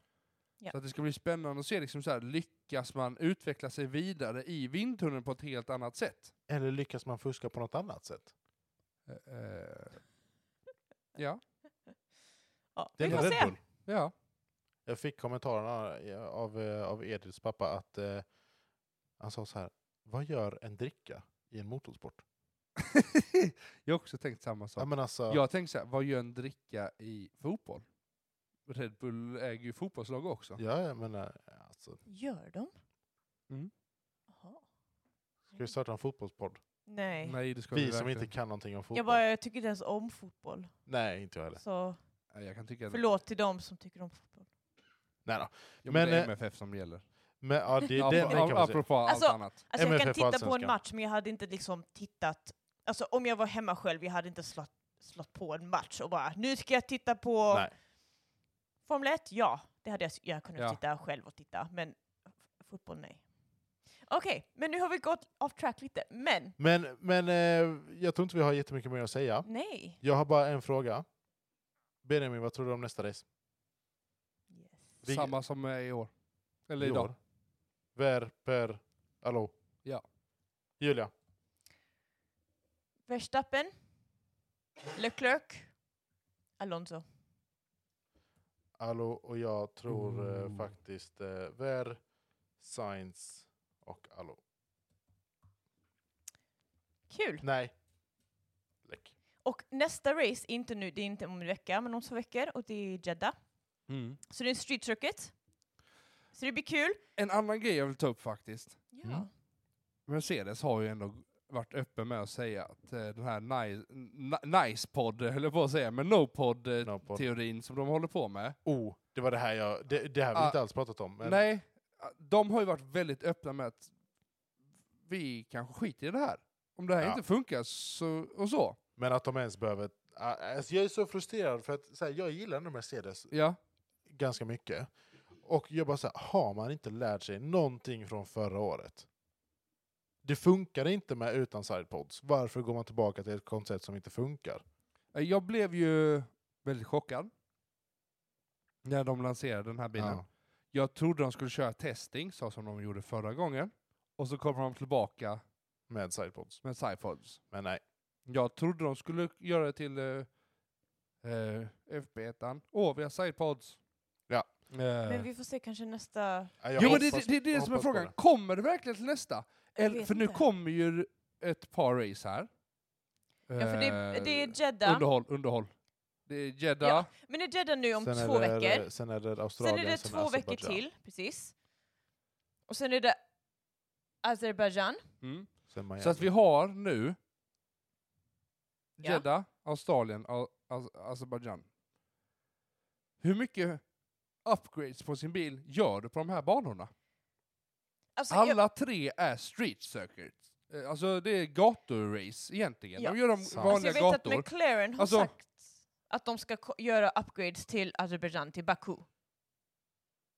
Speaker 3: Ja.
Speaker 2: Så att det ska bli spännande att se liksom så här, lyckas man utveckla sig vidare i vindtunneln på ett helt annat sätt?
Speaker 1: eller lyckas man fuska på något annat sätt?
Speaker 2: Eh, eh, ja,
Speaker 3: Ja,
Speaker 1: Det
Speaker 3: vi
Speaker 1: är
Speaker 3: får
Speaker 1: Red
Speaker 3: se.
Speaker 1: Bull.
Speaker 2: ja.
Speaker 1: Jag fick kommentaren av, av, eh, av Edils pappa att eh, han sa så här, vad gör en dricka i en motorsport?
Speaker 2: jag har också tänkt samma
Speaker 1: Ja,
Speaker 2: sak.
Speaker 1: men alltså,
Speaker 2: Jag har tänkt så här, vad gör en dricka i fotboll? Red Bull äger ju fotbollslag också.
Speaker 1: ja, jag menar, alltså,
Speaker 3: Gör de?
Speaker 2: Mm.
Speaker 3: Jaha.
Speaker 1: ska vi starta en fotbollspodd?
Speaker 3: Nej.
Speaker 2: Nej, det ska
Speaker 1: Vi
Speaker 2: vi
Speaker 1: som
Speaker 2: verkligen-
Speaker 1: inte kan någonting om fotboll.
Speaker 3: Jag, bara, jag tycker inte ens om fotboll.
Speaker 1: Nej, inte jag heller.
Speaker 3: Så
Speaker 2: Nej, jag kan tycka det.
Speaker 3: förlåt till de som tycker om fotboll.
Speaker 1: Nej då.
Speaker 2: Ja, men, det är
Speaker 1: Men,
Speaker 2: MFF som gäller.
Speaker 1: Men, ja, det, det,
Speaker 2: Ap-
Speaker 1: det kan
Speaker 2: ap-
Speaker 1: man säga.
Speaker 2: apropå
Speaker 3: Alltså,
Speaker 2: allt annat.
Speaker 3: Alltså jag kan
Speaker 1: MFF
Speaker 3: titta på en
Speaker 1: Allsvenskan.
Speaker 3: match men jag hade inte liksom tittat, alltså om jag var hemma själv, jag hade inte slått, slått på en match och bara nu ska jag titta på
Speaker 1: Nej.
Speaker 3: Formel 1, ja. Det hade jag, s- jag kunnat
Speaker 2: Ja.
Speaker 3: sitta själv och titta, men f- fotboll nej. Okej, men nu har vi gått off track lite, men
Speaker 1: Men, men eh, jag tror inte vi har jättemycket mer att säga.
Speaker 3: nej.
Speaker 1: Jag har bara en fråga. Benjamin, vad tror du om nästa race? Vi-
Speaker 2: Samma som är i år. Eller
Speaker 1: I
Speaker 2: idag.
Speaker 1: år? Ver, per, hallå?
Speaker 2: Ja.
Speaker 1: Julia?
Speaker 3: Verstappen, Leclerc, Alonso.
Speaker 1: Hallå, och jag tror eh,
Speaker 2: Ooh.
Speaker 1: faktiskt eh, Ver, Science och Allo.
Speaker 3: Kul!
Speaker 1: Nej. Läck.
Speaker 3: Och nästa race, är inte nu, det är inte om en vecka, men om två veckor, och det är Jeddah.
Speaker 2: Mm.
Speaker 3: Så det är en street circuit. Så det blir kul.
Speaker 2: En annan grej jag vill ta upp faktiskt.
Speaker 3: Ja.
Speaker 2: Mm. Mercedes har ju ändå varit öppen med att säga att eh, den här nice-podd, nice podd, höll jag på att säga, men no-podd-teorin
Speaker 1: No pod.
Speaker 2: som de håller på med.
Speaker 1: oh, det var det här jag... Det, det här har vi
Speaker 2: Ah.
Speaker 1: inte alls pratat om. Men
Speaker 2: Nej, de har ju varit väldigt öppna med att vi kanske skiter i det här. Om det här
Speaker 1: Ja.
Speaker 2: inte funkar så, och så.
Speaker 1: Men att de ens behöver... Ah, Alltså jag är så frustrerad för att så här, jag gillar ändå Mercedes
Speaker 2: Ja.
Speaker 1: ganska mycket. Och jag bara så här, har man inte lärt sig någonting från förra året? Det funkar inte med utan sidepods. Varför går man tillbaka till ett koncept som inte funkar?
Speaker 2: Eh, Jag blev ju väldigt chockad när de lanserade den här bilen.
Speaker 1: Ja.
Speaker 2: Jag trodde de skulle köra testing, så som de gjorde förra gången. Och så kommer de tillbaka
Speaker 1: Med sidepods.
Speaker 2: med Cypods.
Speaker 1: Men nej.
Speaker 2: Jag trodde de skulle göra det till eh, eh, FB1. Åh, vi har sidepods.
Speaker 1: Ja.
Speaker 2: Eh.
Speaker 3: Men vi får se kanske nästa...
Speaker 1: Nej, jag
Speaker 2: Jo, men det,
Speaker 1: hoppas-
Speaker 2: det, det är det
Speaker 1: jag
Speaker 2: som är
Speaker 1: hoppas på
Speaker 2: frågan.
Speaker 1: det.
Speaker 2: Kommer det verkligen till nästa? Eller,
Speaker 3: vet
Speaker 2: för nu
Speaker 3: inte.
Speaker 2: kommer ju ett par race här.
Speaker 3: Ja, för det,
Speaker 2: Eh,
Speaker 3: det är Jeddah.
Speaker 2: Underhåll, underhåll. Det är Jeddah.
Speaker 3: Ja, Men det är Jeddah nu om
Speaker 1: Sen är
Speaker 3: två
Speaker 1: det-
Speaker 3: veckor.
Speaker 1: Sen är det Australien.
Speaker 3: Sen är det
Speaker 1: sen
Speaker 3: två veckor
Speaker 1: Azerbaijan.
Speaker 3: till, precis. Och sen är det Azerbaijan.
Speaker 2: Mm.
Speaker 1: Sen Miami.
Speaker 2: Så att vi har nu
Speaker 3: Ja.
Speaker 2: Jeddah, Australien, Al- Az- Azerbaijan. Hur mycket upgrades på sin bil gör du på de här banorna?
Speaker 3: Alltså, jag-
Speaker 2: Alla tre är street circuits. Eh, Alltså det är gaturace egentligen.
Speaker 3: Ja.
Speaker 2: De gör de
Speaker 1: Sant.
Speaker 2: vanliga
Speaker 3: alltså, jag vet att
Speaker 2: gator.
Speaker 3: McLaren har
Speaker 2: Alltså-
Speaker 3: sagt att de ska ko- göra upgrades till Azerbaijan, till Baku.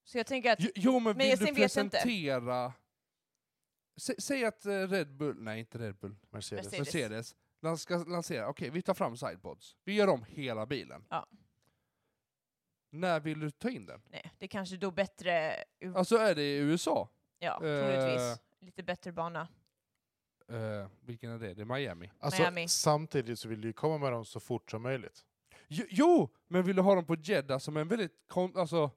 Speaker 3: Så jag tänker att...
Speaker 2: Jo, Jo, men,
Speaker 3: Men
Speaker 2: vill
Speaker 3: jag
Speaker 2: du
Speaker 3: sen vet jag inte.
Speaker 2: presentera... Sä, säg att eh, Red Bull, nej inte Red Bull,
Speaker 1: Mercedes.
Speaker 3: Mercedes.
Speaker 2: Mercedes lans- ska lansera, okej vi tar fram sidepods, vi gör om hela bilen.
Speaker 3: Ja.
Speaker 2: När vill du ta in den?
Speaker 3: Nej, det kanske då bättre...
Speaker 2: Alltså är det i USA?
Speaker 3: Ja,
Speaker 2: eh,
Speaker 3: troligtvis. Lite bättre bana.
Speaker 2: Eh, vilken är det? Det är Miami.
Speaker 1: Alltså,
Speaker 3: Miami.
Speaker 1: Samtidigt så vill du ju komma med dem så fort som möjligt.
Speaker 2: Jo, jo men vill du ha dem på Jeddah som en väldigt kon- alltså...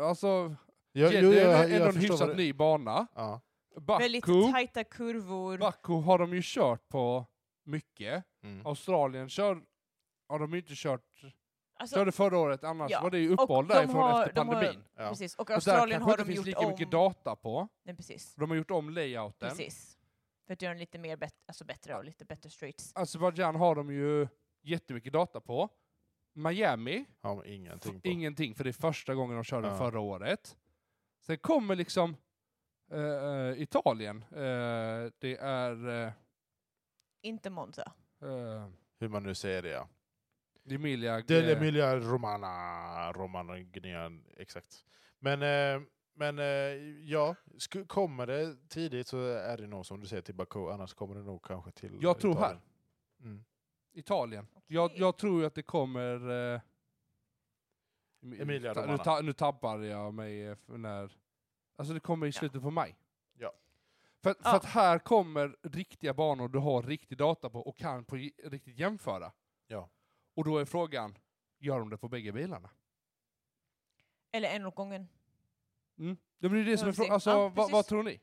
Speaker 2: Alltså,
Speaker 1: Jag,
Speaker 2: Jeddah
Speaker 1: jo,
Speaker 2: är
Speaker 1: jag,
Speaker 2: ändå
Speaker 1: jag förstår
Speaker 2: en
Speaker 1: vad
Speaker 2: hyfsat
Speaker 1: du-
Speaker 2: ny bana.
Speaker 1: Ja.
Speaker 2: Baku,
Speaker 3: Väldigt tajta kurvor.
Speaker 2: Baku har de ju kört på mycket.
Speaker 1: Mm.
Speaker 2: Australien kör, har de ju inte kört,
Speaker 3: Alltså,
Speaker 2: körde förra året annars
Speaker 3: Ja.
Speaker 2: var det ju uppehåll
Speaker 3: Och de
Speaker 2: därifrån
Speaker 3: har-
Speaker 2: efter
Speaker 3: de har-
Speaker 2: pandemin.
Speaker 1: Ja.
Speaker 3: Precis, och
Speaker 2: Så där
Speaker 3: Australien
Speaker 2: kanske
Speaker 3: har
Speaker 2: inte
Speaker 3: de
Speaker 2: finns
Speaker 3: gjort
Speaker 2: lika
Speaker 3: om...
Speaker 2: mycket data på.
Speaker 3: Nej, precis.
Speaker 2: De har gjort om layouten.
Speaker 3: precis. För att göra den lite mer bet- alltså bättre och lite bättre streets.
Speaker 2: Azerbaijan har de ju jättemycket data på. Miami,
Speaker 1: Har man ingenting på.
Speaker 2: ingenting, för det är första gången de kör den
Speaker 1: Ja.
Speaker 2: förra året. Sen kommer liksom eh, eh, Italien. Eh, det är... eh,
Speaker 3: Inte Monza.
Speaker 2: eh,
Speaker 1: Hur man nu säger det ja.
Speaker 2: Emilia...
Speaker 1: Del
Speaker 2: eh,
Speaker 1: Emilia Romana, Romana Guinean, exakt. Men, eh, men eh, ja, sku- kommer det tidigt så är det nog som du säger till Baku, annars kommer det nog kanske till
Speaker 2: Jag tror
Speaker 1: Italien. Mm.
Speaker 2: Italien. Jag,
Speaker 3: Okej.
Speaker 2: jag tror ju att det kommer... Eh,
Speaker 1: Emilia
Speaker 2: ta- nu,
Speaker 1: Romagna.
Speaker 2: ta, nu tappar jag mig eh, för när... Alltså det kommer i
Speaker 3: Ja.
Speaker 2: slutet på maj.
Speaker 1: Ja.
Speaker 2: För, att- för
Speaker 3: Ja.
Speaker 2: att här kommer riktiga banor du har riktig data på och kan på j- riktigt jämföra.
Speaker 1: Ja.
Speaker 2: Och då är frågan, gör de det på bägge bilarna?
Speaker 3: Eller en åt gången.
Speaker 2: Mm. Det blir det som
Speaker 3: får
Speaker 2: är
Speaker 3: vi se.
Speaker 2: frågan. Alltså,
Speaker 3: Ja,
Speaker 2: vad,
Speaker 3: precis.
Speaker 2: vad tror ni?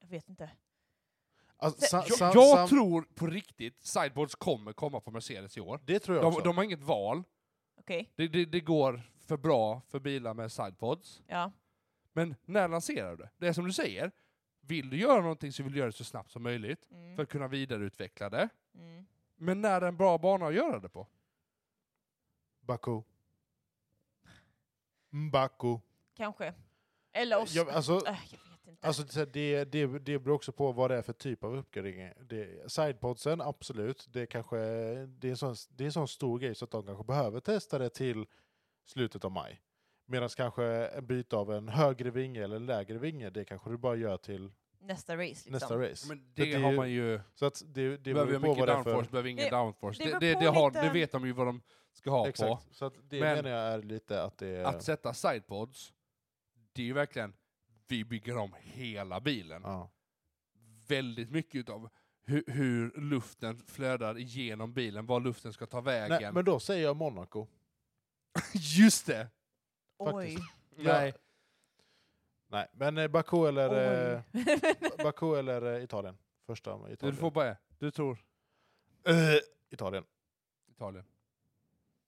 Speaker 3: Jag vet inte.
Speaker 1: Alltså, sa,
Speaker 2: Jag,
Speaker 1: sa,
Speaker 2: jag
Speaker 1: sam-
Speaker 2: tror på riktigt sideboards kommer komma på Mercedes i år.
Speaker 1: det tror jag
Speaker 2: De,
Speaker 1: också.
Speaker 2: de har inget val.
Speaker 3: Okej,
Speaker 2: Det, det, det går för bra för bilar med sidepods.
Speaker 3: ja.
Speaker 2: Men när lanserar du det? Det är som du säger, vill du göra någonting så vill du göra det så snabbt som möjligt
Speaker 3: Mm.
Speaker 2: för att kunna vidareutveckla det.
Speaker 3: Mm.
Speaker 2: Men när är en bra bana att göra det på?
Speaker 1: Baku. Baku.
Speaker 3: Kanske. Eller oss.
Speaker 1: Jag, alltså,
Speaker 3: Äh, jag vet inte.
Speaker 1: Alltså det, det, det, det beror också på vad det är för typ av uppgradering. Det, sidepodsen, absolut. Det, kanske, det, är en sån, det är en sån stor grej så att de kanske behöver testa det till slutet av maj. Medan kanske en byte av en högre vinge eller en lägre vinge, det kanske du bara gör till
Speaker 3: nästa race liksom.
Speaker 1: nästa race.
Speaker 2: Men
Speaker 1: det
Speaker 2: det,
Speaker 1: är
Speaker 2: har
Speaker 1: ju-
Speaker 2: man ju...
Speaker 1: Så att det, det
Speaker 2: behöver
Speaker 1: beror
Speaker 2: jag
Speaker 1: på
Speaker 2: mycket
Speaker 1: vad det är
Speaker 2: downforce,
Speaker 1: för...
Speaker 2: behöver ingen
Speaker 3: Det-
Speaker 2: downforce.
Speaker 3: det
Speaker 2: Det,
Speaker 3: beror
Speaker 2: det,
Speaker 3: på
Speaker 2: det, har,
Speaker 3: lite-
Speaker 2: det vet de ju vad de ska ha på.
Speaker 1: Exakt. Så att det
Speaker 2: Men-
Speaker 1: menar jag är lite att det...
Speaker 2: Att sätta sidepods, det är ju verkligen, vi bygger om hela bilen.
Speaker 1: ja.
Speaker 2: Väldigt mycket utav hur, hur luften flödar igenom bilen, var luften ska ta vägen.
Speaker 1: Nej, men då säger jag Monaco.
Speaker 2: Just det!
Speaker 3: Oj.
Speaker 2: Nej.
Speaker 1: Nej, men eh, Baku eller, eh,
Speaker 3: Oj.
Speaker 1: Baku eller eh, Italien. Första Italien.
Speaker 2: Du får bara Du tror
Speaker 1: Eh, Italien.
Speaker 2: Italien?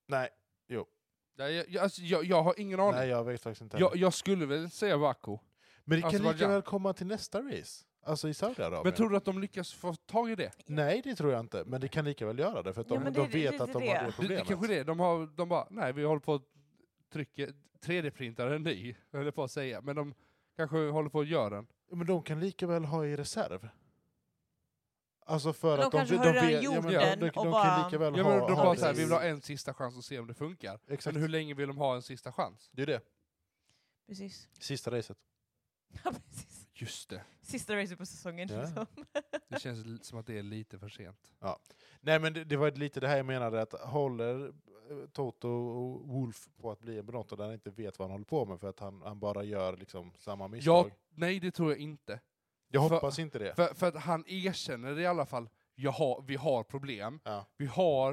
Speaker 1: Nej, jo.
Speaker 2: Nej, jag, jag, alltså, jag, jag har ingen aning.
Speaker 1: Nej, jag vet faktiskt inte.
Speaker 2: jag, jag skulle väl säga Baku.
Speaker 1: men det kan
Speaker 2: Azerbaijan.
Speaker 1: lika väl komma till nästa race. Alltså i Saudiarabien.
Speaker 2: Men tror du att de lyckas få tag i det?
Speaker 1: Nej, det tror jag inte. Men det kan lika väl göra det, för att
Speaker 3: Ja,
Speaker 1: de,
Speaker 3: men
Speaker 1: de
Speaker 3: det- det-
Speaker 1: vet
Speaker 3: det-
Speaker 1: att de
Speaker 3: det-
Speaker 1: har det
Speaker 2: Det, det
Speaker 1: problemet.
Speaker 2: kanske är det. De, har, de bara, nej vi håller på att trycka, 3D-printar en ny, jag höll på att säga. Men de kanske håller på att göra den.
Speaker 1: Men de kan lika väl ha i reserv. Alltså för
Speaker 3: Men de
Speaker 1: att de,
Speaker 3: kanske
Speaker 1: de,
Speaker 3: har
Speaker 1: de
Speaker 3: redan
Speaker 1: vet...
Speaker 3: gjort
Speaker 1: men
Speaker 3: den
Speaker 1: de, de,
Speaker 3: och
Speaker 1: de kan
Speaker 3: bara-
Speaker 1: lika väl
Speaker 2: Ja,
Speaker 1: ha,
Speaker 2: men de
Speaker 1: ha
Speaker 2: bara
Speaker 1: det
Speaker 2: så här,
Speaker 1: i-
Speaker 2: vi vill ha en sista chans och se om det funkar.
Speaker 1: Exakt.
Speaker 2: Men hur länge vill de ha en sista chans?
Speaker 1: Det är det.
Speaker 3: precis.
Speaker 1: Sista racet.
Speaker 3: Ja, precis.
Speaker 2: Just det.
Speaker 3: Sista racet på säsongen.
Speaker 1: Ja.
Speaker 3: Liksom.
Speaker 2: Det känns li- som att det är lite för sent.
Speaker 1: Nej, men det, det var lite det här jag menade, att håller eh, Toto och Wolf på att bli en benådad där han inte vet vad han håller på med för att han, han bara gör liksom samma misstag?
Speaker 2: Jag, nej, det tror jag inte.
Speaker 1: Jag
Speaker 2: För-
Speaker 1: hoppas inte det.
Speaker 2: För, för att han erkänner i alla fall, jag har, vi har problem.
Speaker 1: Ja.
Speaker 2: Vi har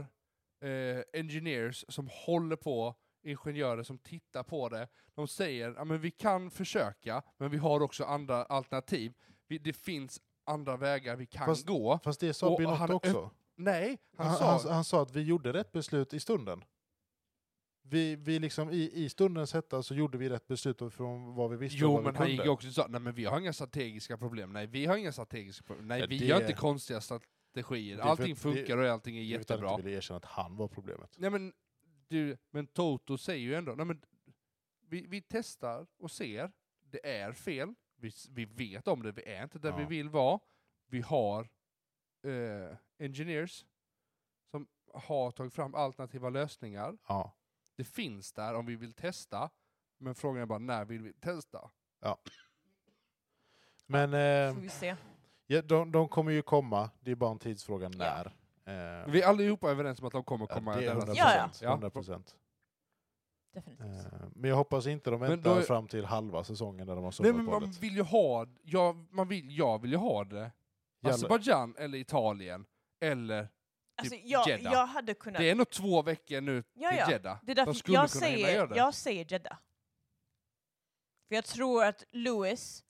Speaker 2: eh, engineers som håller på, ingenjörer som tittar på det. De säger att vi kan försöka, men vi har också andra alternativ. Vi, det finns andra vägar vi kan
Speaker 1: Fast-
Speaker 2: gå.
Speaker 1: Fast det sa
Speaker 2: Och
Speaker 1: Binotto
Speaker 2: han-
Speaker 1: också.
Speaker 2: Nej, han,
Speaker 1: Han, han,
Speaker 2: sa...
Speaker 1: han, sa att vi gjorde rätt beslut i stunden. Vi, vi liksom i, i stundens hetta så gjorde vi rätt beslut utifrån vad vi visste och
Speaker 2: jo,
Speaker 1: vad
Speaker 2: men
Speaker 1: vi
Speaker 2: han gick
Speaker 1: kunde.
Speaker 2: ju också och sa, nej men vi har inga strategiska problem. Nej, vi har inga strategiska problem. Nej,
Speaker 1: Ja,
Speaker 2: vi
Speaker 1: det-
Speaker 2: gör inte konstiga strategier.
Speaker 1: Det är för
Speaker 2: Allting
Speaker 1: att det-
Speaker 2: funkar och allting är
Speaker 1: Utan att
Speaker 2: jättebra.
Speaker 1: inte ville erkänna att han var problemet.
Speaker 2: Nej men, du, men Toto säger ju ändå, nej men, vi, vi testar och ser, det är fel, vi, s- vi vet om det, vi är inte där
Speaker 1: Ja.
Speaker 2: vi vill vara, vi har eh, engineers som har tagit fram alternativa lösningar,
Speaker 1: Ja.
Speaker 2: det finns där om vi vill testa, men frågan är bara när vill vi testa?
Speaker 1: Men
Speaker 2: Ehm,
Speaker 1: eh,
Speaker 3: Får vi se.
Speaker 1: ja, de, de kommer ju komma, det är bara en tidsfråga när. Eh,
Speaker 2: Vi är allihopa överens om att de kommer
Speaker 1: ja,
Speaker 2: komma
Speaker 1: det är
Speaker 2: denna
Speaker 1: 100
Speaker 3: Ja, ja.
Speaker 2: säsong.
Speaker 1: procent. 100 procent.
Speaker 3: Definitivt.
Speaker 1: Eh, men jag hoppas inte de
Speaker 2: Men
Speaker 1: väntar
Speaker 2: då är-
Speaker 1: fram till halva säsongen där de har
Speaker 2: Nej men
Speaker 1: sommaruppehållet.
Speaker 2: man vill ju ha, ja, man vill, jag vill ju ha det,
Speaker 1: Jävlar.
Speaker 2: alltså, Azerbaijan eller Italien, eller
Speaker 3: Alltså,
Speaker 2: typ
Speaker 3: jag,
Speaker 2: Jeddah.
Speaker 3: jag hade kunnat...
Speaker 2: Det är nog två veckor nu till
Speaker 3: Ja, ja.
Speaker 2: Jeddah.
Speaker 3: Det är därför
Speaker 2: De skulle
Speaker 3: jag,
Speaker 2: kunna hinna göra
Speaker 3: säger,
Speaker 2: det.
Speaker 3: jag säger Jeddah. För jag tror att Lewis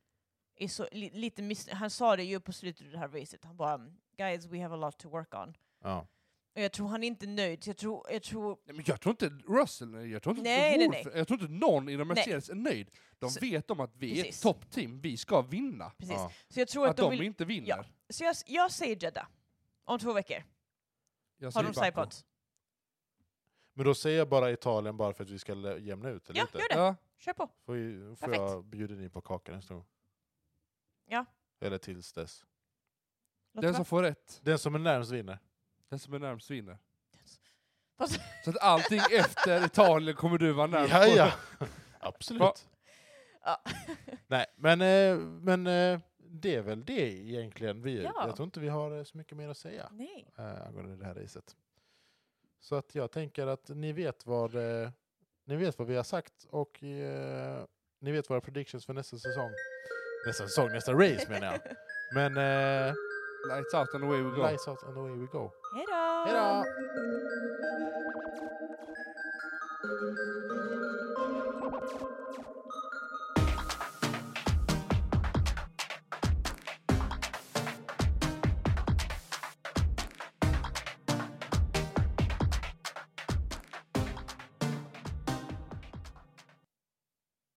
Speaker 3: är så li, "Mm, lite miss... Han sa det ju på slutet av det här racet. Han bara “Guys, we have a lot to work on”.
Speaker 1: Ja.
Speaker 3: Och jag tror han är inte nöjd. så Jag tror, jag tror
Speaker 2: Nej, men jag tror inte Russell, jag tror inte
Speaker 3: Nej, nej, nej.
Speaker 2: Wolf, jag tror inte någon inom
Speaker 3: Nej.
Speaker 2: Mercedes är nöjd. De
Speaker 3: Så-
Speaker 2: vet om att vi är
Speaker 3: Precis.
Speaker 2: ett toppteam, vi ska vinna.
Speaker 3: precis.
Speaker 1: Ja.
Speaker 3: Så jag tror att,
Speaker 2: att
Speaker 3: de
Speaker 2: de,
Speaker 3: vill...
Speaker 2: inte vinner.
Speaker 3: Ja. Så jag, jag säger Jeddah. Om två veckor. Har
Speaker 2: Jag säger
Speaker 3: de
Speaker 2: Baku.
Speaker 3: Cypods?
Speaker 1: Men då säger jag bara Italien bara för att vi ska lä- jämna ut det
Speaker 3: Ja,
Speaker 1: lite.
Speaker 3: gör det.
Speaker 2: Ja,
Speaker 3: Kör på.
Speaker 1: Får, ju- får
Speaker 3: Perfekt.
Speaker 1: jag bjuda in på kakan en stund?
Speaker 3: Ja.
Speaker 1: Eller tills dess.
Speaker 3: Låter
Speaker 2: den
Speaker 3: bra.
Speaker 2: som får rätt,
Speaker 1: Den som är närmast vinner.
Speaker 2: den som är närmst vinner.
Speaker 3: Fast-
Speaker 2: Så att allting efter Italien kommer du vara närmast.
Speaker 1: Ja, ja. Absolut.
Speaker 3: Ja.
Speaker 1: Nej, men, eh, men eh, det är väl det egentligen. Vi,
Speaker 3: Ja.
Speaker 1: Jag tror inte vi har eh, så mycket mer att säga
Speaker 3: Nej.
Speaker 1: eh, angående det här racet. Så att jag tänker att ni vet vad, eh, ni vet vad vi har sagt och eh, ni vet våra predictions för nästa säsong. Nästa säsong, nästa race menar jag. Men eh,
Speaker 2: Lights out and away we go.
Speaker 1: lights out and away we go.
Speaker 3: Hejdå!
Speaker 1: Hej då!